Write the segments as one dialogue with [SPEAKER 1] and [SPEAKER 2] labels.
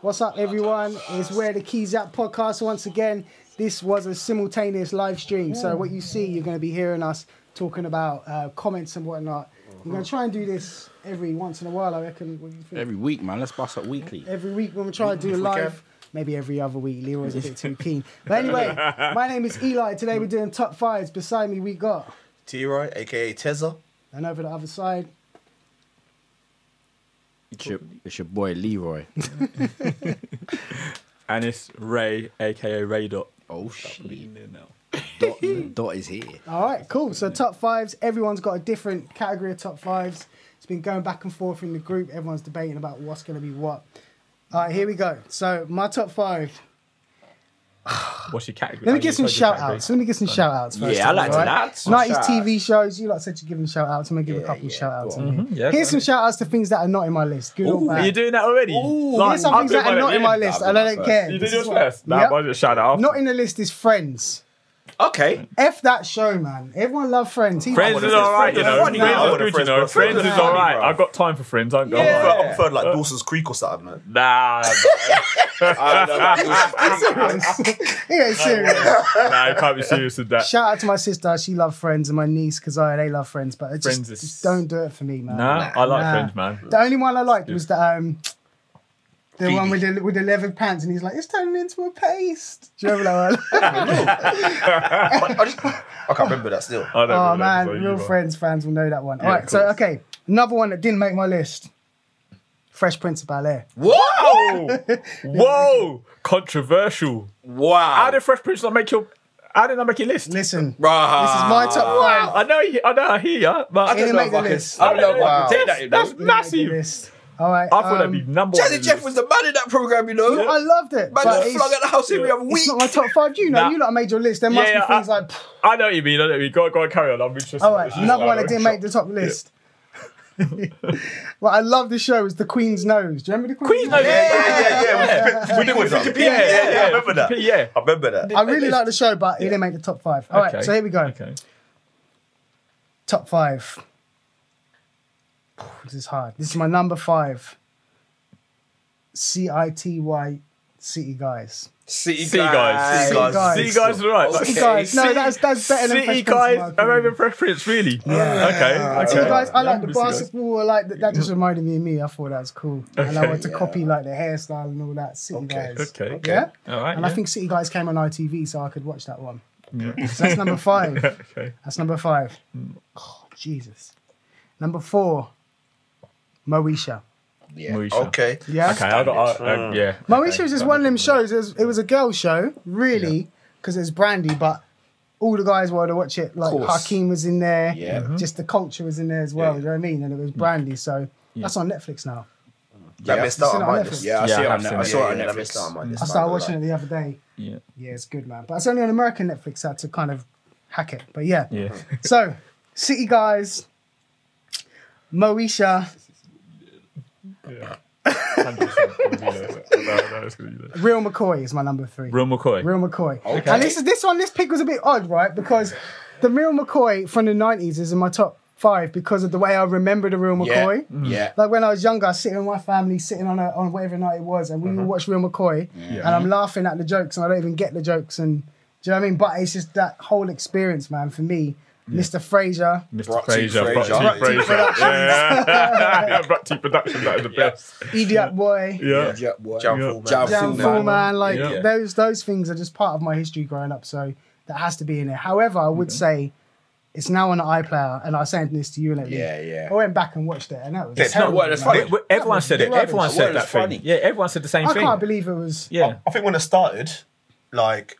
[SPEAKER 1] What's up, everyone? It's Where the Keys At podcast once again. This was a simultaneous live stream, so what you see, you're going to be hearing us talking about uh, comments and whatnot. We're going to try and do this every once in a while, I reckon. What do you think?
[SPEAKER 2] Every week, man. Let's bust up weekly.
[SPEAKER 1] Every week when we try to do a live, maybe every other week. Leroy's a bit too keen. But anyway, my name is Eli. Today we're doing top fives. Beside me, we got,
[SPEAKER 3] T Roy, aka Tezza.
[SPEAKER 1] and over the other side,
[SPEAKER 2] It's your, it's your boy Leroy.
[SPEAKER 4] Oh,
[SPEAKER 5] And it's Ray, aka Ray Dot.
[SPEAKER 2] Oh
[SPEAKER 5] Put it
[SPEAKER 2] shit!
[SPEAKER 5] in there now.
[SPEAKER 2] Dot, the dot is here.
[SPEAKER 1] All right, cool. So top fives. Everyone's got a different category of top fives. It's been going back and forth in the group. Everyone's debating about what's going to be what. All right, here we go. So my top five.
[SPEAKER 5] What's your category?
[SPEAKER 1] Let me
[SPEAKER 5] Oh,
[SPEAKER 1] get
[SPEAKER 5] you
[SPEAKER 1] some
[SPEAKER 5] told your
[SPEAKER 1] shout
[SPEAKER 5] category.
[SPEAKER 1] outs. Let me get some shout outs. First
[SPEAKER 2] Yeah, I
[SPEAKER 1] of all,
[SPEAKER 2] like to
[SPEAKER 1] all
[SPEAKER 2] that. Some
[SPEAKER 1] 90s
[SPEAKER 2] shout-outs.
[SPEAKER 1] TV shows. You like said you're giving shout outs. I'm going to give a
[SPEAKER 2] Yeah,
[SPEAKER 1] couple
[SPEAKER 2] yeah,
[SPEAKER 1] shout outs.
[SPEAKER 2] go
[SPEAKER 1] in here.
[SPEAKER 5] Mhm, yeah,
[SPEAKER 1] Here's some
[SPEAKER 5] go
[SPEAKER 1] shout outs to things that are not in my list. Good or
[SPEAKER 5] Ooh,
[SPEAKER 1] bad.
[SPEAKER 5] Are you doing that already?
[SPEAKER 1] Here's some things that
[SPEAKER 5] I'm
[SPEAKER 1] are not in my
[SPEAKER 5] doing
[SPEAKER 1] list,
[SPEAKER 2] I'll
[SPEAKER 1] and
[SPEAKER 2] do
[SPEAKER 1] I
[SPEAKER 2] that
[SPEAKER 1] don't
[SPEAKER 2] first.
[SPEAKER 1] care.
[SPEAKER 5] You
[SPEAKER 1] This
[SPEAKER 5] did yours
[SPEAKER 1] is why-
[SPEAKER 5] first. Nah,
[SPEAKER 1] Yep.
[SPEAKER 5] but I'll just shout it out.
[SPEAKER 1] Not in the list is Friends.
[SPEAKER 3] Okay.
[SPEAKER 1] F that show, man. Everyone loved Friends. He-
[SPEAKER 5] Friends
[SPEAKER 3] would've
[SPEAKER 5] is
[SPEAKER 3] said
[SPEAKER 5] alright, you
[SPEAKER 3] Friends
[SPEAKER 5] know.
[SPEAKER 3] was funny,
[SPEAKER 5] Friends
[SPEAKER 3] bro. I
[SPEAKER 5] is
[SPEAKER 3] would've
[SPEAKER 5] good, you
[SPEAKER 3] Friends
[SPEAKER 5] know.
[SPEAKER 3] was funny,
[SPEAKER 5] Friends is
[SPEAKER 3] bro.
[SPEAKER 5] alright. I've got time for Friends. I ain't got
[SPEAKER 3] I'm, third,
[SPEAKER 5] yeah.
[SPEAKER 3] I'm third, like Dawson's Creek or something. man.
[SPEAKER 5] Nah,
[SPEAKER 1] he ain't serious.
[SPEAKER 5] nah, you can't be serious with that.
[SPEAKER 1] Shout out to my sister, she loved Friends, and my niece because I they love Friends, but it just,
[SPEAKER 5] Friends is-
[SPEAKER 1] just don't do it for me, man.
[SPEAKER 5] Nah, I like
[SPEAKER 1] Nah.
[SPEAKER 5] Friends, man.
[SPEAKER 1] The only one I liked was the um, the
[SPEAKER 3] Phoebe.
[SPEAKER 1] one with the with the leather pants, and he's like, "It's turning into a paste." Do you remember that one?
[SPEAKER 3] I, just, I can't remember that still.
[SPEAKER 5] I don't
[SPEAKER 1] oh
[SPEAKER 5] really
[SPEAKER 1] man,
[SPEAKER 5] know, so you
[SPEAKER 1] real
[SPEAKER 5] are.
[SPEAKER 1] Friends fans will know that one. All right,
[SPEAKER 5] of
[SPEAKER 1] so
[SPEAKER 5] course.
[SPEAKER 1] okay, another one that didn't make my list. Fresh Prince of Bel Air.
[SPEAKER 5] Whoa! Whoa! Controversial. How
[SPEAKER 3] Wow.
[SPEAKER 5] did Fresh Prince not make your? How did I make your list?
[SPEAKER 1] Listen,
[SPEAKER 3] Bruh.
[SPEAKER 1] this is my top five.
[SPEAKER 5] I know, you- I know, I hear ya, but
[SPEAKER 1] It didn't make the
[SPEAKER 3] I can-
[SPEAKER 1] list.
[SPEAKER 3] I don't know if I can take that. you know.
[SPEAKER 5] that's
[SPEAKER 1] It didn't make the
[SPEAKER 5] massive.
[SPEAKER 1] list. All right,
[SPEAKER 5] I thought
[SPEAKER 1] um,
[SPEAKER 5] that'd be number one.
[SPEAKER 3] Jazzy Jeff was the man in that program, you know.
[SPEAKER 1] I
[SPEAKER 3] Man
[SPEAKER 1] loved it. but
[SPEAKER 3] just
[SPEAKER 1] it's-
[SPEAKER 3] flung at the house every other
[SPEAKER 1] It's
[SPEAKER 3] week.
[SPEAKER 1] not my top five. You know,
[SPEAKER 5] Nah.
[SPEAKER 1] you lot made your list. There must
[SPEAKER 5] Yeah,
[SPEAKER 1] be things
[SPEAKER 5] I-
[SPEAKER 1] like. pff,
[SPEAKER 5] I know what you mean. I know what you mean. Go, go, on, carry on. I'm interested.
[SPEAKER 1] All right,
[SPEAKER 5] This is
[SPEAKER 1] another one
[SPEAKER 5] like
[SPEAKER 1] that didn't
[SPEAKER 5] a
[SPEAKER 1] make the top list. what I love the show is the Queen's Nose. Do you remember the Queen's,
[SPEAKER 5] Queen's Nose,
[SPEAKER 3] Yeah, yeah, yeah, yeah. We did with
[SPEAKER 5] shock.
[SPEAKER 3] Wikipedia.
[SPEAKER 5] Yeah, yeah, yeah,
[SPEAKER 3] I remember that.
[SPEAKER 5] Yeah.
[SPEAKER 3] I remember that.
[SPEAKER 1] I really like the show, but it didn't make the top five. All right,
[SPEAKER 5] Okay.
[SPEAKER 1] so here we go.
[SPEAKER 5] Okay.
[SPEAKER 1] Top five. This is hard. This is my number five. C I T Y City Guys.
[SPEAKER 3] City
[SPEAKER 5] See you guys.
[SPEAKER 1] City guys.
[SPEAKER 5] See you guys. All right.
[SPEAKER 3] Okay.
[SPEAKER 1] City Guys. No,
[SPEAKER 5] City-
[SPEAKER 1] that's that's better than
[SPEAKER 5] City
[SPEAKER 1] Fresh Prince of
[SPEAKER 5] guys. I'm
[SPEAKER 1] Bel-Air.
[SPEAKER 5] over preference, really.
[SPEAKER 1] Yeah.
[SPEAKER 5] Okay. Okay.
[SPEAKER 1] City guys, I like the
[SPEAKER 5] Yeah, City Guys.
[SPEAKER 1] basketball. I like that. That just reminded me of me. I thought that was cool, and I
[SPEAKER 5] Okay.
[SPEAKER 1] want to copy like the hairstyle and all that. City
[SPEAKER 3] Okay.
[SPEAKER 1] guys,
[SPEAKER 5] Okay. Okay.
[SPEAKER 1] yeah.
[SPEAKER 5] All right.
[SPEAKER 1] And I
[SPEAKER 5] yeah.
[SPEAKER 1] think City Guys came on ITV, so I could watch that one. So that's number five.
[SPEAKER 5] Okay.
[SPEAKER 1] That's number five. Oh, Jesus. Number four, Moesha.
[SPEAKER 5] Moesha.
[SPEAKER 3] Okay.
[SPEAKER 1] Yeah.
[SPEAKER 5] Okay. I got. I, um, yeah.
[SPEAKER 1] Moesha was just one of them shows. It was, it was a girl show, really, because it was Brandy, but all the guys wanted to watch it. Like
[SPEAKER 3] Course.
[SPEAKER 1] Hakeem was in there. Mm-hmm.
[SPEAKER 3] Yeah.
[SPEAKER 1] Just the culture was in there as well.
[SPEAKER 3] Yeah.
[SPEAKER 1] You know what I mean? And it was Brandy, so that's on Netflix now.
[SPEAKER 3] That
[SPEAKER 2] Yeah.
[SPEAKER 3] missed out
[SPEAKER 1] It's
[SPEAKER 3] on
[SPEAKER 1] on
[SPEAKER 3] my
[SPEAKER 1] Netflix.
[SPEAKER 3] list.
[SPEAKER 2] Yeah, I
[SPEAKER 5] Yeah,
[SPEAKER 2] see
[SPEAKER 5] I
[SPEAKER 2] it
[SPEAKER 5] have
[SPEAKER 2] on Netflix.
[SPEAKER 5] seen it.
[SPEAKER 3] I saw it on
[SPEAKER 2] Yeah,
[SPEAKER 3] that
[SPEAKER 2] Netflix.
[SPEAKER 3] missed out on my list.
[SPEAKER 1] I started watching it the other day.
[SPEAKER 5] Yeah.
[SPEAKER 1] Yeah, it's good, man. But it's only on American Netflix. I had to kind of hack it. But yeah.
[SPEAKER 5] Yeah.
[SPEAKER 1] So, City Guys, Moesha,
[SPEAKER 5] Yeah. 100% gonna be there. No, no, it's gonna be there.
[SPEAKER 1] Real McCoy is my number three.
[SPEAKER 5] Real McCoy.
[SPEAKER 1] Real McCoy. And this is this one, this pick was a bit odd, right? Because the Real McCoy from the 90s is in my top five because of the way I remember the Real McCoy.
[SPEAKER 3] Yeah.
[SPEAKER 1] Like when I was younger, I was sitting with my family, sitting on a, on whatever night it was, and we
[SPEAKER 5] Mm-hmm.
[SPEAKER 1] would watch Real McCoy, and I'm laughing at the jokes, and I don't even get the jokes, and do you know what I mean? But it's just that whole experience, man, for me. Mr. Fraser,
[SPEAKER 5] Mr.
[SPEAKER 3] Brock T.
[SPEAKER 5] Fraser, Brock T.
[SPEAKER 3] Fraser. Brock T.
[SPEAKER 5] Fraser. Yeah. Brock T. Production, that is the best.
[SPEAKER 1] Idiot Boy,
[SPEAKER 5] Yeah.
[SPEAKER 3] Yeah, what?
[SPEAKER 5] Yeah.
[SPEAKER 3] John
[SPEAKER 1] Down
[SPEAKER 3] Foreman.
[SPEAKER 1] Full Man, like
[SPEAKER 5] Yeah.
[SPEAKER 1] those those things are just part of my history growing up, so that has to be in there. However, I would say it's now on the iPlayer, and I was saying this to you lately.
[SPEAKER 3] Yeah, yeah.
[SPEAKER 1] I went back and watched it, and that was
[SPEAKER 3] It's not
[SPEAKER 1] terrible,
[SPEAKER 3] what- it's
[SPEAKER 1] man.
[SPEAKER 3] funny.
[SPEAKER 5] Wait, wait, Everyone said it.
[SPEAKER 1] rubbish.
[SPEAKER 5] Everyone said
[SPEAKER 3] Well,
[SPEAKER 5] that
[SPEAKER 3] it's
[SPEAKER 5] thing.
[SPEAKER 3] funny.
[SPEAKER 5] Yeah, everyone said the same
[SPEAKER 1] I
[SPEAKER 5] thing.
[SPEAKER 1] can't believe it was.
[SPEAKER 5] Yeah.
[SPEAKER 3] I think when I started, like,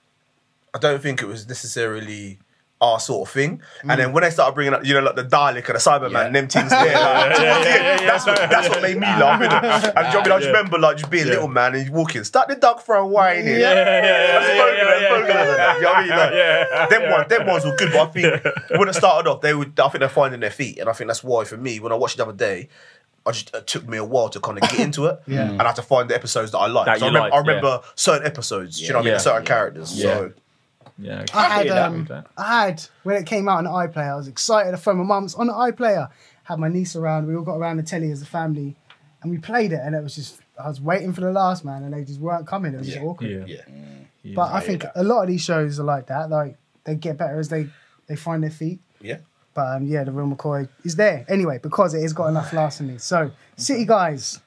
[SPEAKER 3] I don't think it was necessarily our sort of thing. And
[SPEAKER 5] Mm.
[SPEAKER 3] then when they started bringing up, you know, like the Dalek and the Cyberman, and them things there, like, that's, what, that's what made me laugh. innit? And do you know what I mean? I just
[SPEAKER 5] Yeah.
[SPEAKER 3] remember, like, just being a little man and walking, start the dog for a whine. innit?
[SPEAKER 1] Yeah.
[SPEAKER 5] Yeah, yeah,
[SPEAKER 3] That's
[SPEAKER 5] yeah, yeah,
[SPEAKER 3] bogan, that's
[SPEAKER 5] yeah,
[SPEAKER 3] bogan,
[SPEAKER 5] yeah,
[SPEAKER 3] that's- you know what I mean? Like,
[SPEAKER 5] yeah.
[SPEAKER 3] Them ones, them ones were good, but I think when it started off, they would. I think they're finding their feet, and I think that's why for me, when I watched it the other day, I just it took me a while to kind of get into it,
[SPEAKER 1] Yeah.
[SPEAKER 3] and I had to find the episodes that I liked.
[SPEAKER 5] That
[SPEAKER 3] so I
[SPEAKER 5] you
[SPEAKER 3] remember, I
[SPEAKER 5] liked, yeah.
[SPEAKER 3] remember certain episodes, you know, what I mean,
[SPEAKER 5] Yeah.
[SPEAKER 3] certain characters.
[SPEAKER 5] Yeah.
[SPEAKER 3] So
[SPEAKER 5] Yeah.
[SPEAKER 1] I had,
[SPEAKER 5] hear that,
[SPEAKER 1] um,
[SPEAKER 5] hear that.
[SPEAKER 1] I had when it came out on the iPlayer. I was excited. I phoned my mum's on the iPlayer. Had my niece around. We all got around the telly as a family, and we played it, and it was just I was waiting for the last man, and they just weren't coming. It was just awkward.
[SPEAKER 5] Yeah.
[SPEAKER 3] Yeah.
[SPEAKER 5] yeah.
[SPEAKER 1] But I
[SPEAKER 3] hear
[SPEAKER 1] think
[SPEAKER 3] that.
[SPEAKER 1] a lot of these shows are like that. Like they get better as they they find their feet.
[SPEAKER 3] Yeah.
[SPEAKER 1] But um, yeah, the real McCoy is there anyway because it has got enough laughs in me. So City guys,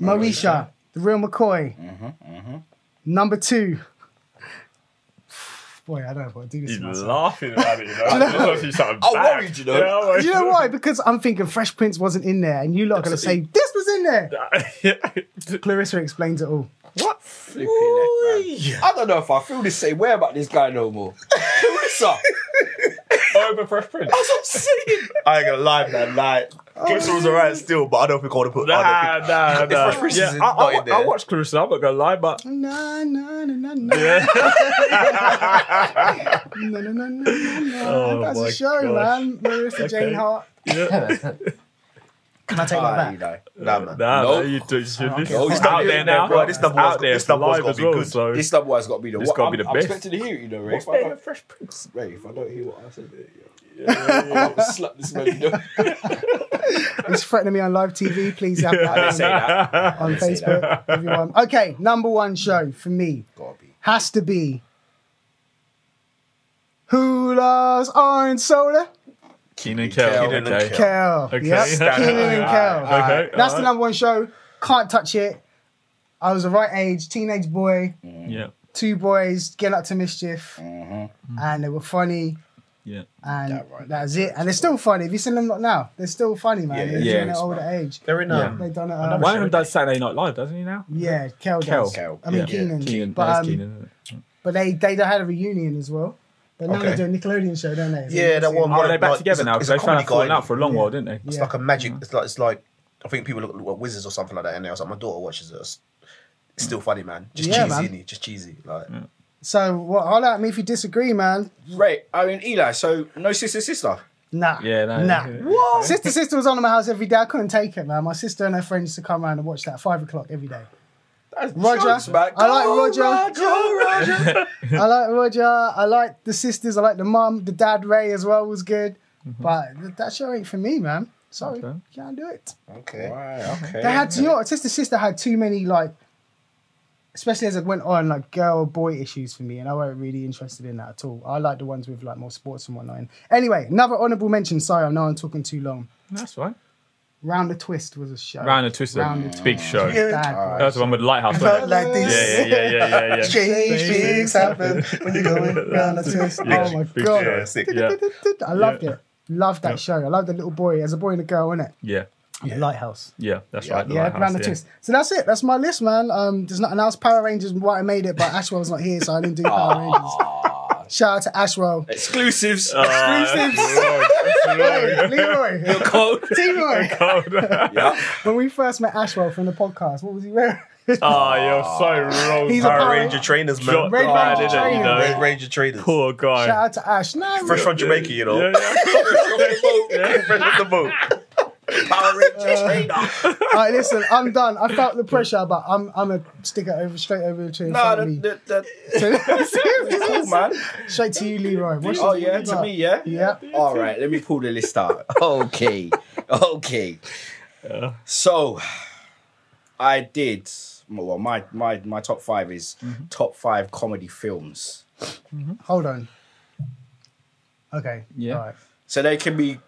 [SPEAKER 1] Moesha, the real McCoy,
[SPEAKER 5] Mm-hmm,
[SPEAKER 1] number two. Boy, I don't know if I do this.
[SPEAKER 5] He's
[SPEAKER 1] to myself.
[SPEAKER 5] laughing about it, you know. It's actually something
[SPEAKER 3] I'm
[SPEAKER 5] bad.
[SPEAKER 3] worried, you know.
[SPEAKER 5] Yeah, I'm worried.
[SPEAKER 1] You know why? Because I'm thinking Fresh Prince wasn't in there, and you lot are going to say this was in there. Clarissa explains it all.
[SPEAKER 5] what?
[SPEAKER 4] I don't know if I feel the same way about this guy no more. Clarissa,
[SPEAKER 5] Over Fresh Prince.
[SPEAKER 4] that's what I'm saying.
[SPEAKER 3] I ain't gonna lie, man. Like,
[SPEAKER 1] Oh.
[SPEAKER 3] Crystal was alright still, but I don't think I want to put. I
[SPEAKER 5] Nah,
[SPEAKER 3] don't think,
[SPEAKER 5] nah,
[SPEAKER 3] Fresh
[SPEAKER 5] nah.
[SPEAKER 3] Prince
[SPEAKER 5] Yeah,
[SPEAKER 3] is
[SPEAKER 5] I,
[SPEAKER 3] not
[SPEAKER 5] I,
[SPEAKER 3] in
[SPEAKER 5] I
[SPEAKER 3] there.
[SPEAKER 5] watched Clarissa. I'm not gonna lie, but
[SPEAKER 1] Na na na na na. na na na na na.
[SPEAKER 5] Oh
[SPEAKER 1] That's
[SPEAKER 5] my
[SPEAKER 1] a show,
[SPEAKER 5] gosh.
[SPEAKER 1] man. Marissa Jane
[SPEAKER 5] Okay.
[SPEAKER 1] Hart. Can I take that back?
[SPEAKER 3] nah, man.
[SPEAKER 5] nah,
[SPEAKER 4] Nope.
[SPEAKER 5] nah, you do. You, this
[SPEAKER 4] Oh,
[SPEAKER 5] is
[SPEAKER 4] he's
[SPEAKER 5] out
[SPEAKER 4] not
[SPEAKER 5] there
[SPEAKER 3] in there,
[SPEAKER 5] now.
[SPEAKER 3] bro. This number one's
[SPEAKER 5] out
[SPEAKER 3] got-
[SPEAKER 5] there
[SPEAKER 3] this
[SPEAKER 5] for
[SPEAKER 3] number one's
[SPEAKER 5] live
[SPEAKER 3] gotta
[SPEAKER 5] as
[SPEAKER 3] be
[SPEAKER 5] well.
[SPEAKER 3] good.
[SPEAKER 5] So
[SPEAKER 4] This number one's got to be the
[SPEAKER 5] This
[SPEAKER 4] one.
[SPEAKER 5] gotta
[SPEAKER 4] I'm,
[SPEAKER 5] be the
[SPEAKER 4] I'm
[SPEAKER 5] best.
[SPEAKER 4] expecting to hear it, you know, Ray.
[SPEAKER 5] What's
[SPEAKER 4] If I
[SPEAKER 5] better than
[SPEAKER 4] don't-
[SPEAKER 5] Fresh Prince?
[SPEAKER 4] Ray, if I don't hear what I said, there, yo. I'll slap this man. You know?
[SPEAKER 1] He's threatening me on live TV. Please have
[SPEAKER 4] I didn't say
[SPEAKER 1] that
[SPEAKER 4] that.
[SPEAKER 1] on, on Facebook, everyone. Okay, number one show for me
[SPEAKER 4] Gotta be.
[SPEAKER 1] has to be Who Loves Orange Soda?
[SPEAKER 5] Keenan
[SPEAKER 4] Kel.
[SPEAKER 5] Kel.
[SPEAKER 3] Keenan and
[SPEAKER 5] Okay.
[SPEAKER 3] Kel.
[SPEAKER 1] Kel.
[SPEAKER 5] Okay.
[SPEAKER 1] Yep,
[SPEAKER 5] Stand
[SPEAKER 1] Keenan
[SPEAKER 5] out.
[SPEAKER 1] and Kel.
[SPEAKER 5] Okay.
[SPEAKER 1] That's the
[SPEAKER 5] alright.
[SPEAKER 1] number one show. Can't touch it. I was the right age, teenage boy,
[SPEAKER 5] Yeah.
[SPEAKER 1] two boys getting up to mischief, and they were funny.
[SPEAKER 5] Yeah.
[SPEAKER 1] And
[SPEAKER 4] That right.
[SPEAKER 1] that's it. And they're still funny. If you seen them lot now, they're still funny, man.
[SPEAKER 4] Yeah,
[SPEAKER 1] they're
[SPEAKER 2] yeah.
[SPEAKER 1] doing it
[SPEAKER 2] Yeah.
[SPEAKER 1] older age.
[SPEAKER 3] They're in. Um,
[SPEAKER 1] They've done it.
[SPEAKER 5] One
[SPEAKER 1] Um,
[SPEAKER 5] of them does Saturday Night Live, doesn't he now?
[SPEAKER 1] yeah, Kel
[SPEAKER 5] Kel.
[SPEAKER 1] does.
[SPEAKER 4] Kel.
[SPEAKER 1] I mean
[SPEAKER 4] Yeah.
[SPEAKER 1] Keenan.
[SPEAKER 5] Keenan.
[SPEAKER 1] But,
[SPEAKER 5] that's
[SPEAKER 1] um,
[SPEAKER 5] Keenan, isn't it?
[SPEAKER 1] but they they had a reunion as well. But now
[SPEAKER 3] Okay.
[SPEAKER 1] they're doing Nickelodeon show, don't they?
[SPEAKER 3] Yeah, that one-
[SPEAKER 5] Oh, are they back
[SPEAKER 3] like,
[SPEAKER 5] together
[SPEAKER 3] it's a-
[SPEAKER 5] now?
[SPEAKER 3] it's
[SPEAKER 5] Because
[SPEAKER 3] a
[SPEAKER 5] they
[SPEAKER 3] comedy
[SPEAKER 5] found out falling
[SPEAKER 3] guy.
[SPEAKER 5] out for a long while, didn't they?
[SPEAKER 3] It's
[SPEAKER 1] Yeah.
[SPEAKER 3] like a magic. It's like it's like. I think people look at Wizards or something like that in there. It's like my daughter watches it. It's it's still funny, man. Just
[SPEAKER 1] Yeah,
[SPEAKER 3] cheesy,
[SPEAKER 1] man.
[SPEAKER 3] innit? Just cheesy. Like,
[SPEAKER 1] So what? holler at me if you disagree, man.
[SPEAKER 4] Ray, I mean, Eli, so no sister, sister.
[SPEAKER 1] Nah.
[SPEAKER 5] Yeah, no,
[SPEAKER 1] nah.
[SPEAKER 5] yeah.
[SPEAKER 1] What? Sister Sister was on at my house every day. I couldn't take it, man. My sister and her friend used to come around and watch that at five o'clock every day.
[SPEAKER 4] That's
[SPEAKER 1] Roger.
[SPEAKER 4] jokes, man.
[SPEAKER 1] I like
[SPEAKER 4] Go,
[SPEAKER 1] Roger.
[SPEAKER 4] Roger, Roger.
[SPEAKER 1] I like Roger. I like the sisters. I like the mum. The dad Ray as well was good.
[SPEAKER 3] Mm-hmm.
[SPEAKER 1] But th- that show ain't for me, man. Sorry,
[SPEAKER 5] Okay.
[SPEAKER 1] can't do it.
[SPEAKER 3] okay.
[SPEAKER 4] Right, okay.
[SPEAKER 1] They had, you know, what? Sister Sister had too many like, especially as it went on, like girl boy issues for me, and I weren't really interested in that at all. I like the ones with like more sports and whatnot. in. Anyway, another honourable mention. Sorry, I know I'm talking too long.
[SPEAKER 5] That's right.
[SPEAKER 1] Round the Twist was a show.
[SPEAKER 5] Round and Twister.
[SPEAKER 1] Round and
[SPEAKER 5] Big show.
[SPEAKER 1] Bad boy.
[SPEAKER 5] That's the one with Lighthouse.
[SPEAKER 3] Felt
[SPEAKER 5] wasn't it?
[SPEAKER 3] like this.
[SPEAKER 5] Yeah, yeah, yeah, yeah, yeah.
[SPEAKER 3] Strange things happen when you're going round the twist.
[SPEAKER 1] Yeah. Oh my
[SPEAKER 5] Big
[SPEAKER 1] God.
[SPEAKER 5] show.
[SPEAKER 3] Yeah, sick.
[SPEAKER 5] Yeah.
[SPEAKER 1] I loved it. Loved that show. I loved the little boy as a boy and a girl, innit?
[SPEAKER 5] Yeah.
[SPEAKER 1] it? Lighthouse.
[SPEAKER 5] Yeah, that's right. the
[SPEAKER 1] yeah,
[SPEAKER 5] Lighthouse,
[SPEAKER 1] round the
[SPEAKER 5] yeah.
[SPEAKER 1] twist. So that's it. That's my list, man. Um, there's nothing else. Power Rangers, why I made it, but Ashwell's not here, so I didn't do Power Rangers. Shout out to Ashwell.
[SPEAKER 4] Exclusives.
[SPEAKER 1] Uh,
[SPEAKER 5] Oh,
[SPEAKER 1] Leroy, Leroy,
[SPEAKER 4] Cold.
[SPEAKER 1] Leroy.
[SPEAKER 4] yeah.
[SPEAKER 1] When we first met Ashwell from the podcast, what was he wearing?
[SPEAKER 5] Oh, you're so wrong.
[SPEAKER 1] He's a
[SPEAKER 3] Power
[SPEAKER 5] Barry.
[SPEAKER 1] Power-
[SPEAKER 3] Ranger trainers, man.
[SPEAKER 5] Shot
[SPEAKER 1] Red
[SPEAKER 5] bad,
[SPEAKER 1] Ranger
[SPEAKER 5] innit, you
[SPEAKER 1] trainer.
[SPEAKER 5] know?
[SPEAKER 3] Red Ranger trainers.
[SPEAKER 5] Poor guy.
[SPEAKER 1] Shout out to Ash. No,
[SPEAKER 3] Fresh from Jamaica, you know.
[SPEAKER 5] Yeah, yeah.
[SPEAKER 3] Fresh off the boat.
[SPEAKER 4] Power Rangers trainer.
[SPEAKER 1] All right, listen, I'm done. I felt the pressure, but I'm I'm a stick it over straight over to in
[SPEAKER 4] Nah,
[SPEAKER 1] front
[SPEAKER 4] the,
[SPEAKER 1] of me.
[SPEAKER 4] the, the,
[SPEAKER 1] Seriously,
[SPEAKER 4] cool, man.
[SPEAKER 1] Straight to you, Leroy. What's
[SPEAKER 4] Oh,
[SPEAKER 1] your-
[SPEAKER 4] yeah,
[SPEAKER 1] what's
[SPEAKER 4] to
[SPEAKER 1] up?
[SPEAKER 4] me, yeah?
[SPEAKER 1] Yeah.
[SPEAKER 4] All right, let me pull the list out. Okay, okay. So, I did. Well, my my my top five is top five comedy films.
[SPEAKER 1] Hold on. Okay.
[SPEAKER 5] Yeah.
[SPEAKER 1] All right.
[SPEAKER 4] So they can be,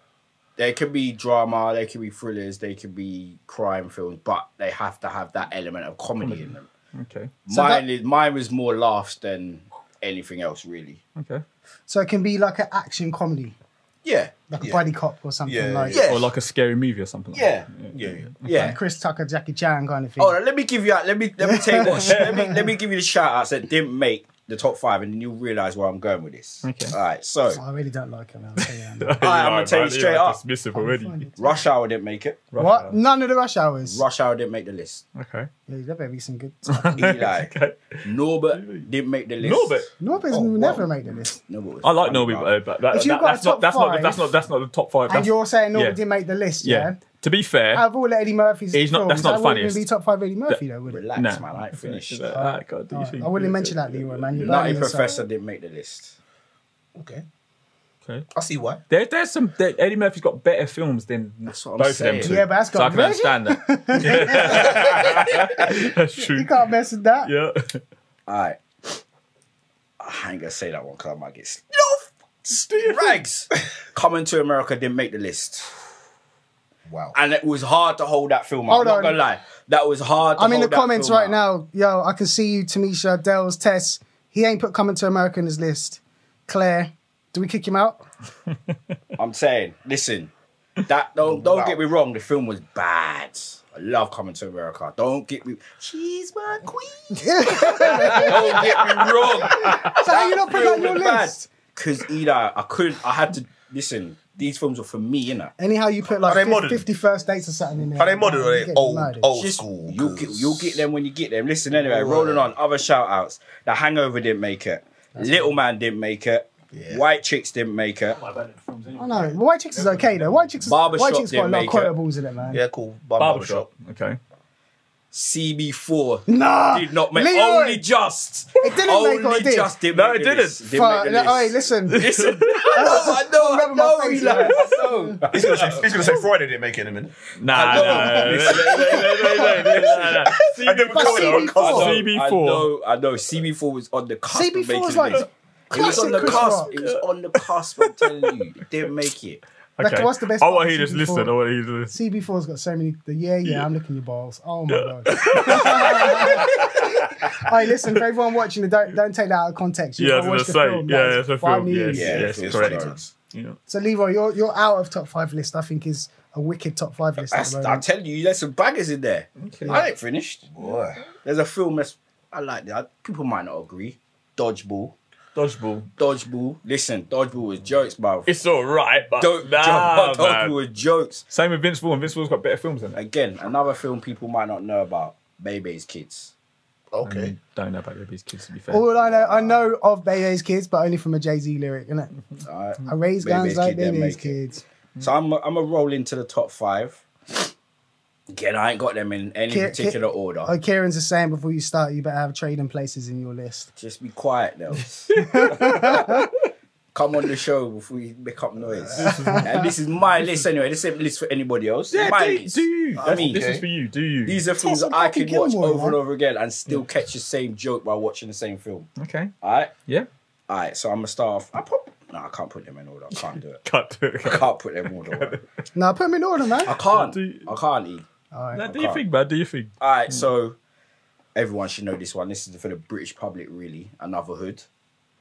[SPEAKER 4] they can be drama, they can be thrillers, they can be crime films, but they have to have that element of comedy in them.
[SPEAKER 5] Okay,
[SPEAKER 1] So that-
[SPEAKER 4] mine is mine was more laughs than anything else, really.
[SPEAKER 5] okay.
[SPEAKER 1] So it can be like an action comedy,
[SPEAKER 4] Yeah,
[SPEAKER 1] like a
[SPEAKER 3] Yeah.
[SPEAKER 1] buddy cop or something
[SPEAKER 3] Yeah,
[SPEAKER 1] like
[SPEAKER 4] yeah.
[SPEAKER 5] Or like a scary movie or something. Like
[SPEAKER 4] yeah,
[SPEAKER 5] That.
[SPEAKER 3] Yeah, yeah.
[SPEAKER 4] yeah.
[SPEAKER 1] Chris Tucker, Jackie Chan kind of thing.
[SPEAKER 4] Oh, now let me give you. a- Let me let me tell you what. let me let me give you the shout outs that didn't make the top five, and then you'll realize where I'm going with this.
[SPEAKER 5] Okay.
[SPEAKER 4] All right. So,
[SPEAKER 1] I really don't like him. I'll tell you that.
[SPEAKER 5] All
[SPEAKER 4] right, I'm gonna tell you straight up.
[SPEAKER 5] Dismissive already.
[SPEAKER 4] Rush Hour didn't make it.
[SPEAKER 5] Rush
[SPEAKER 1] what?
[SPEAKER 5] Hour.
[SPEAKER 1] None of the rush hours.
[SPEAKER 4] Rush Hour didn't make the list.
[SPEAKER 5] Okay.
[SPEAKER 1] Yeah, there better be some good.
[SPEAKER 4] Eli
[SPEAKER 5] Okay.
[SPEAKER 4] Norbert didn't make the list.
[SPEAKER 5] Norbert.
[SPEAKER 1] Norbit's
[SPEAKER 4] Oh, wow.
[SPEAKER 1] never made the list,
[SPEAKER 4] Norbert uh, was
[SPEAKER 5] I like
[SPEAKER 4] funny,
[SPEAKER 5] Norbert,
[SPEAKER 4] bro.
[SPEAKER 5] though, but that,
[SPEAKER 1] If you've
[SPEAKER 5] that,
[SPEAKER 1] got a
[SPEAKER 5] that's, not,
[SPEAKER 1] top
[SPEAKER 5] that's,
[SPEAKER 1] five-
[SPEAKER 5] not, that's, not, that's not the top five.
[SPEAKER 1] and
[SPEAKER 5] That's,
[SPEAKER 1] you're saying Norbit
[SPEAKER 5] yeah.
[SPEAKER 1] didn't make the list.
[SPEAKER 5] yeah.
[SPEAKER 1] Yeah.
[SPEAKER 5] To be fair,
[SPEAKER 1] Out of all the Eddie Murphy's
[SPEAKER 5] He's not-
[SPEAKER 1] films,
[SPEAKER 5] that's not
[SPEAKER 1] that wouldn't
[SPEAKER 5] funniest.
[SPEAKER 1] even be top five Eddie Murphy though, would it?
[SPEAKER 4] Relax,
[SPEAKER 5] Nah.
[SPEAKER 4] man. I ain't finished.
[SPEAKER 5] Uh, uh, God, do you
[SPEAKER 1] Alright,
[SPEAKER 5] think-
[SPEAKER 1] I wouldn't mention that, Leroy, man. You're
[SPEAKER 4] Nutty
[SPEAKER 1] burning yourself.
[SPEAKER 4] Professor didn't make the list.
[SPEAKER 3] Okay.
[SPEAKER 5] Okay.
[SPEAKER 3] I see why.
[SPEAKER 5] There, there's some. There, Eddie Murphy's got better films than
[SPEAKER 4] what I'm
[SPEAKER 5] both of them
[SPEAKER 4] saying.
[SPEAKER 5] two.
[SPEAKER 1] Yeah, but that's
[SPEAKER 5] so
[SPEAKER 1] got
[SPEAKER 5] I can
[SPEAKER 1] version.
[SPEAKER 5] understand that. that's
[SPEAKER 1] You
[SPEAKER 5] true.
[SPEAKER 1] can't mess with that.
[SPEAKER 5] Yeah.
[SPEAKER 4] All right. I ain't gonna say that one because I might get s- Steve Rags. Coming to America didn't make the list,
[SPEAKER 3] Wow.
[SPEAKER 4] and it was hard to hold that film. Up.
[SPEAKER 1] Hold
[SPEAKER 4] I'm
[SPEAKER 1] on.
[SPEAKER 4] not gonna lie, that was hard. To
[SPEAKER 1] I'm in the
[SPEAKER 4] hold that
[SPEAKER 1] comments
[SPEAKER 4] film
[SPEAKER 1] right
[SPEAKER 4] up.
[SPEAKER 1] now. Yo, I can see you, Tamisha, Dells, Tess. He ain't put coming to America in his list. Claire, do we kick him out?
[SPEAKER 4] I'm saying, listen, that don't don't
[SPEAKER 3] Wow.
[SPEAKER 4] get me wrong. The film was bad. I love Coming to America. Don't get me. She's my queen. don't get me wrong.
[SPEAKER 1] So how you not put that on your list?
[SPEAKER 4] Because either I couldn't. I had to listen. These films were for me, innit?
[SPEAKER 1] Anyhow, you put
[SPEAKER 3] Are they
[SPEAKER 1] like fif-
[SPEAKER 3] modern?
[SPEAKER 1] 50 first dates or something in there.
[SPEAKER 3] Are they modern or
[SPEAKER 1] You
[SPEAKER 3] are they
[SPEAKER 1] get
[SPEAKER 3] old,
[SPEAKER 1] murdered.
[SPEAKER 3] old
[SPEAKER 4] Just-
[SPEAKER 3] school?
[SPEAKER 4] You'll get,
[SPEAKER 3] 'Cause
[SPEAKER 4] you'll get them when you get them. Listen, anyway, rolling on. Other shout outs. The Hangover didn't make it. Little Man didn't make it.
[SPEAKER 3] Yeah.
[SPEAKER 4] White Chicks didn't make it.
[SPEAKER 1] I know. But White Chicks is okay, though. White Chicks,
[SPEAKER 4] Barbershop
[SPEAKER 1] White Chicks got a
[SPEAKER 4] didn't
[SPEAKER 1] lot
[SPEAKER 4] make
[SPEAKER 1] of
[SPEAKER 4] it.
[SPEAKER 1] quotables in it, man.
[SPEAKER 3] Yeah, cool.
[SPEAKER 5] Barbershop. Okay.
[SPEAKER 4] CB4
[SPEAKER 1] Nah,
[SPEAKER 4] did not make
[SPEAKER 1] Leroy.
[SPEAKER 4] only just. It
[SPEAKER 1] didn't make or
[SPEAKER 4] only
[SPEAKER 1] it did?
[SPEAKER 4] just didn't
[SPEAKER 5] No,
[SPEAKER 4] make
[SPEAKER 5] it
[SPEAKER 4] the
[SPEAKER 5] didn't.
[SPEAKER 4] list.
[SPEAKER 1] Fuck,
[SPEAKER 4] make the
[SPEAKER 1] no,
[SPEAKER 4] list.
[SPEAKER 1] hey, listen.
[SPEAKER 4] Listen, Oh, I know, I know, I
[SPEAKER 1] Remember my
[SPEAKER 4] know,
[SPEAKER 1] face,
[SPEAKER 4] Eli,
[SPEAKER 1] man.
[SPEAKER 4] I know.
[SPEAKER 3] He's gonna say he's gonna say Freud didn't make it in a minute.
[SPEAKER 5] Nah,
[SPEAKER 4] know.
[SPEAKER 5] nah.
[SPEAKER 3] I didn't
[SPEAKER 1] But
[SPEAKER 3] cover
[SPEAKER 1] CB4.
[SPEAKER 3] that. Come on.
[SPEAKER 4] I
[SPEAKER 5] CB4
[SPEAKER 4] know, I know. CB4 was on the cusp. of
[SPEAKER 1] CB4
[SPEAKER 4] making
[SPEAKER 1] was
[SPEAKER 4] the
[SPEAKER 1] like
[SPEAKER 4] list. It was on
[SPEAKER 1] classic
[SPEAKER 4] the
[SPEAKER 1] Chris
[SPEAKER 4] cusp.
[SPEAKER 1] Rock.
[SPEAKER 4] It was on the cusp. I'm telling you, it didn't make it.
[SPEAKER 1] Like, what's the best
[SPEAKER 5] I
[SPEAKER 1] part of
[SPEAKER 5] want to hear this
[SPEAKER 1] CB4?
[SPEAKER 5] listed. I want to hear this.
[SPEAKER 1] CB4's got so many. The, yeah, yeah, I'm looking your balls. Oh my god. hey, listen, for everyone watching, it, don't don't take that out of context. You
[SPEAKER 5] Yeah, I
[SPEAKER 1] gotta
[SPEAKER 5] was
[SPEAKER 1] watch the
[SPEAKER 5] gonna say.
[SPEAKER 1] film.
[SPEAKER 5] Yeah,
[SPEAKER 1] That's
[SPEAKER 5] it's a
[SPEAKER 1] five
[SPEAKER 5] film. Yes,
[SPEAKER 1] news.
[SPEAKER 4] Yeah,
[SPEAKER 5] yes,
[SPEAKER 4] it's
[SPEAKER 5] correct.
[SPEAKER 4] correct.
[SPEAKER 5] Yeah.
[SPEAKER 1] So Leroy, you're you're out of top five list. I think is a wicked top five list. At
[SPEAKER 4] That's,
[SPEAKER 1] the
[SPEAKER 4] I'm
[SPEAKER 1] moment.
[SPEAKER 4] telling you, there's some bangers in there. I ain't finished.
[SPEAKER 3] Boy.
[SPEAKER 4] There's a film that's I like that. People might not agree. Dodgeball.
[SPEAKER 5] Dodgeball.
[SPEAKER 4] Dodgeball. Listen, dodgeball was jokes, bruv.
[SPEAKER 5] It's all right, but
[SPEAKER 4] Don't
[SPEAKER 5] nah,
[SPEAKER 4] jump.
[SPEAKER 5] man.
[SPEAKER 4] Dodgeball was jokes.
[SPEAKER 5] Same with Vince Vaughn. Vince Vaughn's got better films than that.
[SPEAKER 4] Again, another film people might not know about. Bebe's Kids.
[SPEAKER 3] Okay.
[SPEAKER 5] Don't know about Libby's kids to be fair.
[SPEAKER 1] All I know, I know of Bebe's kids, but only from a Jay Z lyric, innit?
[SPEAKER 4] All right.
[SPEAKER 1] I raise
[SPEAKER 4] Bebe's
[SPEAKER 1] guns like
[SPEAKER 4] kid didn't
[SPEAKER 1] Bebe's
[SPEAKER 4] make it.
[SPEAKER 1] kids.
[SPEAKER 4] So I'm
[SPEAKER 5] Hmm.
[SPEAKER 4] i I'm a roll into the top five. Again, I ain't got them in any
[SPEAKER 1] Ki- ki-
[SPEAKER 4] particular order.
[SPEAKER 1] Oh, Kieran's the same. Before you start, you better have trading places in your list.
[SPEAKER 4] Just be quiet, though. Come on the show before you make up noise. and this is my list anyway. This ain't list for anybody else.
[SPEAKER 5] Yeah,
[SPEAKER 4] my
[SPEAKER 5] do,
[SPEAKER 4] list.
[SPEAKER 5] do you?
[SPEAKER 4] I
[SPEAKER 5] That's-
[SPEAKER 4] mean-
[SPEAKER 5] this is for you. Do you?
[SPEAKER 4] These are things
[SPEAKER 1] Tessa
[SPEAKER 4] that I
[SPEAKER 1] fucking
[SPEAKER 4] can watch
[SPEAKER 1] Gilmore,
[SPEAKER 4] over and
[SPEAKER 1] man.
[SPEAKER 4] over again and still catch the same joke while watching the same film.
[SPEAKER 5] okay.
[SPEAKER 4] All right,
[SPEAKER 5] Yeah.
[SPEAKER 4] all right. So I'm gonna start off. I pop. No, I can't put them in order. I can't do it.
[SPEAKER 5] Cut to it.
[SPEAKER 4] I can't put them in order.
[SPEAKER 1] No, put them in order, man.
[SPEAKER 4] I can't.
[SPEAKER 5] Do-
[SPEAKER 4] I can't eat.
[SPEAKER 1] All right.
[SPEAKER 5] Now, do you think, man? Do you think?
[SPEAKER 4] All right, so everyone should know this one. This is for the British public, really. Another hood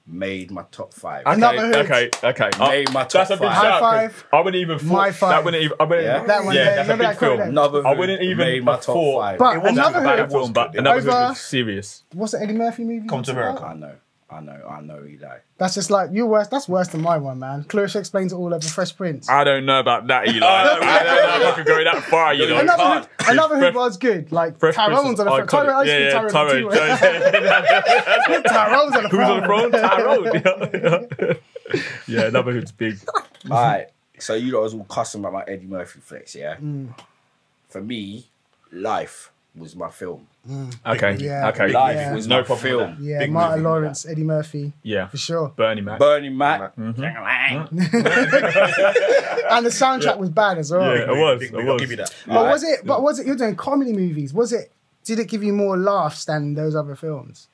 [SPEAKER 4] mod my top five.
[SPEAKER 5] Okay,
[SPEAKER 1] Another hood.
[SPEAKER 5] okay, okay. Oh,
[SPEAKER 4] Made my
[SPEAKER 5] that's a
[SPEAKER 4] top
[SPEAKER 5] big
[SPEAKER 4] five.
[SPEAKER 5] shout.
[SPEAKER 1] High five.
[SPEAKER 5] I wouldn't even.
[SPEAKER 1] My
[SPEAKER 5] thought- That
[SPEAKER 1] five.
[SPEAKER 5] wouldn't even. I wouldn't,
[SPEAKER 4] Yeah.
[SPEAKER 1] That one, yeah,
[SPEAKER 5] that's a
[SPEAKER 1] remember
[SPEAKER 5] big
[SPEAKER 1] that quote
[SPEAKER 5] film.
[SPEAKER 1] there?
[SPEAKER 4] Another hood
[SPEAKER 5] I wouldn't even
[SPEAKER 4] made my
[SPEAKER 5] put
[SPEAKER 4] top
[SPEAKER 5] four.
[SPEAKER 4] five.
[SPEAKER 1] But
[SPEAKER 3] It wasn't
[SPEAKER 1] another
[SPEAKER 3] bad.
[SPEAKER 1] hood.
[SPEAKER 5] That film, but
[SPEAKER 3] Over-
[SPEAKER 5] another hood was serious.
[SPEAKER 1] What's the Eddie Murphy
[SPEAKER 3] Come
[SPEAKER 1] movie?
[SPEAKER 3] to
[SPEAKER 1] What's it
[SPEAKER 3] America.
[SPEAKER 1] about?
[SPEAKER 4] I know, I know, I know, Eli.
[SPEAKER 1] That's just like you're worse. That's worse than my one, man. Clarissa explains it all over Fresh Prince.
[SPEAKER 5] I don't know about that, Eli. I don't know if I could go that far, you know.
[SPEAKER 1] another
[SPEAKER 4] can't.
[SPEAKER 1] hood, another
[SPEAKER 5] Fresh-
[SPEAKER 1] hood was good. Like
[SPEAKER 5] Fresh
[SPEAKER 1] Tyrone's
[SPEAKER 5] Prince
[SPEAKER 1] on the front.
[SPEAKER 5] iconic.
[SPEAKER 1] Tyrone, I used to be Tyrone. too.
[SPEAKER 5] Tyrone.
[SPEAKER 1] Tyrone's on the
[SPEAKER 5] Who's on
[SPEAKER 1] front.
[SPEAKER 5] the throne? Tyrone. Yeah. yeah, another hood's big.
[SPEAKER 4] All right, so you lot was all cussing about my Eddie Murphy flex, yeah?
[SPEAKER 1] Mm.
[SPEAKER 4] For me, Life was my film.
[SPEAKER 5] Okay,
[SPEAKER 1] Yeah.
[SPEAKER 5] okay.
[SPEAKER 4] Life
[SPEAKER 1] Yeah.
[SPEAKER 4] was
[SPEAKER 5] No
[SPEAKER 4] no
[SPEAKER 5] problem with
[SPEAKER 4] problem. film.
[SPEAKER 1] Yeah,
[SPEAKER 3] Big
[SPEAKER 1] Martin
[SPEAKER 3] movie.
[SPEAKER 1] Lawrence, Eddie Murphy,
[SPEAKER 5] Yeah,
[SPEAKER 1] for sure.
[SPEAKER 5] Bernie Mac.
[SPEAKER 4] Burning Mac.
[SPEAKER 1] Mm. And the soundtrack was bad as well.
[SPEAKER 5] Yeah. It was,
[SPEAKER 3] Big
[SPEAKER 5] it
[SPEAKER 3] movie, I'll
[SPEAKER 5] was.
[SPEAKER 3] give you that.
[SPEAKER 1] But
[SPEAKER 4] Alright.
[SPEAKER 1] was it? But was it? You're doing comedy movies. Was it? Did it give you more laughs than those other films?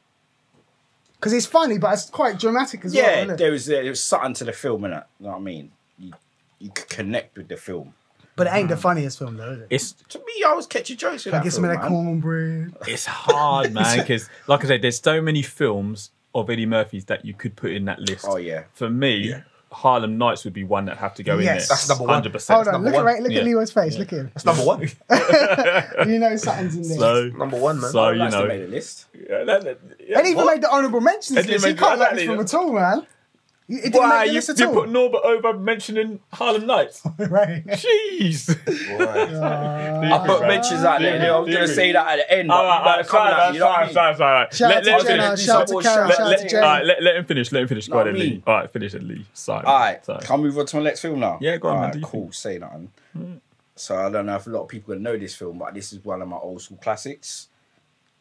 [SPEAKER 1] Because it's funny, but it's quite dramatic as well.
[SPEAKER 4] Yeah,
[SPEAKER 1] isn't it?
[SPEAKER 4] there was there was something to the film in it. You know what I mean? You, you could connect with the film.
[SPEAKER 1] but it ain't the
[SPEAKER 5] Mm.
[SPEAKER 1] funniest film though, is it?
[SPEAKER 5] It's
[SPEAKER 4] To me, I was catching jokes with that.
[SPEAKER 1] I get some
[SPEAKER 4] film,
[SPEAKER 1] of that
[SPEAKER 4] man.
[SPEAKER 1] cornbread.
[SPEAKER 5] it's hard, man, because like I said, there's so many films of Eddie Murphy's that you could put in that list.
[SPEAKER 4] Oh, yeah.
[SPEAKER 5] For me, Harlem Nights would be one that have to go in there.
[SPEAKER 1] Yes. That's
[SPEAKER 3] number one.
[SPEAKER 5] Hundred percent.
[SPEAKER 1] Hold on, look at
[SPEAKER 3] one.
[SPEAKER 1] Ray- look
[SPEAKER 5] Yeah.
[SPEAKER 1] at Leroy's face. Look at him.
[SPEAKER 3] That's number one.
[SPEAKER 1] You know something's in there.
[SPEAKER 3] Number one, man.
[SPEAKER 5] So
[SPEAKER 4] Oh,
[SPEAKER 5] you
[SPEAKER 4] Life's the
[SPEAKER 5] know,
[SPEAKER 4] made a list.
[SPEAKER 5] Yeah, that- that- yeah,
[SPEAKER 1] And even
[SPEAKER 5] what?
[SPEAKER 1] made the honourable mentions
[SPEAKER 5] It didn't
[SPEAKER 1] list. He
[SPEAKER 5] make
[SPEAKER 1] can't
[SPEAKER 5] the-
[SPEAKER 1] like this film at all, man. It didn't
[SPEAKER 5] Why
[SPEAKER 1] make the
[SPEAKER 5] you,
[SPEAKER 1] list at
[SPEAKER 5] you
[SPEAKER 1] all.
[SPEAKER 5] put Norbert over mentioning Harlem Nights?
[SPEAKER 1] right.
[SPEAKER 5] Jeez.
[SPEAKER 4] I put mentions out there. I was going to say that at the end. But
[SPEAKER 5] All right, all
[SPEAKER 4] you
[SPEAKER 5] right,
[SPEAKER 4] better come
[SPEAKER 5] sorry,
[SPEAKER 4] out,
[SPEAKER 5] sorry,
[SPEAKER 4] you know what I
[SPEAKER 5] sorry,
[SPEAKER 4] mean?
[SPEAKER 5] sorry, sorry.
[SPEAKER 1] Shout out
[SPEAKER 5] Let-
[SPEAKER 1] to
[SPEAKER 5] let him
[SPEAKER 1] Jenna,
[SPEAKER 5] finish.
[SPEAKER 1] shout out to
[SPEAKER 4] Let-
[SPEAKER 1] Karen,
[SPEAKER 4] let-
[SPEAKER 1] shout out
[SPEAKER 5] Let,
[SPEAKER 1] to
[SPEAKER 5] let,
[SPEAKER 1] Jane.
[SPEAKER 5] all right, let, let him finish. Let him finish. Go
[SPEAKER 4] Know
[SPEAKER 5] on,
[SPEAKER 4] what I
[SPEAKER 5] Lee.
[SPEAKER 4] mean?
[SPEAKER 5] All right, finish it, Lee. Sorry.
[SPEAKER 4] All right,
[SPEAKER 5] Sorry.
[SPEAKER 4] can we move on to the next film now?
[SPEAKER 5] Yeah, go on,
[SPEAKER 4] All
[SPEAKER 5] man,
[SPEAKER 4] right,
[SPEAKER 5] do your
[SPEAKER 4] cool.
[SPEAKER 5] thing. Mm.
[SPEAKER 4] Say that. So I don't know if a lot of people gonna know this film, but this is one of my old school classics,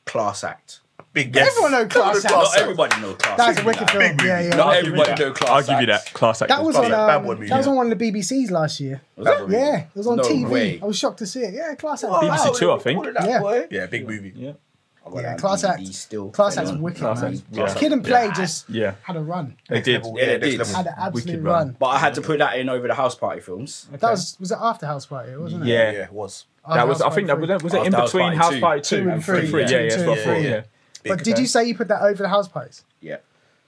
[SPEAKER 4] Class Act.
[SPEAKER 3] Big yes.
[SPEAKER 1] Everyone know Class
[SPEAKER 3] Everyone know
[SPEAKER 1] Act.
[SPEAKER 4] Not
[SPEAKER 3] Class Act.
[SPEAKER 4] everybody know class.
[SPEAKER 1] That's a
[SPEAKER 4] Act.
[SPEAKER 1] wicked film.
[SPEAKER 3] Big
[SPEAKER 1] Yeah,
[SPEAKER 3] movie.
[SPEAKER 1] yeah.
[SPEAKER 4] Not
[SPEAKER 5] I'll give you
[SPEAKER 4] everybody
[SPEAKER 5] that.
[SPEAKER 4] know class.
[SPEAKER 5] I'll give you
[SPEAKER 4] Act.
[SPEAKER 5] that. Class act.
[SPEAKER 1] That was
[SPEAKER 3] Class
[SPEAKER 1] on
[SPEAKER 3] Act, Bad
[SPEAKER 1] um,
[SPEAKER 3] Boy movie,
[SPEAKER 1] that was
[SPEAKER 3] yeah.
[SPEAKER 1] on one of the BBC's last year.
[SPEAKER 4] Was that what we-
[SPEAKER 1] Yeah, it was on
[SPEAKER 4] No
[SPEAKER 1] TV.
[SPEAKER 4] way.
[SPEAKER 1] I was shocked to see it. Yeah, Class Act.
[SPEAKER 3] Wow.
[SPEAKER 1] Wow.
[SPEAKER 5] BBC Two, I think.
[SPEAKER 1] Yeah.
[SPEAKER 3] Yeah, big movie.
[SPEAKER 5] Yeah.
[SPEAKER 4] I got
[SPEAKER 1] Yeah,
[SPEAKER 4] that
[SPEAKER 1] class
[SPEAKER 4] DVD
[SPEAKER 1] act.
[SPEAKER 4] Still
[SPEAKER 1] Class
[SPEAKER 4] Hang
[SPEAKER 1] Act's
[SPEAKER 4] on.
[SPEAKER 1] wicked,
[SPEAKER 5] Class
[SPEAKER 1] man.
[SPEAKER 5] Act's- yeah.
[SPEAKER 1] Kid and Play just
[SPEAKER 5] Yeah.
[SPEAKER 1] had a run.
[SPEAKER 5] They did.
[SPEAKER 3] Level,
[SPEAKER 4] Yeah,
[SPEAKER 3] yeah,
[SPEAKER 4] it
[SPEAKER 3] next
[SPEAKER 4] is.
[SPEAKER 3] level.
[SPEAKER 1] Had an absolute
[SPEAKER 5] Wicked
[SPEAKER 1] run.
[SPEAKER 5] run.
[SPEAKER 4] But I had to put that in over the house party films.
[SPEAKER 1] That was was it after House Party, wasn't it?
[SPEAKER 5] Yeah.
[SPEAKER 3] Yeah, it was.
[SPEAKER 1] After
[SPEAKER 5] That was.
[SPEAKER 1] House
[SPEAKER 5] I think
[SPEAKER 1] Party three.
[SPEAKER 5] that was. That, was it
[SPEAKER 4] Oh,
[SPEAKER 5] in
[SPEAKER 4] that was
[SPEAKER 5] between
[SPEAKER 4] party
[SPEAKER 5] House
[SPEAKER 4] two.
[SPEAKER 5] Party two,
[SPEAKER 1] Two and three,
[SPEAKER 5] Three,
[SPEAKER 1] yeah.
[SPEAKER 5] Yeah, yeah, that's what I
[SPEAKER 3] Yeah,
[SPEAKER 5] thought.
[SPEAKER 3] yeah.
[SPEAKER 5] Yeah.
[SPEAKER 1] But did you say you put that over the House Parties?
[SPEAKER 4] Yeah,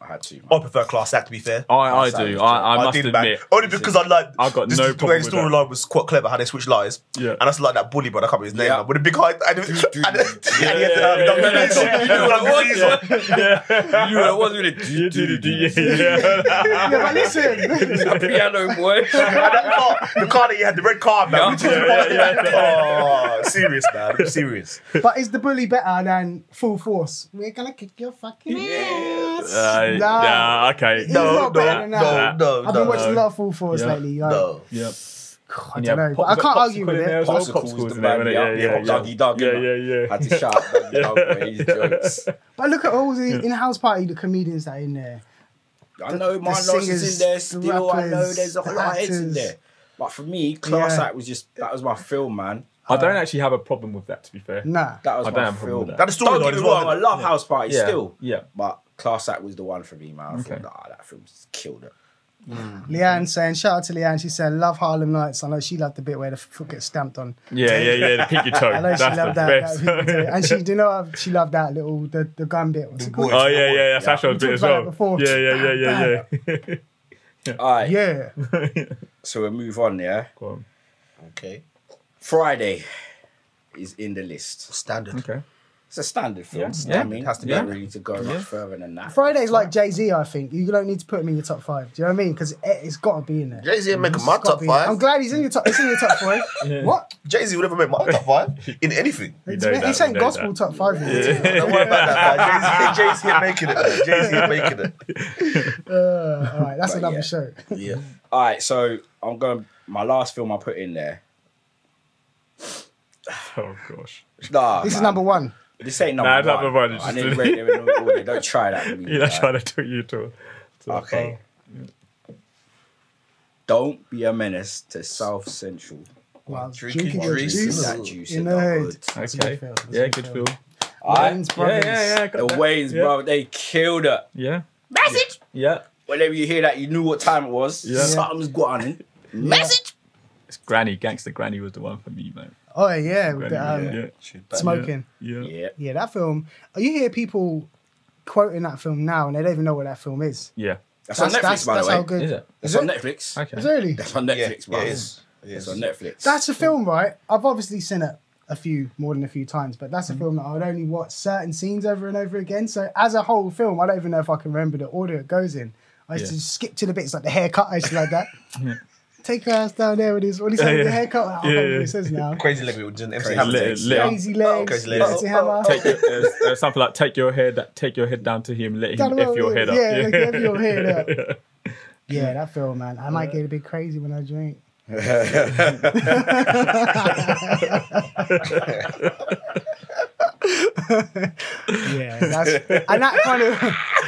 [SPEAKER 4] I had to.
[SPEAKER 5] Oh,
[SPEAKER 3] I prefer Class Act to be fair.
[SPEAKER 5] I, I do. I, I must
[SPEAKER 3] did, man.
[SPEAKER 5] admit.
[SPEAKER 3] Only because I like.
[SPEAKER 5] I've got
[SPEAKER 3] this-
[SPEAKER 5] no
[SPEAKER 3] The
[SPEAKER 5] problem
[SPEAKER 3] way the
[SPEAKER 5] with that.
[SPEAKER 3] storyline was quite clever, how they switched lives.
[SPEAKER 5] Yeah.
[SPEAKER 3] And I still like that bully, but I can't remember his name.
[SPEAKER 4] Yeah.
[SPEAKER 3] now, With a big height. And and he had to have
[SPEAKER 5] yeah,
[SPEAKER 3] double
[SPEAKER 5] yeah,
[SPEAKER 3] knees on.
[SPEAKER 5] yeah.
[SPEAKER 3] He had double knees on.
[SPEAKER 4] You know, I wasn't with
[SPEAKER 5] You did it, yeah.
[SPEAKER 1] yeah, but listen,
[SPEAKER 4] a piano boy.
[SPEAKER 3] And that car, the car that you had, the red car, man. Oh, serious, man. I'm serious.
[SPEAKER 1] but is the bully better than Full Force? We're gonna kick your fucking ass.
[SPEAKER 5] Uh,
[SPEAKER 1] Nah.
[SPEAKER 5] Yeah. Okay.
[SPEAKER 1] He's not
[SPEAKER 3] no,
[SPEAKER 1] better than that.
[SPEAKER 3] no, no,
[SPEAKER 1] I've been
[SPEAKER 3] no,
[SPEAKER 1] watching a
[SPEAKER 5] no.
[SPEAKER 1] lot of Full Force
[SPEAKER 5] Yeah.
[SPEAKER 1] lately. Like,
[SPEAKER 3] No.
[SPEAKER 5] Yep.
[SPEAKER 1] I don't know, but I can't argue with it.
[SPEAKER 4] well. Popsicles
[SPEAKER 5] Popsicles
[SPEAKER 4] the
[SPEAKER 5] in there,
[SPEAKER 4] man,
[SPEAKER 5] innit?
[SPEAKER 4] yeah,
[SPEAKER 5] Yeah,
[SPEAKER 4] yeah,
[SPEAKER 5] yeah,
[SPEAKER 4] pop doggy dog,
[SPEAKER 5] Yeah, yeah,
[SPEAKER 4] innit?
[SPEAKER 5] yeah.
[SPEAKER 4] had to shout out dog boy, his jokes.
[SPEAKER 1] But look at all the in-house party, the comedians that are in there.
[SPEAKER 4] I know my
[SPEAKER 1] singers,
[SPEAKER 4] loss is in there
[SPEAKER 1] the
[SPEAKER 4] still. I know
[SPEAKER 1] rappers,
[SPEAKER 4] there's a
[SPEAKER 1] the
[SPEAKER 4] lot of heads in
[SPEAKER 1] actors.
[SPEAKER 4] there. But for me, Class
[SPEAKER 1] Yeah.
[SPEAKER 4] Act was just that was my film, man.
[SPEAKER 5] I don't actually have a problem with that, to be fair.
[SPEAKER 1] Nah,
[SPEAKER 4] That was
[SPEAKER 5] I don't
[SPEAKER 4] my
[SPEAKER 5] have a problem
[SPEAKER 4] film.
[SPEAKER 5] with that.
[SPEAKER 3] That the storyline
[SPEAKER 4] Don't get
[SPEAKER 3] as
[SPEAKER 4] me
[SPEAKER 3] well,
[SPEAKER 4] wrong, I
[SPEAKER 3] innit?
[SPEAKER 4] love House Party
[SPEAKER 5] Yeah,
[SPEAKER 4] still.
[SPEAKER 5] yeah.
[SPEAKER 4] But Class Act was the one for me, man. I
[SPEAKER 5] Okay.
[SPEAKER 4] thought, nah, that film's killed it.
[SPEAKER 1] Leanne saying, shout out to Leanne. She said, love Harlem Nights. I know she loved the bit where the foot gets stamped on.
[SPEAKER 5] Yeah, yeah, yeah. The pinky toe.
[SPEAKER 1] I know
[SPEAKER 5] That's
[SPEAKER 1] she
[SPEAKER 5] the
[SPEAKER 1] loved that.
[SPEAKER 5] best.
[SPEAKER 1] that bit. and she, do you know, what? she loved that little the, the gun bit. What's it called?
[SPEAKER 5] Oh yeah, yeah, that's Ashon's bit
[SPEAKER 1] talked
[SPEAKER 5] as
[SPEAKER 1] about
[SPEAKER 5] well.
[SPEAKER 1] it before.
[SPEAKER 5] Yeah, yeah, yeah, yeah, yeah.
[SPEAKER 4] All right,
[SPEAKER 1] Yeah.
[SPEAKER 4] so we'll move on, yeah?
[SPEAKER 5] Go on.
[SPEAKER 3] Okay.
[SPEAKER 4] Friday is in the list.
[SPEAKER 3] Standard.
[SPEAKER 5] Okay.
[SPEAKER 4] It's a standard film.
[SPEAKER 5] Yeah,
[SPEAKER 4] standard.
[SPEAKER 5] yeah.
[SPEAKER 4] It has to be
[SPEAKER 5] Yeah.
[SPEAKER 4] really to go much further than that.
[SPEAKER 1] Friday's like Jay Z, I think. You don't need to put him in your top five. Do you know what I mean? Because it, it's got to be in there.
[SPEAKER 3] Jay Z ain't making
[SPEAKER 1] It's
[SPEAKER 3] my
[SPEAKER 1] gotta
[SPEAKER 3] top
[SPEAKER 1] be in there.
[SPEAKER 3] five.
[SPEAKER 1] I'm glad he's in your top. It's in your top five. What?
[SPEAKER 3] Jay Z would never make my top five in anything.
[SPEAKER 1] It's,
[SPEAKER 5] know
[SPEAKER 1] been-
[SPEAKER 5] that,
[SPEAKER 1] it's
[SPEAKER 5] we
[SPEAKER 1] ain't
[SPEAKER 5] know
[SPEAKER 1] gospel
[SPEAKER 5] that.
[SPEAKER 1] top five. is it?
[SPEAKER 3] Don't worry about that, man. Jay Z ain't making it, man. Jay Z ain't making it.
[SPEAKER 1] Uh, all right, that's
[SPEAKER 4] But
[SPEAKER 1] another
[SPEAKER 4] yeah.
[SPEAKER 1] show.
[SPEAKER 3] Yeah.
[SPEAKER 4] All right, so I'm going. My last film I put in there.
[SPEAKER 5] Oh gosh.
[SPEAKER 4] Nah,
[SPEAKER 1] This is
[SPEAKER 4] man.
[SPEAKER 1] number one.
[SPEAKER 4] This ain't number
[SPEAKER 5] Nah,
[SPEAKER 4] one.
[SPEAKER 5] it's number one, it's
[SPEAKER 4] I
[SPEAKER 5] just-
[SPEAKER 4] need to rate them in order. Don't try that. With me,
[SPEAKER 5] Yeah, that's
[SPEAKER 4] man.
[SPEAKER 5] trying to do you to. to-
[SPEAKER 4] Okay. Don't be a menace to South Central.
[SPEAKER 1] Wow,
[SPEAKER 3] Drinking
[SPEAKER 1] drinking your
[SPEAKER 3] juice.
[SPEAKER 4] Drinking
[SPEAKER 1] juice
[SPEAKER 4] that juice
[SPEAKER 1] in
[SPEAKER 4] in
[SPEAKER 1] the hood.
[SPEAKER 4] hood.
[SPEAKER 1] That's a
[SPEAKER 5] Okay.
[SPEAKER 1] good film, that's a
[SPEAKER 5] Yeah, good film.
[SPEAKER 4] All right?
[SPEAKER 1] Wayans
[SPEAKER 5] Yeah,
[SPEAKER 1] Brothers.
[SPEAKER 5] yeah, yeah. I got
[SPEAKER 4] The
[SPEAKER 5] that.
[SPEAKER 4] Wayans,
[SPEAKER 5] Yeah.
[SPEAKER 4] bro, they killed it.
[SPEAKER 5] Yeah.
[SPEAKER 4] Message.
[SPEAKER 5] Yeah.
[SPEAKER 4] Whenever you hear that, you knew what time it was.
[SPEAKER 5] Yeah.
[SPEAKER 4] Something's gone. on. Message.
[SPEAKER 5] It's Granny. Gangster Granny was the one for me, man.
[SPEAKER 1] Oh yeah, with
[SPEAKER 5] Granny,
[SPEAKER 1] the, um,
[SPEAKER 5] yeah.
[SPEAKER 1] smoking.
[SPEAKER 5] Yeah.
[SPEAKER 4] Yeah.
[SPEAKER 1] Yeah, that film. You hear people quoting that film now, and they don't even know what that film is.
[SPEAKER 5] Yeah.
[SPEAKER 4] That's, on Netflix,
[SPEAKER 1] that's,
[SPEAKER 4] by
[SPEAKER 1] that's
[SPEAKER 4] the way.
[SPEAKER 1] how good.
[SPEAKER 5] Is it?
[SPEAKER 4] That's
[SPEAKER 1] Is
[SPEAKER 4] on
[SPEAKER 1] it?
[SPEAKER 4] Netflix.
[SPEAKER 1] It's
[SPEAKER 5] Okay.
[SPEAKER 1] early.
[SPEAKER 4] That's on
[SPEAKER 3] Yeah,
[SPEAKER 4] Netflix, bro.
[SPEAKER 3] it is. It
[SPEAKER 4] It's
[SPEAKER 3] is.
[SPEAKER 4] on Netflix.
[SPEAKER 1] That's a film, right? I've obviously seen it a few more than a few times, but that's a film that I would only watch certain scenes over and over again. So as a whole film, I don't even know if I can remember the order it goes in. I used
[SPEAKER 5] Yeah.
[SPEAKER 1] to skip to the bits like the haircut. I used to like that. Take her ass down there with his. What he said
[SPEAKER 5] Yeah,
[SPEAKER 1] with the
[SPEAKER 5] yeah.
[SPEAKER 1] haircut. I don't
[SPEAKER 5] Yeah,
[SPEAKER 1] know what
[SPEAKER 5] yeah.
[SPEAKER 1] he says now.
[SPEAKER 3] Crazy leg with MC
[SPEAKER 4] Crazy
[SPEAKER 3] Hammer
[SPEAKER 4] leg.
[SPEAKER 3] takes.
[SPEAKER 5] Lit-
[SPEAKER 1] Crazy legs.
[SPEAKER 3] crazy legs.
[SPEAKER 1] Nancy Hammer.
[SPEAKER 5] Take your, there's, there's something like take your head that take your head down to him, let
[SPEAKER 1] Down
[SPEAKER 5] him
[SPEAKER 1] the
[SPEAKER 5] f
[SPEAKER 1] road,
[SPEAKER 5] your head up.
[SPEAKER 1] Yeah, like, F your head up. Yeah, that film, man. I might get a bit crazy when I drink. yeah, that's and that kind of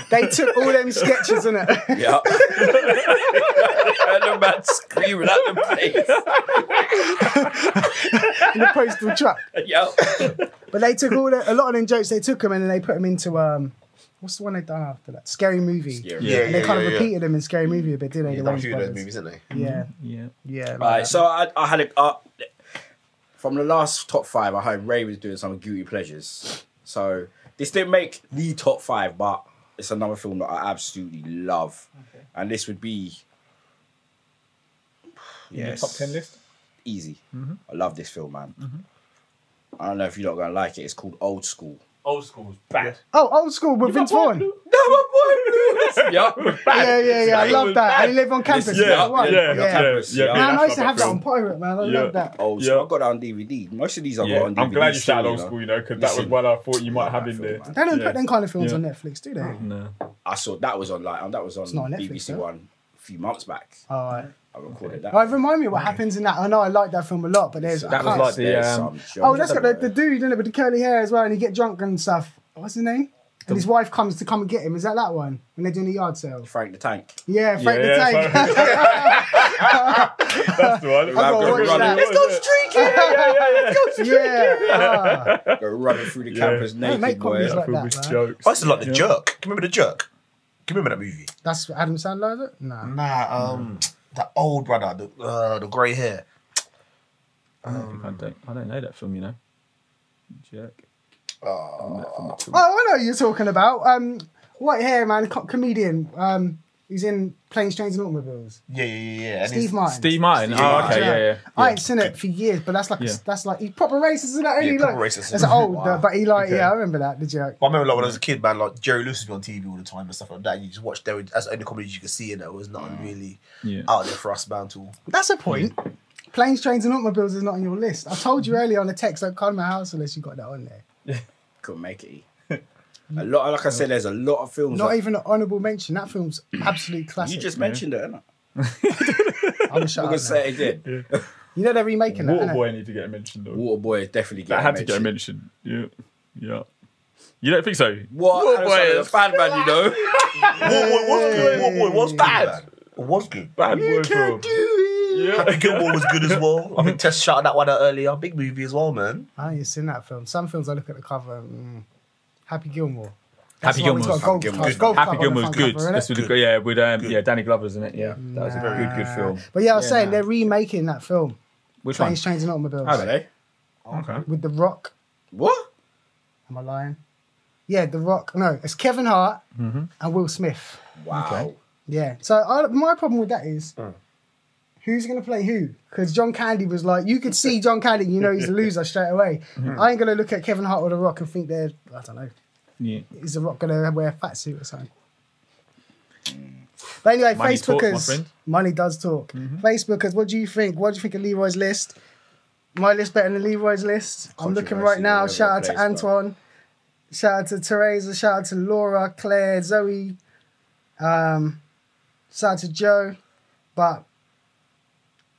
[SPEAKER 1] they took all them sketches in it.
[SPEAKER 4] Yeah. and the man screaming at the
[SPEAKER 1] in the postal truck.
[SPEAKER 4] place. Yeah.
[SPEAKER 1] But they took all the, a lot of them jokes. They took them and then they put them into um, what's the one they done after that? Scary movie.
[SPEAKER 4] yeah.
[SPEAKER 1] And they kind of repeated them in Scary Movie a bit, didn't they? the
[SPEAKER 3] Done a
[SPEAKER 1] Wayans
[SPEAKER 3] few of those
[SPEAKER 1] brothers?
[SPEAKER 3] movies, isn't they?
[SPEAKER 1] Yeah,
[SPEAKER 5] Yeah.
[SPEAKER 1] yeah. like
[SPEAKER 4] All right,
[SPEAKER 1] that.
[SPEAKER 4] so I, I had a uh, from the last top five. I heard Ray was doing some guilty pleasures. So this didn't make the top five, but it's another film that I absolutely love, and this would be
[SPEAKER 5] In your top ten list?
[SPEAKER 4] easy. I love this film, man. I don't know if you're not gonna like it. It's called Old School.
[SPEAKER 5] Old school's bad.
[SPEAKER 1] oh, old school with Vince Vaughn.
[SPEAKER 4] yup.
[SPEAKER 1] Yeah, yeah, yeah. I
[SPEAKER 4] It
[SPEAKER 1] love
[SPEAKER 5] was
[SPEAKER 1] that.
[SPEAKER 5] bad.
[SPEAKER 1] And he lived on campus.
[SPEAKER 4] Yeah,
[SPEAKER 1] Yeah, that one.
[SPEAKER 5] yeah,
[SPEAKER 1] yeah.
[SPEAKER 4] yeah. Yeah,
[SPEAKER 1] Man, I used to
[SPEAKER 5] that's
[SPEAKER 1] have that
[SPEAKER 5] my
[SPEAKER 1] on Pirate, man. I
[SPEAKER 5] Yeah.
[SPEAKER 1] love that.
[SPEAKER 4] Old School.
[SPEAKER 5] Yeah.
[SPEAKER 4] I got that on DVD. Most of these I
[SPEAKER 5] Yeah,
[SPEAKER 4] got on DVD.
[SPEAKER 5] I'm glad you
[SPEAKER 4] still,
[SPEAKER 5] shouted
[SPEAKER 4] you
[SPEAKER 5] old
[SPEAKER 4] know.
[SPEAKER 5] school, you know, because that was
[SPEAKER 4] Listen.
[SPEAKER 5] one I thought you might
[SPEAKER 4] Yeah,
[SPEAKER 5] have
[SPEAKER 4] I
[SPEAKER 5] in
[SPEAKER 4] feel
[SPEAKER 5] there.
[SPEAKER 4] that.
[SPEAKER 1] They don't
[SPEAKER 5] Yeah.
[SPEAKER 1] put them kind of films
[SPEAKER 5] Yeah.
[SPEAKER 1] on Netflix, do they?
[SPEAKER 5] No.
[SPEAKER 4] I saw that was on like um, that was on,
[SPEAKER 1] not on Netflix,
[SPEAKER 4] BBC
[SPEAKER 1] though.
[SPEAKER 4] One a few months back.
[SPEAKER 1] All right.
[SPEAKER 4] I recorded that.
[SPEAKER 1] All right, remind me what happens in that. I know I like that film a lot, but there's. I
[SPEAKER 5] That was
[SPEAKER 1] can't-
[SPEAKER 5] like the,
[SPEAKER 4] There's
[SPEAKER 5] um,
[SPEAKER 4] some
[SPEAKER 1] Oh, that's got the,
[SPEAKER 4] jokes.
[SPEAKER 1] the dude in it with the curly hair as well, and he get drunk and stuff. What's his name? and his wife comes to come and get him. Is that that one? When they're doing the yard sale?
[SPEAKER 4] Frank the Tank.
[SPEAKER 1] Yeah, Frank
[SPEAKER 6] Yeah, yeah,
[SPEAKER 1] the Tank.
[SPEAKER 6] That's the one.
[SPEAKER 1] I've got to watch that.
[SPEAKER 6] Let's go street.
[SPEAKER 1] yeah. ah.
[SPEAKER 4] Go running through the
[SPEAKER 6] Yeah.
[SPEAKER 4] campus
[SPEAKER 1] Don't make
[SPEAKER 4] naked, boy.
[SPEAKER 1] comedies like
[SPEAKER 5] Full with
[SPEAKER 1] that, man.
[SPEAKER 5] jokes.
[SPEAKER 3] I used to like the jerk. Can you remember the jerk? Can you remember that movie?
[SPEAKER 1] That's Adam Sandler, is it? No.
[SPEAKER 3] Nah, um,
[SPEAKER 4] Mm.
[SPEAKER 3] the old brother, the uh, the grey hair.
[SPEAKER 5] I don't, think I, don't, I don't know that film, you know. Jerk. Oh.
[SPEAKER 1] Oh, I know who you're talking about. Um, white hair man, co- comedian. Um, he's in Planes, Trains, and Automobiles.
[SPEAKER 3] Yeah, yeah, yeah. yeah. And
[SPEAKER 1] Steve
[SPEAKER 3] he's-
[SPEAKER 1] Martin.
[SPEAKER 5] Steve Martin. Oh, okay, yeah, yeah.
[SPEAKER 1] I ain't seen it for years, but that's like a,
[SPEAKER 5] Yeah.
[SPEAKER 1] that's like he's proper racist, isn't that? Only
[SPEAKER 3] Yeah, proper
[SPEAKER 1] like,
[SPEAKER 3] racist.
[SPEAKER 1] That's old,
[SPEAKER 3] Wow.
[SPEAKER 1] but he like
[SPEAKER 5] Okay.
[SPEAKER 1] yeah, I remember that. The joke.
[SPEAKER 3] But I remember like when I was a kid, man, like Jerry Lewis would be on TV all the time and stuff like that. You just watched there that's the only comedy you could see, and there was nothing really
[SPEAKER 5] Yeah.
[SPEAKER 3] out there for us, man. To
[SPEAKER 1] That's a point. Planes, trains, and automobiles is not on your list. I told you earlier on the text, don't come to my house unless you got that on there.
[SPEAKER 4] Couldn't make it. A lot, like I said, there's a lot of films.
[SPEAKER 1] Not
[SPEAKER 4] that-
[SPEAKER 1] even an honourable mention. That film's absolute classic.
[SPEAKER 4] you just mentioned it, innit?
[SPEAKER 1] I'm gonna shut
[SPEAKER 4] I'm
[SPEAKER 1] up
[SPEAKER 4] gonna
[SPEAKER 1] now.
[SPEAKER 4] say it again.
[SPEAKER 1] You know they're remaking that. innit?
[SPEAKER 5] Waterboy need to get mentioned. Though.
[SPEAKER 4] Waterboy is definitely
[SPEAKER 5] That
[SPEAKER 4] getting
[SPEAKER 5] had to get
[SPEAKER 4] mentioned.
[SPEAKER 5] mentioned. Yeah, yeah. You don't think so?
[SPEAKER 4] What?
[SPEAKER 5] Waterboy
[SPEAKER 4] Waterboy
[SPEAKER 5] is
[SPEAKER 4] bad man, you know.
[SPEAKER 3] Waterboy was good. Waterboy was bad. Man. It was good.
[SPEAKER 5] bad boy film.
[SPEAKER 3] Happy Gilmore was good as well. I think Tess shouted that one out earlier. Big movie as well, man.
[SPEAKER 1] I ain't seen that film. Some films I look at the cover. Mm, Happy Gilmore.
[SPEAKER 5] Happy
[SPEAKER 1] That's the one
[SPEAKER 5] Gilmore's
[SPEAKER 1] that's got a gold
[SPEAKER 4] Happy
[SPEAKER 1] card-
[SPEAKER 4] Gilmore's
[SPEAKER 1] gold
[SPEAKER 5] Happy
[SPEAKER 1] card on the
[SPEAKER 5] Gilmore's
[SPEAKER 1] front
[SPEAKER 5] good.
[SPEAKER 1] cover, innit?
[SPEAKER 5] That's with the, yeah with um yeah Danny Glover's in it. Yeah, that was a very good good film.
[SPEAKER 1] But yeah, I was
[SPEAKER 4] Yeah,
[SPEAKER 1] saying
[SPEAKER 4] nah.
[SPEAKER 1] they're remaking that film,
[SPEAKER 5] Which one?
[SPEAKER 1] Planes, Trains, and Automobiles,
[SPEAKER 4] Have they?
[SPEAKER 5] Okay.
[SPEAKER 1] with The Rock.
[SPEAKER 4] What?
[SPEAKER 1] Am I lying? Yeah, The Rock. No, it's Kevin Hart and Will Smith.
[SPEAKER 4] Wow.
[SPEAKER 1] Yeah. So I, my problem with that is, who's going to play who? Because John Candy was like, you could see John Candy, you know he's a loser straight away. I ain't going to look at Kevin Hart or The Rock and think they're, I don't know,
[SPEAKER 5] Yeah.
[SPEAKER 1] is The Rock going to wear a fat suit or something? But anyway,
[SPEAKER 5] Money talks, my
[SPEAKER 1] Facebookers,
[SPEAKER 5] friend. Mm-hmm.
[SPEAKER 1] money does talk. Facebookers, what do you think? What do you think of Leroy's list? My list better than Leroy's list. I'm looking right
[SPEAKER 4] Controversy all
[SPEAKER 1] now.
[SPEAKER 4] over
[SPEAKER 1] Shout
[SPEAKER 4] the
[SPEAKER 1] out to
[SPEAKER 4] place, though.
[SPEAKER 1] Antoine. Shout out to Teresa. Shout out to Laura, Claire, Zoe. Um, shout out to Joe. But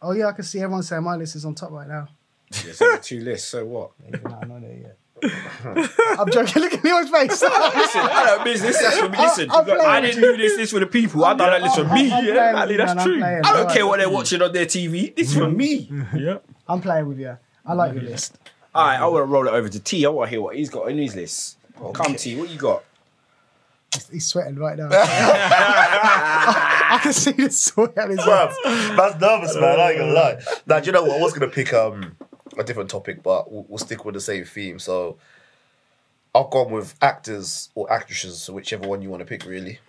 [SPEAKER 1] oh yeah, I can see everyone saying my list is on top right now.
[SPEAKER 4] There's only two lists. So what?
[SPEAKER 1] Even though I'm not there yet. I'm joking. Look at Leroy's face. I,
[SPEAKER 4] Listen, I don't miss this. That's for me. Listen,
[SPEAKER 1] I'm playing
[SPEAKER 4] I didn't do this. This for the people. I done that list for me.
[SPEAKER 1] oh, I'm
[SPEAKER 4] Yeah.
[SPEAKER 1] playing
[SPEAKER 5] Ali,
[SPEAKER 1] with you,
[SPEAKER 5] that's
[SPEAKER 1] man. I'm
[SPEAKER 5] true.
[SPEAKER 1] playing.
[SPEAKER 4] I don't
[SPEAKER 1] Alright.
[SPEAKER 4] care what they're watching on their TV. This is for me.
[SPEAKER 1] Mm-hmm.
[SPEAKER 5] Yeah.
[SPEAKER 1] I'm playing with you. I like your list.
[SPEAKER 4] All right, I want to roll it over to T. I want to hear what he's got on his list. Come, T. What you got?
[SPEAKER 1] He's- He's sweating right now. I can see the sweat on his face.
[SPEAKER 3] That's nervous, man. I ain't gonna lie. Now, do you know what? I was gonna pick um a different topic, but we'll, we'll stick with the same theme. So, I've gone with actors or actresses, so whichever one you want to pick, really.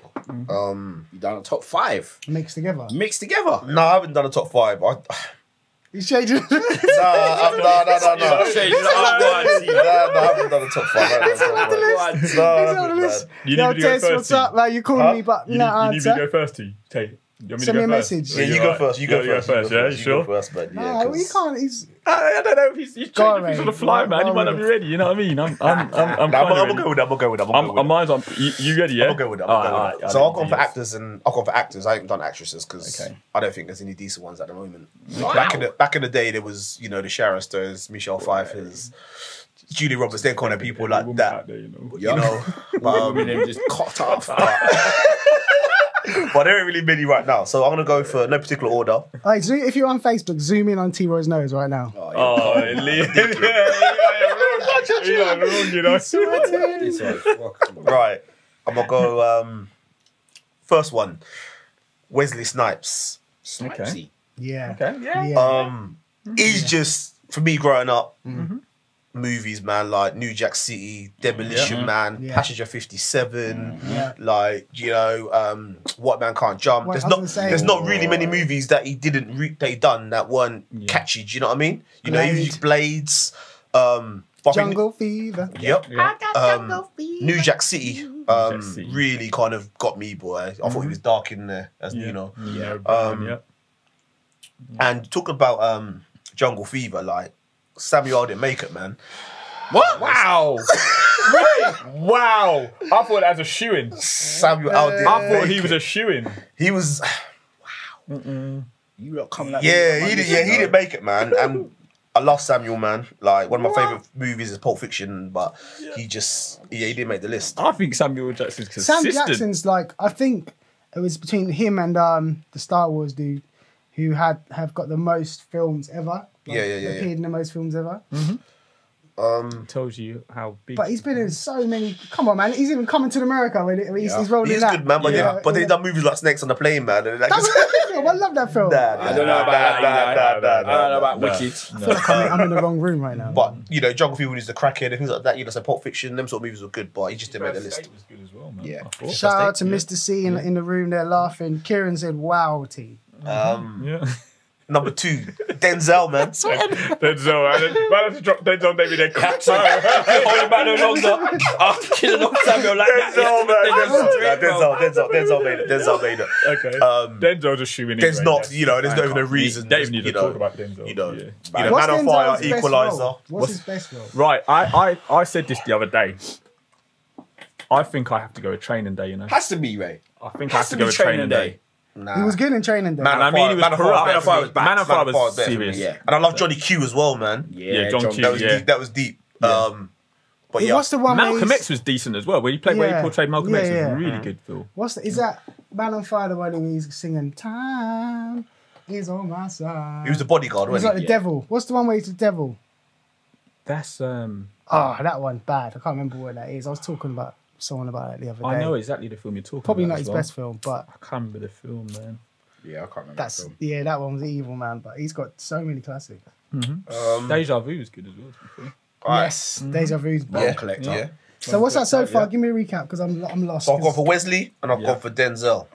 [SPEAKER 3] Um,
[SPEAKER 4] You done a top five
[SPEAKER 1] Mixed together.
[SPEAKER 4] mixed together.
[SPEAKER 3] no, I haven't done a top five. I, nah,
[SPEAKER 1] He's changing.
[SPEAKER 3] I'm, nah, nah, nah, nah.
[SPEAKER 4] Change it up, one, T.
[SPEAKER 3] Nah, nah, I haven't done a top five. I haven't done a top five.
[SPEAKER 4] One,
[SPEAKER 3] Nah, I
[SPEAKER 4] T.
[SPEAKER 1] He's
[SPEAKER 3] haven't
[SPEAKER 1] on the list.
[SPEAKER 3] done.
[SPEAKER 5] You need
[SPEAKER 1] Yo,
[SPEAKER 5] me to go
[SPEAKER 1] Tess,
[SPEAKER 5] first,
[SPEAKER 1] what's
[SPEAKER 5] T?
[SPEAKER 1] up? Like, you calling
[SPEAKER 3] Huh?
[SPEAKER 1] me, but
[SPEAKER 5] You,
[SPEAKER 1] no
[SPEAKER 5] need, you need me to
[SPEAKER 1] answer.
[SPEAKER 5] go first, T. Tay, you want me
[SPEAKER 1] Send
[SPEAKER 5] to
[SPEAKER 1] me
[SPEAKER 5] go
[SPEAKER 1] a
[SPEAKER 5] first?
[SPEAKER 1] message.
[SPEAKER 3] Yeah, you go
[SPEAKER 5] alright.
[SPEAKER 3] first. You go
[SPEAKER 5] You go
[SPEAKER 3] first.
[SPEAKER 5] first. Yeah,
[SPEAKER 3] You go
[SPEAKER 5] sure.
[SPEAKER 3] first, man. Yeah,
[SPEAKER 1] No, you
[SPEAKER 3] 'cause-
[SPEAKER 1] can't. He's,
[SPEAKER 5] I, I don't know if he's, he's
[SPEAKER 1] Go on,
[SPEAKER 5] changing things on
[SPEAKER 1] Ray.
[SPEAKER 5] the fly,
[SPEAKER 1] Go-
[SPEAKER 5] man.
[SPEAKER 1] go
[SPEAKER 5] He might
[SPEAKER 1] on,
[SPEAKER 5] not be
[SPEAKER 1] Ray.
[SPEAKER 5] ready. You know what I mean? I'm, I'm, I'm, I'm
[SPEAKER 3] Nah, I'm,
[SPEAKER 5] kind
[SPEAKER 3] I'm gonna
[SPEAKER 5] of
[SPEAKER 3] go
[SPEAKER 5] ready.
[SPEAKER 3] with that. I'm gonna go with that. I'm gonna
[SPEAKER 5] I'm,
[SPEAKER 3] go
[SPEAKER 5] I'm
[SPEAKER 3] with that.
[SPEAKER 5] mine's on. You, you ready? Yeah. Ah,
[SPEAKER 3] I'll go with that. I'll
[SPEAKER 5] Alright,
[SPEAKER 3] go with
[SPEAKER 5] alright,
[SPEAKER 3] that.
[SPEAKER 5] alright,
[SPEAKER 3] So I'll
[SPEAKER 5] I'll
[SPEAKER 3] go
[SPEAKER 5] do
[SPEAKER 3] for
[SPEAKER 5] yours.
[SPEAKER 3] actors and I'll go for actors. I haven't done actresses because
[SPEAKER 5] Okay.
[SPEAKER 3] I don't think there's any decent ones at the moment. Back in the back in the day, there was you know the Sharon Stones, Michelle Pfeiffer's, Julie Roberts, then kind of people like
[SPEAKER 5] Woman out
[SPEAKER 3] that.
[SPEAKER 5] there, you know.
[SPEAKER 3] You know, but, um,
[SPEAKER 4] Women them just cut off.
[SPEAKER 3] but there ain't really many right now. So I'm gonna go for no particular order.
[SPEAKER 1] like, zo- if you're on Facebook, zoom in on T Roy's nose right now.
[SPEAKER 5] Oh, Liam. Yeah, yeah, yeah, yeah, wrong, you know.
[SPEAKER 1] Sweating.
[SPEAKER 4] This one, fuck, come on.
[SPEAKER 3] Right, I'm gonna go um, first one, Wesley Snipes.
[SPEAKER 4] Snipesy.
[SPEAKER 1] yeah.
[SPEAKER 5] Okay, Uh, yeah.
[SPEAKER 1] Yeah.
[SPEAKER 3] um,
[SPEAKER 1] Mm-hmm.
[SPEAKER 3] is just for me growing up. Movies, man, like New Jack City, Demolition Man,
[SPEAKER 1] Yeah.
[SPEAKER 3] Passenger Fifty Seven,
[SPEAKER 1] Yeah.
[SPEAKER 3] like you know, um, What Man Can't Jump.
[SPEAKER 1] Wait,
[SPEAKER 3] there's
[SPEAKER 1] I was
[SPEAKER 3] not,
[SPEAKER 1] gonna say-
[SPEAKER 3] there's not really many movies that he didn't re- that he done that weren't catchy. Do you know what I mean? You know, he
[SPEAKER 1] Blade.
[SPEAKER 3] used Blades, um, but I think-
[SPEAKER 1] Jungle Fever.
[SPEAKER 3] Yep. Um, New Jack City, um,
[SPEAKER 5] Jack City.
[SPEAKER 3] really kind of got me, boy. I thought
[SPEAKER 1] Mm-hmm.
[SPEAKER 3] he was dark in there, as you know.
[SPEAKER 5] Yeah,
[SPEAKER 3] Um,
[SPEAKER 5] yeah.
[SPEAKER 3] And talk about um, Jungle Fever, like Samuel didn't make it, man.
[SPEAKER 4] What? Wow.
[SPEAKER 5] Wow! I thought that was a shoe in.
[SPEAKER 3] Samuel Al didn't.
[SPEAKER 5] I thought
[SPEAKER 3] make
[SPEAKER 5] he was
[SPEAKER 3] it.
[SPEAKER 5] a shoe in.
[SPEAKER 3] He was.
[SPEAKER 4] You lot coming like
[SPEAKER 3] Yeah, he did. Yeah, he didn't make it, man. And I love Samuel, man. Like one of my favorite movies is Pulp Fiction, but he just he Yeah, he did make the list.
[SPEAKER 5] I think Samuel Jackson's
[SPEAKER 1] Sam
[SPEAKER 5] consistent.
[SPEAKER 1] Jackson's like I think it was between him and um, the Star Wars dude who had have got the most films ever. Like,
[SPEAKER 3] Yeah, yeah, Mm. yeah, yeah.
[SPEAKER 1] Appeared in the most films ever.
[SPEAKER 3] Um,
[SPEAKER 5] tells you how big.
[SPEAKER 1] But he's been in so many. Come on, man! He's even coming to America. When he- he's,
[SPEAKER 4] Yeah.
[SPEAKER 1] he's rolling
[SPEAKER 3] he is
[SPEAKER 1] that.
[SPEAKER 3] good, man. But,
[SPEAKER 5] Yeah.
[SPEAKER 3] they, but they done movies like Snakes on the Plane, man. And like,
[SPEAKER 1] That was a good film. I love that film.
[SPEAKER 3] Nah,
[SPEAKER 4] I don't know about that,
[SPEAKER 3] nah,
[SPEAKER 4] you
[SPEAKER 3] nah, nah,
[SPEAKER 4] I don't know
[SPEAKER 3] nah, nah.
[SPEAKER 4] about Wicked.
[SPEAKER 1] I feel like I'm, I'm in the wrong room right now.
[SPEAKER 3] But you know, John Field is the crackhead and things like that. You know, so Pulp Fiction, them sort of movies were good, but he just didn't make the list.
[SPEAKER 5] was good as well, man.
[SPEAKER 4] Yeah.
[SPEAKER 5] I thought.
[SPEAKER 1] Shout out to Mr. C in, in the room there laughing. Kieran said, "Wow, T."
[SPEAKER 3] Um,
[SPEAKER 5] Yeah.
[SPEAKER 3] number two, Denzel, man.
[SPEAKER 6] Denzel, I didn't- man, I just dropped Denzel David then cut.
[SPEAKER 4] Hold back no longer. I'm killing off Samuel like that.
[SPEAKER 6] Denzel, man. Denzel.
[SPEAKER 3] Nah, Denzel, Denzel, Denzel made it. Denzel made it.
[SPEAKER 6] Okay.
[SPEAKER 3] Um,
[SPEAKER 6] Denzel just shooting in.
[SPEAKER 3] There's
[SPEAKER 6] right
[SPEAKER 3] not,
[SPEAKER 6] there.
[SPEAKER 3] you know, there's not even a
[SPEAKER 6] Can't-
[SPEAKER 3] reason.
[SPEAKER 6] Don't even need
[SPEAKER 3] you
[SPEAKER 6] to
[SPEAKER 3] know,
[SPEAKER 6] talk about Denzel.
[SPEAKER 3] You know,
[SPEAKER 6] Yeah.
[SPEAKER 3] you know, Man on Fire,
[SPEAKER 1] Denzel's best
[SPEAKER 3] Equalizer.
[SPEAKER 1] role? What's, his best role?
[SPEAKER 5] Right, I, I, I said this the other day. I think I have to go a training day, you know.
[SPEAKER 4] Has to be, Ray.
[SPEAKER 5] I think I have
[SPEAKER 4] Has
[SPEAKER 5] to go a training day.
[SPEAKER 1] He was good in Training Day.
[SPEAKER 3] Man,
[SPEAKER 5] I mean, he was
[SPEAKER 3] Man of Fire
[SPEAKER 5] corrupt.
[SPEAKER 3] was better for me.
[SPEAKER 5] Man of Fire
[SPEAKER 3] Man of Fire was
[SPEAKER 5] was
[SPEAKER 3] better for me,
[SPEAKER 5] serious.
[SPEAKER 4] yeah.
[SPEAKER 3] And I love Johnny Q as well, man.
[SPEAKER 5] Yeah, John Q.
[SPEAKER 3] That was
[SPEAKER 5] Yeah.
[SPEAKER 3] deep. That was deep. Um, but
[SPEAKER 1] Hey,
[SPEAKER 3] yeah,
[SPEAKER 1] What's the one? where
[SPEAKER 5] Malcolm
[SPEAKER 1] he's-
[SPEAKER 5] X was decent as well. Where he played, where
[SPEAKER 1] Yeah.
[SPEAKER 5] he portrayed Malcolm X
[SPEAKER 1] Yeah,
[SPEAKER 5] was
[SPEAKER 1] yeah.
[SPEAKER 5] really good, Phil.
[SPEAKER 1] What's the, is that? Man on Fire, the one who he's singing "Time is on my side."
[SPEAKER 3] he was the bodyguard,
[SPEAKER 1] He's
[SPEAKER 3] wasn't
[SPEAKER 1] like
[SPEAKER 3] he?
[SPEAKER 1] the devil. What's the one where he's the devil?
[SPEAKER 5] That's um,
[SPEAKER 1] Ah, that one bad. I can't remember what that is. I was talking about someone about it the other day.
[SPEAKER 5] I know exactly the film you're talking
[SPEAKER 1] Probably
[SPEAKER 5] about.
[SPEAKER 1] not
[SPEAKER 5] as
[SPEAKER 1] his
[SPEAKER 5] well.
[SPEAKER 1] best film, but
[SPEAKER 5] I can't remember the film, man.
[SPEAKER 4] Yeah, I can't remember.
[SPEAKER 1] that's
[SPEAKER 4] that film.
[SPEAKER 1] yeah, that one was evil man. But he's got so many classics.
[SPEAKER 5] Deja Vu was good as well. To be fair.
[SPEAKER 1] Yes, Deja Vu's bad.
[SPEAKER 4] Bone collector.
[SPEAKER 3] Yeah.
[SPEAKER 1] So what's that so
[SPEAKER 4] Yeah.
[SPEAKER 1] far? Give me a recap because I'm I'm lost.
[SPEAKER 3] So I've gone
[SPEAKER 1] 'Cause
[SPEAKER 3] for Wesley and I've
[SPEAKER 5] Yeah.
[SPEAKER 3] gone for Denzel.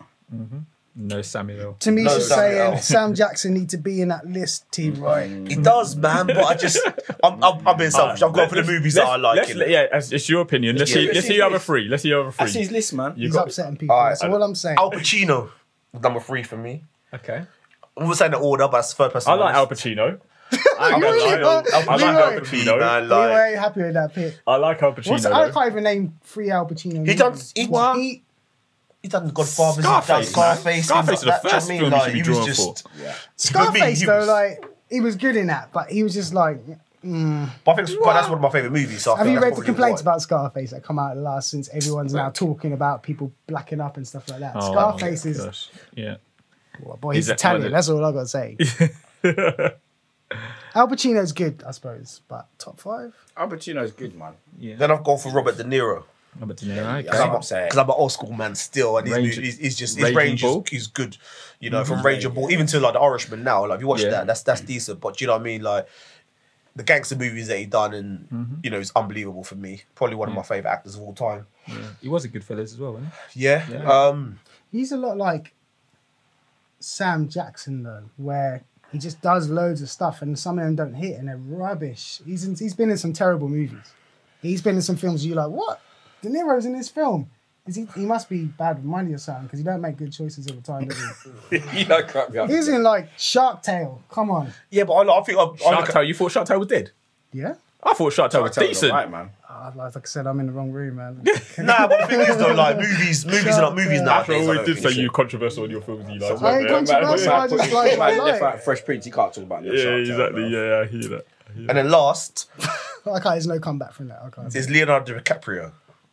[SPEAKER 5] No Samuel.
[SPEAKER 1] Tamisha's
[SPEAKER 3] No, Samuel. Mm.
[SPEAKER 1] saying Sam Jackson need to be in that list, T. Roy.
[SPEAKER 3] He does, man, but I just, I'm, I'm, I'm being selfish. I've gone for the movies that I like.
[SPEAKER 5] Let's,
[SPEAKER 3] innit?
[SPEAKER 5] yeah, it's, it's your opinion. Let's
[SPEAKER 3] Yeah.
[SPEAKER 5] see. Let's
[SPEAKER 4] Let's
[SPEAKER 5] see
[SPEAKER 4] see
[SPEAKER 5] your other
[SPEAKER 4] this.
[SPEAKER 5] three. Let's see your other
[SPEAKER 4] That's
[SPEAKER 5] three.
[SPEAKER 4] his list, man.
[SPEAKER 5] You
[SPEAKER 1] He's
[SPEAKER 5] got
[SPEAKER 1] upsetting people.
[SPEAKER 3] Alright,
[SPEAKER 1] That's all I'm saying.
[SPEAKER 3] Al Pacino, number three for me.
[SPEAKER 5] okay.
[SPEAKER 3] I'm not saying the order, but that's the third person.
[SPEAKER 5] I
[SPEAKER 3] on
[SPEAKER 5] like
[SPEAKER 3] the
[SPEAKER 5] Al
[SPEAKER 3] list.
[SPEAKER 5] Pacino.
[SPEAKER 1] You really
[SPEAKER 5] I
[SPEAKER 1] are-
[SPEAKER 5] like- I like
[SPEAKER 1] Leroy,
[SPEAKER 5] Al
[SPEAKER 3] He,
[SPEAKER 5] Pacino.
[SPEAKER 3] man,
[SPEAKER 1] Leroy
[SPEAKER 3] like,
[SPEAKER 1] ain't happy with that pick.
[SPEAKER 5] I like Al Pacino.
[SPEAKER 1] What's, I
[SPEAKER 5] though.
[SPEAKER 1] can't even name three Al Pacino.
[SPEAKER 3] He done- he-
[SPEAKER 1] What?
[SPEAKER 3] he done Godfathers,
[SPEAKER 5] Scarface,
[SPEAKER 3] he done Scarface.
[SPEAKER 5] man.
[SPEAKER 3] things
[SPEAKER 5] Scarface is the
[SPEAKER 3] like that, do you know
[SPEAKER 5] first
[SPEAKER 3] what I mean?
[SPEAKER 5] film you
[SPEAKER 3] Like,
[SPEAKER 5] should be
[SPEAKER 3] he was
[SPEAKER 5] drawn
[SPEAKER 3] just-
[SPEAKER 1] Scarface
[SPEAKER 3] he
[SPEAKER 1] though,
[SPEAKER 3] was-
[SPEAKER 1] like he was good in that, but he was just like.
[SPEAKER 3] But I think but that's one of my favourite movies. So I
[SPEAKER 1] Have
[SPEAKER 3] think
[SPEAKER 1] you
[SPEAKER 3] that's
[SPEAKER 1] read the
[SPEAKER 3] probably
[SPEAKER 1] complaints
[SPEAKER 3] why.
[SPEAKER 1] about Scarface that come out last since everyone's now talking about people blacking up and stuff like that?
[SPEAKER 5] Oh,
[SPEAKER 1] Scarface
[SPEAKER 5] my
[SPEAKER 1] is
[SPEAKER 5] gosh. Yeah.
[SPEAKER 1] well, boy, he's
[SPEAKER 5] Is that
[SPEAKER 1] Italian.
[SPEAKER 5] one of-
[SPEAKER 1] That's all I got to say. Al Pacino's good, I suppose, but top five.
[SPEAKER 4] Al Pacino's good, man.
[SPEAKER 3] Then I've gone for Robert De Niro.
[SPEAKER 5] Robert De Niro. Okay.
[SPEAKER 4] That's what I'm saying.
[SPEAKER 3] Because I'm an old school man still, and his,
[SPEAKER 5] Rage-
[SPEAKER 3] mu- he's, he's just his
[SPEAKER 5] Raging
[SPEAKER 3] range is,
[SPEAKER 5] Bull?
[SPEAKER 3] is good. You know, from Rage and Ball even to like the Irishman now. Like if you watch
[SPEAKER 5] Mm-hmm. Yeah.
[SPEAKER 3] that, that's that's decent. But you know what I mean, like the gangster movies that he done, and
[SPEAKER 5] Mm-hmm.
[SPEAKER 3] you know, it's unbelievable for me. Probably
[SPEAKER 5] Mm.
[SPEAKER 3] one of my favorite actors of all time.
[SPEAKER 5] He was a good fellow as well, wasn't he?
[SPEAKER 3] Yeah.
[SPEAKER 5] Yeah.
[SPEAKER 3] Um.
[SPEAKER 1] He's a lot like Sam Jackson though, where he just does loads of stuff and some of them don't hit and they're rubbish. He's in, he's been in some terrible movies. He's been in some films you're like, what? De Niro's in this film. Is he, he must be bad with money or something because he don't make good choices all the time. Does he?
[SPEAKER 4] you know, crap, yeah.
[SPEAKER 1] he's in like Shark Tale. Come on,
[SPEAKER 3] Yeah, but I, like- I think I, I,
[SPEAKER 5] Shark
[SPEAKER 3] look at-
[SPEAKER 5] Tale. You thought Shark Tale was dead?
[SPEAKER 1] yeah.
[SPEAKER 5] I thought Shark Tale
[SPEAKER 4] I
[SPEAKER 5] was
[SPEAKER 4] tell you,
[SPEAKER 5] decent.
[SPEAKER 4] Right, man.
[SPEAKER 1] Ah, like I said, I'm in the wrong room, man.
[SPEAKER 3] nah. But the thing is though, like movies, movies are not movies
[SPEAKER 1] Shark
[SPEAKER 3] now.
[SPEAKER 5] After all, we did say you controversial in your films, you like.
[SPEAKER 1] I ain't
[SPEAKER 5] weren't
[SPEAKER 1] controversial,
[SPEAKER 5] you?
[SPEAKER 1] I just like my
[SPEAKER 4] Man,
[SPEAKER 1] life.
[SPEAKER 4] left out Fresh Prince, you can't talk about no
[SPEAKER 5] Yeah,
[SPEAKER 4] Shark Tale,
[SPEAKER 5] exactly.
[SPEAKER 4] bro.
[SPEAKER 5] Yeah, I hear that. I hear that.
[SPEAKER 3] And then last
[SPEAKER 1] I can't. There's no comeback from that. I can't.
[SPEAKER 3] is Leonardo DiCaprio.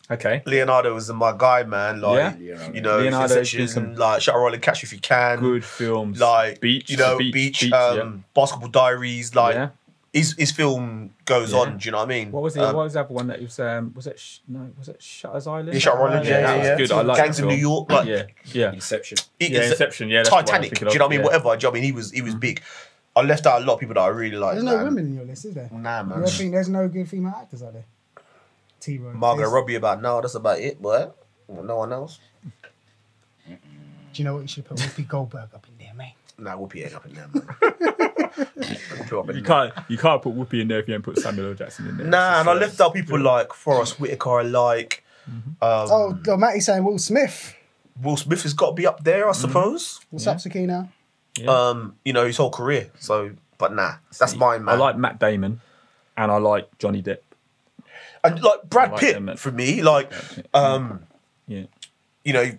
[SPEAKER 5] Okay.
[SPEAKER 3] Leonardo was my guy, man. Like,
[SPEAKER 4] Yeah.
[SPEAKER 3] you know,
[SPEAKER 5] Leonardo's been
[SPEAKER 3] Inception,
[SPEAKER 5] some-
[SPEAKER 3] like Shutter Island, Catch If You Can,
[SPEAKER 5] Good films.
[SPEAKER 3] like
[SPEAKER 5] Beach.
[SPEAKER 3] you know,
[SPEAKER 5] Beach.
[SPEAKER 3] Beach,
[SPEAKER 5] yeah.
[SPEAKER 3] um, Basketball Diaries. Like
[SPEAKER 5] Yeah.
[SPEAKER 3] his his film goes
[SPEAKER 5] Yeah.
[SPEAKER 3] on. Do you know what I mean?
[SPEAKER 5] What was the
[SPEAKER 3] Um,
[SPEAKER 5] what was the other one that was um was it sh- no was it Shutter's Island?
[SPEAKER 3] yeah, Shutter Island, yeah,
[SPEAKER 5] that
[SPEAKER 3] yeah,
[SPEAKER 5] was
[SPEAKER 3] yeah.
[SPEAKER 5] good. I like that
[SPEAKER 3] Gangs of
[SPEAKER 5] film.
[SPEAKER 3] New York, like
[SPEAKER 5] Yeah, yeah.
[SPEAKER 4] Inception.
[SPEAKER 3] it-
[SPEAKER 5] Yeah,
[SPEAKER 3] it's-
[SPEAKER 5] Inception, yeah, that's what I'm
[SPEAKER 3] Titanic. Do
[SPEAKER 5] thinking
[SPEAKER 3] you know what I
[SPEAKER 5] of,
[SPEAKER 3] mean?
[SPEAKER 5] yeah. Mm.
[SPEAKER 3] Whatever. Do you know what I mean? He was he was big. I left out a lot of people that I really like.
[SPEAKER 1] There's no
[SPEAKER 3] man.
[SPEAKER 1] women in your list, is there?
[SPEAKER 3] Nah,
[SPEAKER 1] You
[SPEAKER 3] man.
[SPEAKER 1] don't think there's no good female actors out there? T. Roy.
[SPEAKER 3] Margot
[SPEAKER 1] There's-
[SPEAKER 3] Robbie about now. That's about it. But no one else.
[SPEAKER 1] Do you know what you should put Whoopi Goldberg up in there, mate?
[SPEAKER 3] Nah, we'll be up in there, man. Whoopi up in there.
[SPEAKER 5] You can't you can't put Whoopi in there if you don't put Samuel L. Jackson in there.
[SPEAKER 3] Nah, and I
[SPEAKER 5] It's just,
[SPEAKER 3] left out people like Forrest Whitaker. I like. Um,
[SPEAKER 1] Oh, God, Matty's saying Will Smith.
[SPEAKER 3] Will Smith has got to be up
[SPEAKER 5] Mm.
[SPEAKER 3] there, I suppose.
[SPEAKER 1] What's up, Sakina?
[SPEAKER 5] Yeah.
[SPEAKER 3] Um, you know his whole career. So, but nah, that's mine,
[SPEAKER 5] uh, I
[SPEAKER 3] man.
[SPEAKER 5] like Matt Damon, and I like Johnny Depp.
[SPEAKER 3] and like Brad
[SPEAKER 5] I like
[SPEAKER 3] Pitt
[SPEAKER 5] them, man.
[SPEAKER 3] for me, like, um,
[SPEAKER 5] Yeah,
[SPEAKER 3] you know,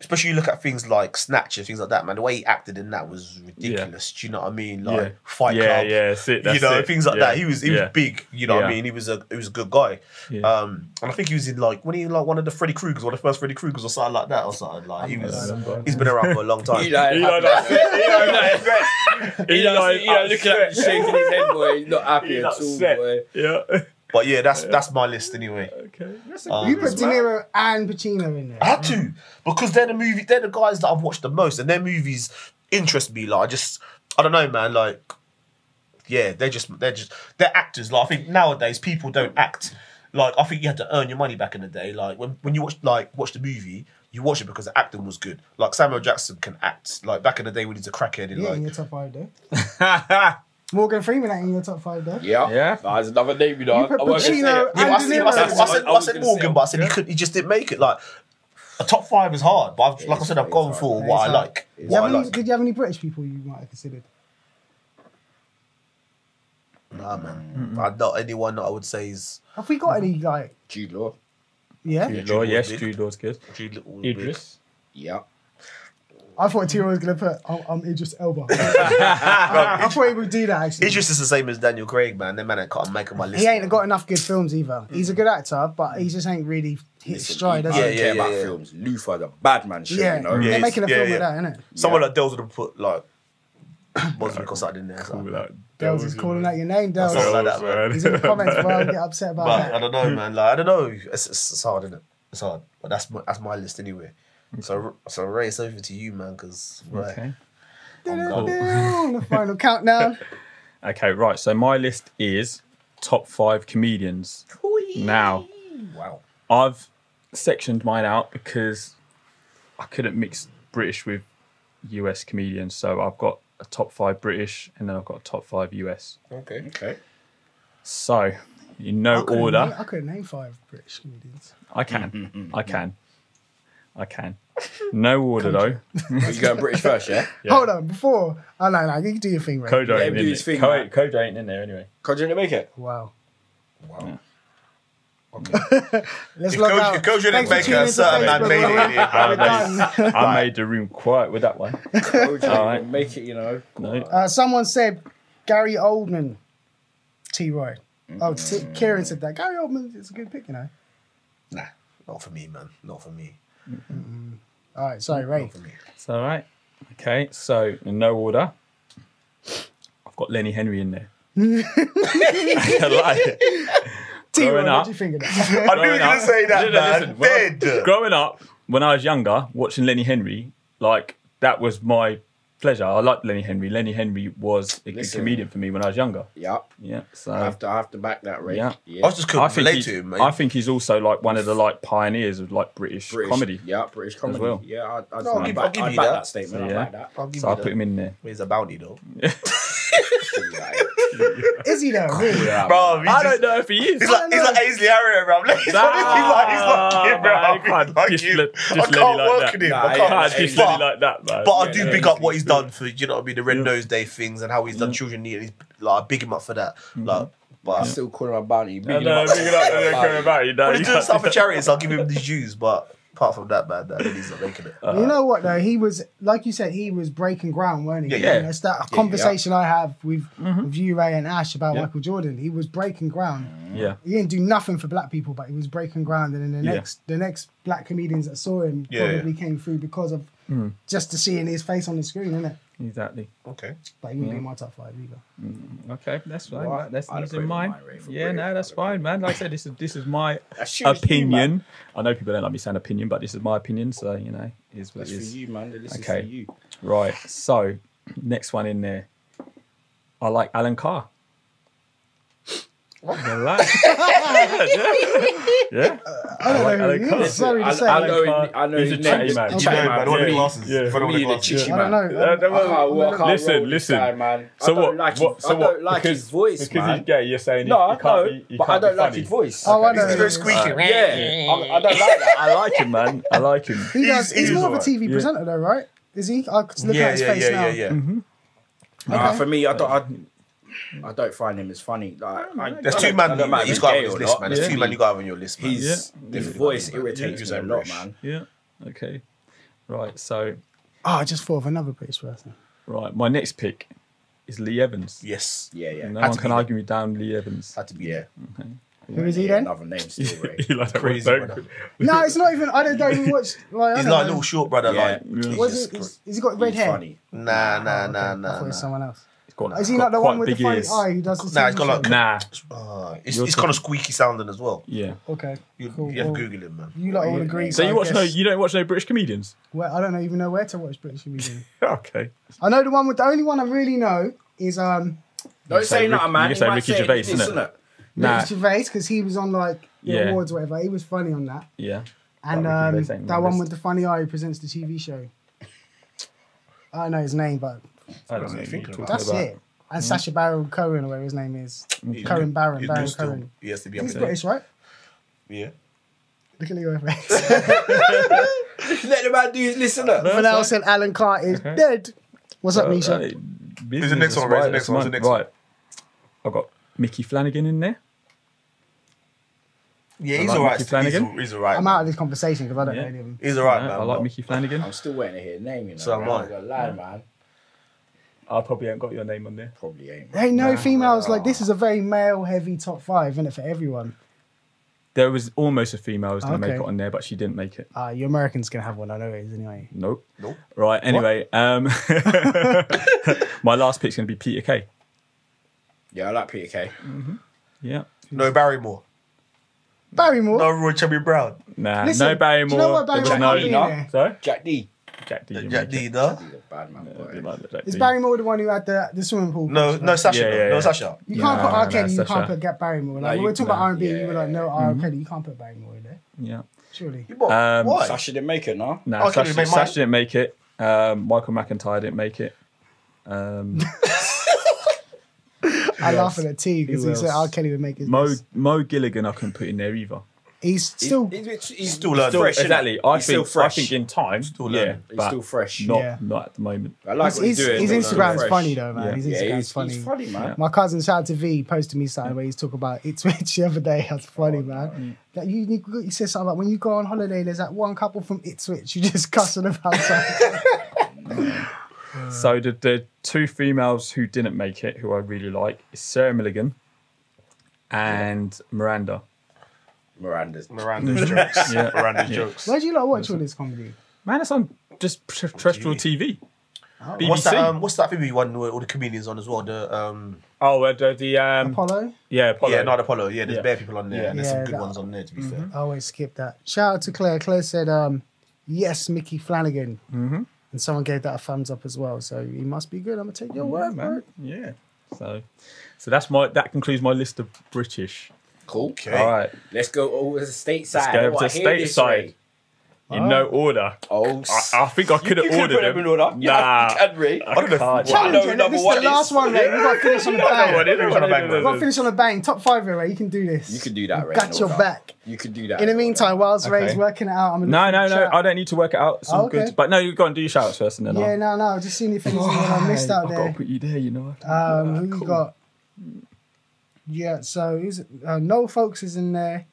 [SPEAKER 3] especially you look at things like Snatch and things like that, man. The way he acted in that was ridiculous. Do you know what I mean? Like
[SPEAKER 5] Yeah.
[SPEAKER 3] Fight
[SPEAKER 6] Yeah,
[SPEAKER 3] Club,
[SPEAKER 6] yeah, that's it, that's
[SPEAKER 3] you know
[SPEAKER 6] it.
[SPEAKER 3] things like
[SPEAKER 6] Yeah,
[SPEAKER 3] that. He was he
[SPEAKER 6] yeah.
[SPEAKER 3] was big. You know what I
[SPEAKER 6] Yeah.
[SPEAKER 3] mean? He was a he was a good guy.
[SPEAKER 5] Yeah.
[SPEAKER 3] Um, and I think he was in like when he in, like one of the Freddy Kruegers, one of the first Freddy Kruegers or something like that or something like he was.
[SPEAKER 5] remember.
[SPEAKER 3] He's been around for a long time.
[SPEAKER 4] Eli,
[SPEAKER 6] Eli,
[SPEAKER 4] Eli,
[SPEAKER 6] that's it. Eli, that's it.
[SPEAKER 4] Eli, Eli looking at
[SPEAKER 6] upset.
[SPEAKER 4] me, shaking his head, boy. He's not happy
[SPEAKER 6] He's
[SPEAKER 4] at all,
[SPEAKER 6] upset.
[SPEAKER 4] boy.
[SPEAKER 6] Yeah.
[SPEAKER 3] But yeah, that's that's my list anyway.
[SPEAKER 5] Okay. That's a
[SPEAKER 3] Um,
[SPEAKER 1] You put De Niro and Pacino in
[SPEAKER 3] I
[SPEAKER 1] there.
[SPEAKER 3] had to because they're the movie. They're the guys that I've watched the most, and their movies interest me. Like I just, I don't know, man. Like, yeah, they're just, they're just, they're actors. Like I think nowadays people don't act. Like I think you had to earn your money back in the day. Like when when you watch like watch the movie. You watch it because the acting was good. Like Samuel Jackson can act. Like back in the day when he's a crackhead and
[SPEAKER 1] Yeah, in your
[SPEAKER 3] like
[SPEAKER 1] top five there. Morgan Freeman ain't in your top five there.
[SPEAKER 4] Yeah.
[SPEAKER 5] Yeah.
[SPEAKER 4] That's another name, you know.
[SPEAKER 1] You put
[SPEAKER 4] I wasn't gonna
[SPEAKER 1] Pacino-
[SPEAKER 4] say it.
[SPEAKER 3] Yeah, but I
[SPEAKER 1] And
[SPEAKER 3] said,
[SPEAKER 1] De
[SPEAKER 3] I said,
[SPEAKER 1] Niro.
[SPEAKER 3] I said,
[SPEAKER 4] I
[SPEAKER 3] I
[SPEAKER 4] was
[SPEAKER 3] said
[SPEAKER 4] gonna
[SPEAKER 3] Morgan,
[SPEAKER 4] say-
[SPEAKER 3] but I said he could he just didn't make it. Like a top five is hard, but I've, like I said, I've gone for what I like.
[SPEAKER 1] Did you,
[SPEAKER 3] What I
[SPEAKER 1] have any,
[SPEAKER 3] like.
[SPEAKER 1] did you have any British people you might have considered?
[SPEAKER 3] Nah, man. I'm not anyone that I would say is
[SPEAKER 1] Have we got any like
[SPEAKER 4] Jude Law.
[SPEAKER 1] Mm-hmm. yeah?
[SPEAKER 5] Jude Law, yes,
[SPEAKER 3] Jude Law.
[SPEAKER 5] Jude Law's good.
[SPEAKER 3] Jude Law.
[SPEAKER 5] Idris.
[SPEAKER 4] Yeah.
[SPEAKER 1] I thought Tiro was gonna put oh, I'm Idris Elba. I thought he would do that actually.
[SPEAKER 3] Idris is the same as Daniel Craig, man. That man ain't can't make my list.
[SPEAKER 1] he ain't got enough good films either. He's a good actor, but he just ain't really hit
[SPEAKER 4] Listen,
[SPEAKER 1] stride.
[SPEAKER 4] I
[SPEAKER 1] Has
[SPEAKER 4] don't
[SPEAKER 1] yeah,
[SPEAKER 4] care
[SPEAKER 1] he?
[SPEAKER 3] yeah,
[SPEAKER 4] about
[SPEAKER 3] yeah.
[SPEAKER 4] films. Luther, the bad man shit,
[SPEAKER 1] yeah.
[SPEAKER 4] you know.
[SPEAKER 1] they're
[SPEAKER 3] Yeah,
[SPEAKER 1] making a
[SPEAKER 3] yeah,
[SPEAKER 1] film
[SPEAKER 3] yeah.
[SPEAKER 1] with that, isn't it?
[SPEAKER 3] Someone
[SPEAKER 4] Yeah.
[SPEAKER 3] like Dells would have put like Boswick or something in there. so.
[SPEAKER 6] All that
[SPEAKER 1] Dells is calling out your name, Dells.
[SPEAKER 3] Something like
[SPEAKER 6] Dells,
[SPEAKER 3] that, man.
[SPEAKER 1] He's in the comments, bro. Get upset about
[SPEAKER 3] But um, I
[SPEAKER 1] that.
[SPEAKER 3] don't
[SPEAKER 5] Hmm.
[SPEAKER 3] know, man. Like I don't know. It's, it's, it's hard, isn't it? It's hard. But that's my that's my list anyway. So so Ray, it's over to you, man. Because right.
[SPEAKER 5] Okay.
[SPEAKER 1] On the final countdown.
[SPEAKER 5] Okay, right. So my list is top five comedians. Now,
[SPEAKER 3] Wow.
[SPEAKER 5] I've sectioned mine out because I couldn't mix British with US comedians. So I've got a top five British and then I've got a top five US.
[SPEAKER 3] Okay.
[SPEAKER 4] Okay.
[SPEAKER 5] So, in
[SPEAKER 1] I
[SPEAKER 5] no
[SPEAKER 1] could've
[SPEAKER 5] order.
[SPEAKER 1] named- I could name five British comedians.
[SPEAKER 4] Mm-hmm.
[SPEAKER 5] I can. I can. I can. No order though.
[SPEAKER 4] Are you going British first, yeah?
[SPEAKER 5] Yeah.
[SPEAKER 1] Hold on, before oh no, no, you can do your thing, Ray.
[SPEAKER 5] Kodo
[SPEAKER 4] Let
[SPEAKER 5] ain't
[SPEAKER 4] him
[SPEAKER 5] in
[SPEAKER 4] do
[SPEAKER 5] there.
[SPEAKER 4] his thing,
[SPEAKER 5] Ko-
[SPEAKER 4] man.
[SPEAKER 5] Kodo ain't in there anyway.
[SPEAKER 4] Conjuring to make it.
[SPEAKER 1] Wow.
[SPEAKER 3] Okay.
[SPEAKER 1] Let's
[SPEAKER 3] If
[SPEAKER 1] log
[SPEAKER 3] Koji-
[SPEAKER 1] out.
[SPEAKER 3] if Koji didn't
[SPEAKER 1] Thanks for
[SPEAKER 3] make it,
[SPEAKER 1] tuning
[SPEAKER 3] a
[SPEAKER 1] into
[SPEAKER 3] certain man
[SPEAKER 1] Facebook
[SPEAKER 3] made it,
[SPEAKER 1] Live.
[SPEAKER 3] yeah.
[SPEAKER 1] We're done.
[SPEAKER 5] I made the room quiet with that one.
[SPEAKER 4] Conjuring
[SPEAKER 5] Alright.
[SPEAKER 4] make it, you know.
[SPEAKER 5] No.
[SPEAKER 1] Uh, someone said Gary Oldman, T. Roy. Oh, T- Kieran said that. Gary Oldman is a good pick, you know.
[SPEAKER 3] Nah, not for me, man. Not for me.
[SPEAKER 1] All right, sorry, Ray.
[SPEAKER 3] Not for me.
[SPEAKER 5] It's all right. Okay, so in no order. I've got Lenny Henry in there. I can't lie.
[SPEAKER 1] T. Roy,
[SPEAKER 5] Growing
[SPEAKER 1] what
[SPEAKER 5] up.
[SPEAKER 1] do you think of that?
[SPEAKER 3] I knew you were
[SPEAKER 5] Growing
[SPEAKER 3] gonna
[SPEAKER 5] up-
[SPEAKER 3] say that,
[SPEAKER 5] Listen, listen,
[SPEAKER 3] man.
[SPEAKER 5] when I-
[SPEAKER 3] Dead.
[SPEAKER 5] growing up, when I was younger, watching Lenny Henry, like that was my pleasure. I liked Lenny Henry. Lenny Henry was a good
[SPEAKER 4] Listen.
[SPEAKER 5] comedian for me when I was younger.
[SPEAKER 4] Yeah.
[SPEAKER 5] Yeah. So
[SPEAKER 4] I have to I have to back that Ray.
[SPEAKER 5] Yeah.
[SPEAKER 3] I was Oh, just
[SPEAKER 5] I
[SPEAKER 3] couldn't
[SPEAKER 5] think,
[SPEAKER 3] relate
[SPEAKER 5] he's,
[SPEAKER 3] to him,
[SPEAKER 5] I
[SPEAKER 3] man.
[SPEAKER 5] think he's also like one of the like pioneers of like British,
[SPEAKER 4] British,
[SPEAKER 5] comedy.
[SPEAKER 4] Yeah, British comedy.
[SPEAKER 5] well.
[SPEAKER 4] Yeah, I, I,
[SPEAKER 3] No, I'll
[SPEAKER 4] I
[SPEAKER 3] give-
[SPEAKER 4] back,
[SPEAKER 3] I'll give
[SPEAKER 4] I
[SPEAKER 3] you
[SPEAKER 4] back
[SPEAKER 3] that.
[SPEAKER 4] that, statement.
[SPEAKER 5] So,
[SPEAKER 4] I
[SPEAKER 5] yeah.
[SPEAKER 4] back that.
[SPEAKER 3] I'll give
[SPEAKER 5] So
[SPEAKER 3] you
[SPEAKER 5] I
[SPEAKER 3] that.
[SPEAKER 5] put him in there.
[SPEAKER 3] He's a bounty though,
[SPEAKER 1] is he though? Really?
[SPEAKER 4] Yeah.
[SPEAKER 3] bro.
[SPEAKER 5] I don't know if he is.
[SPEAKER 3] He's like, he's like Ainsley Harrier, bro. Like, he's, like, he's like you, bro.
[SPEAKER 5] Nah,
[SPEAKER 3] I
[SPEAKER 5] I can't
[SPEAKER 3] like
[SPEAKER 5] just
[SPEAKER 3] you.
[SPEAKER 5] let-
[SPEAKER 3] I
[SPEAKER 5] just let
[SPEAKER 3] can't
[SPEAKER 5] me like
[SPEAKER 3] work
[SPEAKER 5] that.
[SPEAKER 3] in him.
[SPEAKER 4] Nah,
[SPEAKER 3] I
[SPEAKER 4] yeah,
[SPEAKER 3] can't.
[SPEAKER 5] I just
[SPEAKER 3] but,
[SPEAKER 5] really like that, man.
[SPEAKER 3] "Oh, but I do
[SPEAKER 4] Yeah,
[SPEAKER 3] big
[SPEAKER 4] yeah.
[SPEAKER 3] up what he's done for you know what I mean the Red Nose Day things and how he's done children need. He's like I big him up for that. Like,
[SPEAKER 4] I
[SPEAKER 3] but
[SPEAKER 4] still call him a bounty. Big
[SPEAKER 5] I
[SPEAKER 4] him
[SPEAKER 5] know,
[SPEAKER 4] up.
[SPEAKER 5] big it up, I don't care about you. No,
[SPEAKER 3] when
[SPEAKER 5] you
[SPEAKER 3] he's doing
[SPEAKER 5] can't
[SPEAKER 3] stuff
[SPEAKER 5] do
[SPEAKER 3] for
[SPEAKER 5] that.
[SPEAKER 3] charities, I'll give him the dues. But apart from that, man, that he's not making it.
[SPEAKER 1] you know what though? He was like you said, he was breaking ground, weren't he?
[SPEAKER 3] Yeah, Uh, yeah. Mm-hmm.
[SPEAKER 1] You know, it's that conversation I have with with you, Ray, and Ash about Michael Jordan. He was breaking ground.
[SPEAKER 5] Yeah.
[SPEAKER 1] He didn't do nothing for black people, but he was breaking ground, and then the
[SPEAKER 5] Yeah.
[SPEAKER 1] next the next black comedians that saw him
[SPEAKER 3] Yeah, Mm. yeah.
[SPEAKER 1] probably came through because of just to seeing his face on the screen, innit?
[SPEAKER 5] Exactly.
[SPEAKER 3] Okay.
[SPEAKER 1] But he
[SPEAKER 3] Mm.
[SPEAKER 1] wouldn't be in my top five either.
[SPEAKER 5] Okay, that's fine.
[SPEAKER 4] Well,
[SPEAKER 5] That's
[SPEAKER 4] I'd
[SPEAKER 5] these
[SPEAKER 4] approve
[SPEAKER 5] are
[SPEAKER 4] of
[SPEAKER 5] mine.
[SPEAKER 4] mine, Ray, for
[SPEAKER 5] Yeah,
[SPEAKER 4] British.
[SPEAKER 5] no, that's
[SPEAKER 4] I'd
[SPEAKER 5] fine, man. Like I said, this is this is my
[SPEAKER 4] That's you, it's you,
[SPEAKER 5] opinion. I know people don't like me saying opinion, but this is my opinion, so you know, it is what
[SPEAKER 4] That's
[SPEAKER 5] it
[SPEAKER 4] for
[SPEAKER 5] is.
[SPEAKER 4] you, man. This is
[SPEAKER 5] Okay.
[SPEAKER 4] for you.
[SPEAKER 5] Right. So next one in there. I like Alan Carr. I like- yeah.
[SPEAKER 1] I don't
[SPEAKER 5] like
[SPEAKER 1] know who he
[SPEAKER 5] Alan
[SPEAKER 1] is.
[SPEAKER 5] Carr.
[SPEAKER 1] Sorry to
[SPEAKER 4] I,
[SPEAKER 1] say.
[SPEAKER 4] I know,
[SPEAKER 5] Alan
[SPEAKER 4] I know
[SPEAKER 5] Carr.
[SPEAKER 4] his
[SPEAKER 5] He's a
[SPEAKER 4] name.
[SPEAKER 5] chatty
[SPEAKER 4] is-
[SPEAKER 5] man.
[SPEAKER 4] chatty
[SPEAKER 3] You know, man, one of the
[SPEAKER 4] me.
[SPEAKER 3] glasses.
[SPEAKER 5] yeah.
[SPEAKER 3] One of
[SPEAKER 4] Me,
[SPEAKER 3] the
[SPEAKER 4] the
[SPEAKER 3] glasses.
[SPEAKER 4] chichi
[SPEAKER 1] I don't
[SPEAKER 4] man.
[SPEAKER 1] know.
[SPEAKER 5] That- that
[SPEAKER 4] I can't
[SPEAKER 5] was-
[SPEAKER 4] walk, I can't
[SPEAKER 5] Listen,
[SPEAKER 4] roll with
[SPEAKER 5] listen.
[SPEAKER 4] This guy, man. I
[SPEAKER 5] So
[SPEAKER 4] don't
[SPEAKER 5] what?
[SPEAKER 4] Like his,
[SPEAKER 5] what so
[SPEAKER 4] I don't
[SPEAKER 5] what?
[SPEAKER 4] like his
[SPEAKER 5] Because-
[SPEAKER 4] voice,
[SPEAKER 5] because
[SPEAKER 4] man.
[SPEAKER 5] he's gay. You're saying
[SPEAKER 4] no,
[SPEAKER 5] he,
[SPEAKER 4] I
[SPEAKER 5] he can't
[SPEAKER 4] know,
[SPEAKER 5] be- he
[SPEAKER 4] but I
[SPEAKER 5] can't be
[SPEAKER 4] don't like
[SPEAKER 5] funny.
[SPEAKER 4] his voice.
[SPEAKER 1] Oh, I
[SPEAKER 3] He's
[SPEAKER 1] know. who
[SPEAKER 3] very
[SPEAKER 1] he is.
[SPEAKER 3] squeaky.
[SPEAKER 4] Yeah, I, I don't like that.
[SPEAKER 5] I like him, man. I like him.
[SPEAKER 1] He does,
[SPEAKER 3] He's-
[SPEAKER 1] he's,
[SPEAKER 3] he's
[SPEAKER 1] more of a
[SPEAKER 5] alright,
[SPEAKER 1] TV
[SPEAKER 5] yeah.
[SPEAKER 1] presenter though, right? Is he? I could look at
[SPEAKER 3] Yeah,
[SPEAKER 1] his
[SPEAKER 3] yeah,
[SPEAKER 1] face now.
[SPEAKER 3] yeah, yeah, yeah.
[SPEAKER 4] Nah, for me, I don't. I, I don't find him as funny. Like, I,
[SPEAKER 3] There's
[SPEAKER 4] I
[SPEAKER 3] two
[SPEAKER 4] don't- I
[SPEAKER 3] man
[SPEAKER 4] don't matter if
[SPEAKER 3] he's
[SPEAKER 4] he's
[SPEAKER 3] got on
[SPEAKER 4] gay
[SPEAKER 3] his
[SPEAKER 4] or
[SPEAKER 3] list,
[SPEAKER 4] not.
[SPEAKER 3] man. There's two
[SPEAKER 4] Yeah.
[SPEAKER 3] men you got on your list, man.
[SPEAKER 4] He's his voice irritates me
[SPEAKER 3] Yeah.
[SPEAKER 4] a lot, man.
[SPEAKER 5] Yeah. Okay. Right, so
[SPEAKER 1] Oh, I just thought of another British person.
[SPEAKER 5] right, my next pick is Lee Evans.
[SPEAKER 3] Yes.
[SPEAKER 4] Yeah, yeah.
[SPEAKER 5] No
[SPEAKER 4] Had
[SPEAKER 5] one
[SPEAKER 4] to
[SPEAKER 5] can
[SPEAKER 4] be-
[SPEAKER 5] argue me down Lee Evans.
[SPEAKER 4] Had to be there.
[SPEAKER 1] Who is he
[SPEAKER 4] Yeah,
[SPEAKER 1] then?
[SPEAKER 4] another name still, right?
[SPEAKER 5] He like that
[SPEAKER 3] Crazy,
[SPEAKER 5] right back.
[SPEAKER 3] brother.
[SPEAKER 1] No, it's not even. I don't, don't even watch. Like, I
[SPEAKER 3] He's
[SPEAKER 1] don't
[SPEAKER 3] like a
[SPEAKER 1] know.
[SPEAKER 3] little short brother.
[SPEAKER 4] Yeah.
[SPEAKER 3] Like,
[SPEAKER 5] Yeah.
[SPEAKER 1] Was
[SPEAKER 4] Jesus
[SPEAKER 1] it, is,
[SPEAKER 4] Christ.
[SPEAKER 1] is he got
[SPEAKER 4] He's
[SPEAKER 1] red hair?
[SPEAKER 4] funny.
[SPEAKER 3] nah, nah, nah,
[SPEAKER 1] I
[SPEAKER 3] nah.
[SPEAKER 1] thought it was
[SPEAKER 3] nah.
[SPEAKER 1] someone else.
[SPEAKER 5] He's got,
[SPEAKER 1] Is he not the
[SPEAKER 5] quite
[SPEAKER 1] one with the
[SPEAKER 5] big
[SPEAKER 1] funny
[SPEAKER 5] ears.
[SPEAKER 1] eye who does the
[SPEAKER 3] Nah, he's
[SPEAKER 1] TV
[SPEAKER 3] got like-
[SPEAKER 1] show?
[SPEAKER 5] Nah,
[SPEAKER 3] Ah, it's
[SPEAKER 5] Your
[SPEAKER 3] it's
[SPEAKER 5] turn.
[SPEAKER 3] kind of squeaky sounding as well.
[SPEAKER 5] yeah.
[SPEAKER 1] Okay.
[SPEAKER 3] You,
[SPEAKER 1] Cool,
[SPEAKER 3] you have to
[SPEAKER 1] cool.
[SPEAKER 3] Google him, man.
[SPEAKER 1] You lot all agree.
[SPEAKER 5] So
[SPEAKER 1] I
[SPEAKER 5] you watch no,
[SPEAKER 1] guess-
[SPEAKER 5] you don't watch no British comedians.
[SPEAKER 1] Well, I don't know- even know where to watch British comedian.
[SPEAKER 5] Okay.
[SPEAKER 1] I know the one with the only one I really know is um
[SPEAKER 4] Don't
[SPEAKER 5] say
[SPEAKER 4] say
[SPEAKER 5] Rick-
[SPEAKER 4] nothing, man.
[SPEAKER 5] you
[SPEAKER 4] You
[SPEAKER 5] can say
[SPEAKER 4] might
[SPEAKER 5] Ricky
[SPEAKER 4] say
[SPEAKER 5] Gervais,
[SPEAKER 4] this,
[SPEAKER 5] innit?
[SPEAKER 4] innit?
[SPEAKER 5] Nah.
[SPEAKER 1] Ricky Gervais because he was on like the
[SPEAKER 5] Yeah.
[SPEAKER 1] awards or whatever. He was funny on that,
[SPEAKER 5] Yeah.
[SPEAKER 1] and
[SPEAKER 5] Ricky
[SPEAKER 1] um,
[SPEAKER 5] Gervais ain't
[SPEAKER 1] that
[SPEAKER 5] on
[SPEAKER 1] one
[SPEAKER 5] this.
[SPEAKER 1] with the funny eye who presents the TV show. I don't know his name, but
[SPEAKER 5] I don't
[SPEAKER 3] what
[SPEAKER 5] know. what
[SPEAKER 3] you
[SPEAKER 5] you're
[SPEAKER 3] think
[SPEAKER 5] talking
[SPEAKER 3] about.
[SPEAKER 1] that's
[SPEAKER 5] about.
[SPEAKER 1] it. And Sacha Baron Cohen, or whatever his name is, Cohen Baron,
[SPEAKER 3] You
[SPEAKER 1] Baron
[SPEAKER 3] do still-
[SPEAKER 1] Cohen.
[SPEAKER 3] He has to be up
[SPEAKER 1] He's
[SPEAKER 3] there.
[SPEAKER 1] British, right?
[SPEAKER 3] Yeah.
[SPEAKER 1] Look at your face.
[SPEAKER 4] Let the man do his listener.
[SPEAKER 1] Everyone else said Alan Carr is dead. What's up, Misha?
[SPEAKER 5] Uh, Hey,
[SPEAKER 3] the next
[SPEAKER 5] business
[SPEAKER 3] one, right? Who's the
[SPEAKER 5] is
[SPEAKER 3] next one? Who's the
[SPEAKER 5] right.
[SPEAKER 3] next one?
[SPEAKER 5] Right. I've got Mickey Flanagan in there.
[SPEAKER 3] Yeah,
[SPEAKER 5] I
[SPEAKER 3] he's
[SPEAKER 5] like
[SPEAKER 3] alright.
[SPEAKER 5] Mickey
[SPEAKER 3] He's all-
[SPEAKER 5] Flanagan.
[SPEAKER 3] He's alright.
[SPEAKER 1] I'm out of this conversation because I don't
[SPEAKER 5] Yeah.
[SPEAKER 1] know any of them.
[SPEAKER 3] He's alright,
[SPEAKER 5] No,
[SPEAKER 3] man.
[SPEAKER 5] I like
[SPEAKER 3] but-
[SPEAKER 5] Mickey Flanagan.
[SPEAKER 4] I'm still waiting to hear a name, you know.
[SPEAKER 3] So am
[SPEAKER 4] man.
[SPEAKER 3] I.
[SPEAKER 4] I'm gonna lie, man.
[SPEAKER 5] I probably ain't got your name on there.
[SPEAKER 4] Probably ain't.
[SPEAKER 1] Hey, no females. Like this is a very male-heavy top five, isn't it, for everyone?
[SPEAKER 5] There was almost a female who was going to
[SPEAKER 1] Okay.
[SPEAKER 5] make it on there, but she didn't make it.
[SPEAKER 1] Uh, you Americans can have one. I know it is anyway.
[SPEAKER 5] Nope.
[SPEAKER 3] Nope.
[SPEAKER 5] Right. Anyway, um, my last pick's going to be Peter Kay.
[SPEAKER 4] Yeah, I like Peter Kay.
[SPEAKER 5] Yeah.
[SPEAKER 3] No Barrymore.
[SPEAKER 1] Barrymore.
[SPEAKER 3] No Roy Chubby Brown.
[SPEAKER 5] Nah.
[SPEAKER 1] Listen,
[SPEAKER 5] no Barrymore.
[SPEAKER 1] Do you know why
[SPEAKER 5] there was
[SPEAKER 1] Barrymore
[SPEAKER 5] no-
[SPEAKER 1] can't be in
[SPEAKER 4] no.
[SPEAKER 1] there?
[SPEAKER 5] Sorry.
[SPEAKER 4] Jack D.
[SPEAKER 5] Jack D. didn't
[SPEAKER 3] Jack
[SPEAKER 5] make
[SPEAKER 3] D,
[SPEAKER 5] it.
[SPEAKER 3] no.
[SPEAKER 4] He's a bad man.
[SPEAKER 5] Yeah,
[SPEAKER 4] boy.
[SPEAKER 5] like Jack
[SPEAKER 1] Is
[SPEAKER 5] D.
[SPEAKER 1] Barrymore the one who had the, the swimming pool?
[SPEAKER 3] No, no Sasha.
[SPEAKER 5] Yeah, yeah,
[SPEAKER 3] no
[SPEAKER 5] yeah.
[SPEAKER 3] Sasha.
[SPEAKER 1] You
[SPEAKER 5] Yeah,
[SPEAKER 1] can't
[SPEAKER 5] no,
[SPEAKER 1] put R.
[SPEAKER 5] no,
[SPEAKER 1] Kelly, you
[SPEAKER 5] Sasha.
[SPEAKER 1] can't put Get Barrymore. Like,
[SPEAKER 4] No,
[SPEAKER 1] we were
[SPEAKER 4] you-
[SPEAKER 1] talking about
[SPEAKER 4] no,
[SPEAKER 1] R&B,
[SPEAKER 4] yeah,
[SPEAKER 1] you were like,
[SPEAKER 4] yeah,
[SPEAKER 1] no, R. Kelly, you can't put Barrymore in there,
[SPEAKER 5] Yeah.
[SPEAKER 1] surely.
[SPEAKER 3] You bought-
[SPEAKER 5] Um,
[SPEAKER 3] Why?
[SPEAKER 4] Sasha didn't make it, no?
[SPEAKER 5] No,
[SPEAKER 3] Okay,
[SPEAKER 5] Sasha,
[SPEAKER 3] mate, mine-
[SPEAKER 5] Sasha didn't make it. Um, Michael McIntyre didn't make it. Um,
[SPEAKER 1] I laugh at it too, because
[SPEAKER 5] Who
[SPEAKER 1] he said
[SPEAKER 5] else?
[SPEAKER 1] R. Kelly would make his
[SPEAKER 5] Mo
[SPEAKER 1] list.
[SPEAKER 5] Mo Gilligan, I couldn't put in there either.
[SPEAKER 1] He's still,
[SPEAKER 4] He's, he's- he's
[SPEAKER 3] Still learning.
[SPEAKER 4] fresh, innit?
[SPEAKER 5] exactly. I
[SPEAKER 4] he's
[SPEAKER 5] think
[SPEAKER 4] still fresh.
[SPEAKER 5] I think in time, still yeah,
[SPEAKER 3] learning.
[SPEAKER 4] he's
[SPEAKER 5] but
[SPEAKER 4] still fresh.
[SPEAKER 5] not
[SPEAKER 1] Yeah.
[SPEAKER 5] not at the moment.
[SPEAKER 4] I like
[SPEAKER 1] his,
[SPEAKER 4] what he's
[SPEAKER 1] his,
[SPEAKER 4] doing. He's still
[SPEAKER 1] Instagram's
[SPEAKER 4] fresh.
[SPEAKER 1] funny though, man.
[SPEAKER 5] Yeah.
[SPEAKER 1] His Instagram's
[SPEAKER 4] Yeah, he's
[SPEAKER 1] funny.
[SPEAKER 4] He's funny, man.
[SPEAKER 1] My cousin shout out to V posted me something where he's talking about it's Twitch the other day. That's funny, man. That you, you he says something like when you go on holiday, there's that one couple from Ipswich you just cussing about something.
[SPEAKER 5] So the, the two females who didn't make it, who I really like, is Sarah Milligan and Miranda.
[SPEAKER 4] Miranda's.
[SPEAKER 3] Miranda's jokes.
[SPEAKER 5] Yeah.
[SPEAKER 3] Miranda's jokes.
[SPEAKER 1] Where do you like watch all this comedy?
[SPEAKER 5] Man, it's on just ter- terrestrial TV. BBC.
[SPEAKER 3] What's that? Um, what's that thing we won all the comedians on as well? The um,
[SPEAKER 5] oh, uh, the, the um,
[SPEAKER 1] Apollo?
[SPEAKER 5] yeah, Apollo.
[SPEAKER 3] yeah, not Apollo. Yeah, there's
[SPEAKER 5] Yeah.
[SPEAKER 3] bare people on there, and there's
[SPEAKER 1] Yeah,
[SPEAKER 3] some good
[SPEAKER 1] that-
[SPEAKER 3] ones on there. To be fair,
[SPEAKER 1] I always skip that. Shout out to Claire. Claire said, um, yes, Mickey Flanagan. Mm-hmm. And someone gave that a thumbs up as well. So he must be good. I'm going to take your
[SPEAKER 5] yeah,
[SPEAKER 1] word,
[SPEAKER 5] man.
[SPEAKER 1] man.
[SPEAKER 5] Yeah. So, so that's my that concludes my list of British.
[SPEAKER 4] Cool.
[SPEAKER 3] Okay.
[SPEAKER 5] All right.
[SPEAKER 4] Let's go over to the stateside.
[SPEAKER 5] Let's go
[SPEAKER 4] Oh,
[SPEAKER 5] over to
[SPEAKER 4] I hear this, Ray.
[SPEAKER 5] stateside. In no order.
[SPEAKER 4] Oh,
[SPEAKER 5] I, I think I could have
[SPEAKER 4] you could
[SPEAKER 5] ordered
[SPEAKER 4] put them in order.
[SPEAKER 5] Nah.
[SPEAKER 4] Yeah, you can, Ray.
[SPEAKER 5] I don't know.
[SPEAKER 4] Wow.
[SPEAKER 1] Challenge,
[SPEAKER 4] I know
[SPEAKER 1] innit? This is
[SPEAKER 4] number
[SPEAKER 1] the
[SPEAKER 4] one
[SPEAKER 1] last
[SPEAKER 4] is-
[SPEAKER 1] one, mate. We've got to finish on a bang. We've
[SPEAKER 3] Everyone's on a bang, man.
[SPEAKER 1] got to finish on a bang. Top five here, Ray. You can do this.
[SPEAKER 4] You can do that, Ray.
[SPEAKER 1] Got
[SPEAKER 4] in
[SPEAKER 1] your
[SPEAKER 4] order.
[SPEAKER 1] back.
[SPEAKER 4] You could do that.
[SPEAKER 1] In the
[SPEAKER 4] in order.
[SPEAKER 1] meantime, whilst Ray's
[SPEAKER 5] Okay.
[SPEAKER 1] working it out, I'm going
[SPEAKER 5] No, no, no. I don't need to work it out. It's all
[SPEAKER 1] Oh, okay.
[SPEAKER 5] good. But no, you go and do your shout outs first and then
[SPEAKER 1] Yeah,
[SPEAKER 5] I'll.
[SPEAKER 1] no, no. Just seeing if anything Oh, I missed out
[SPEAKER 5] I've got to
[SPEAKER 1] there.
[SPEAKER 5] put you there, you know.
[SPEAKER 1] Um, who
[SPEAKER 5] Ah,
[SPEAKER 1] you got? Yeah, so who's uh, Noel Folks is in there.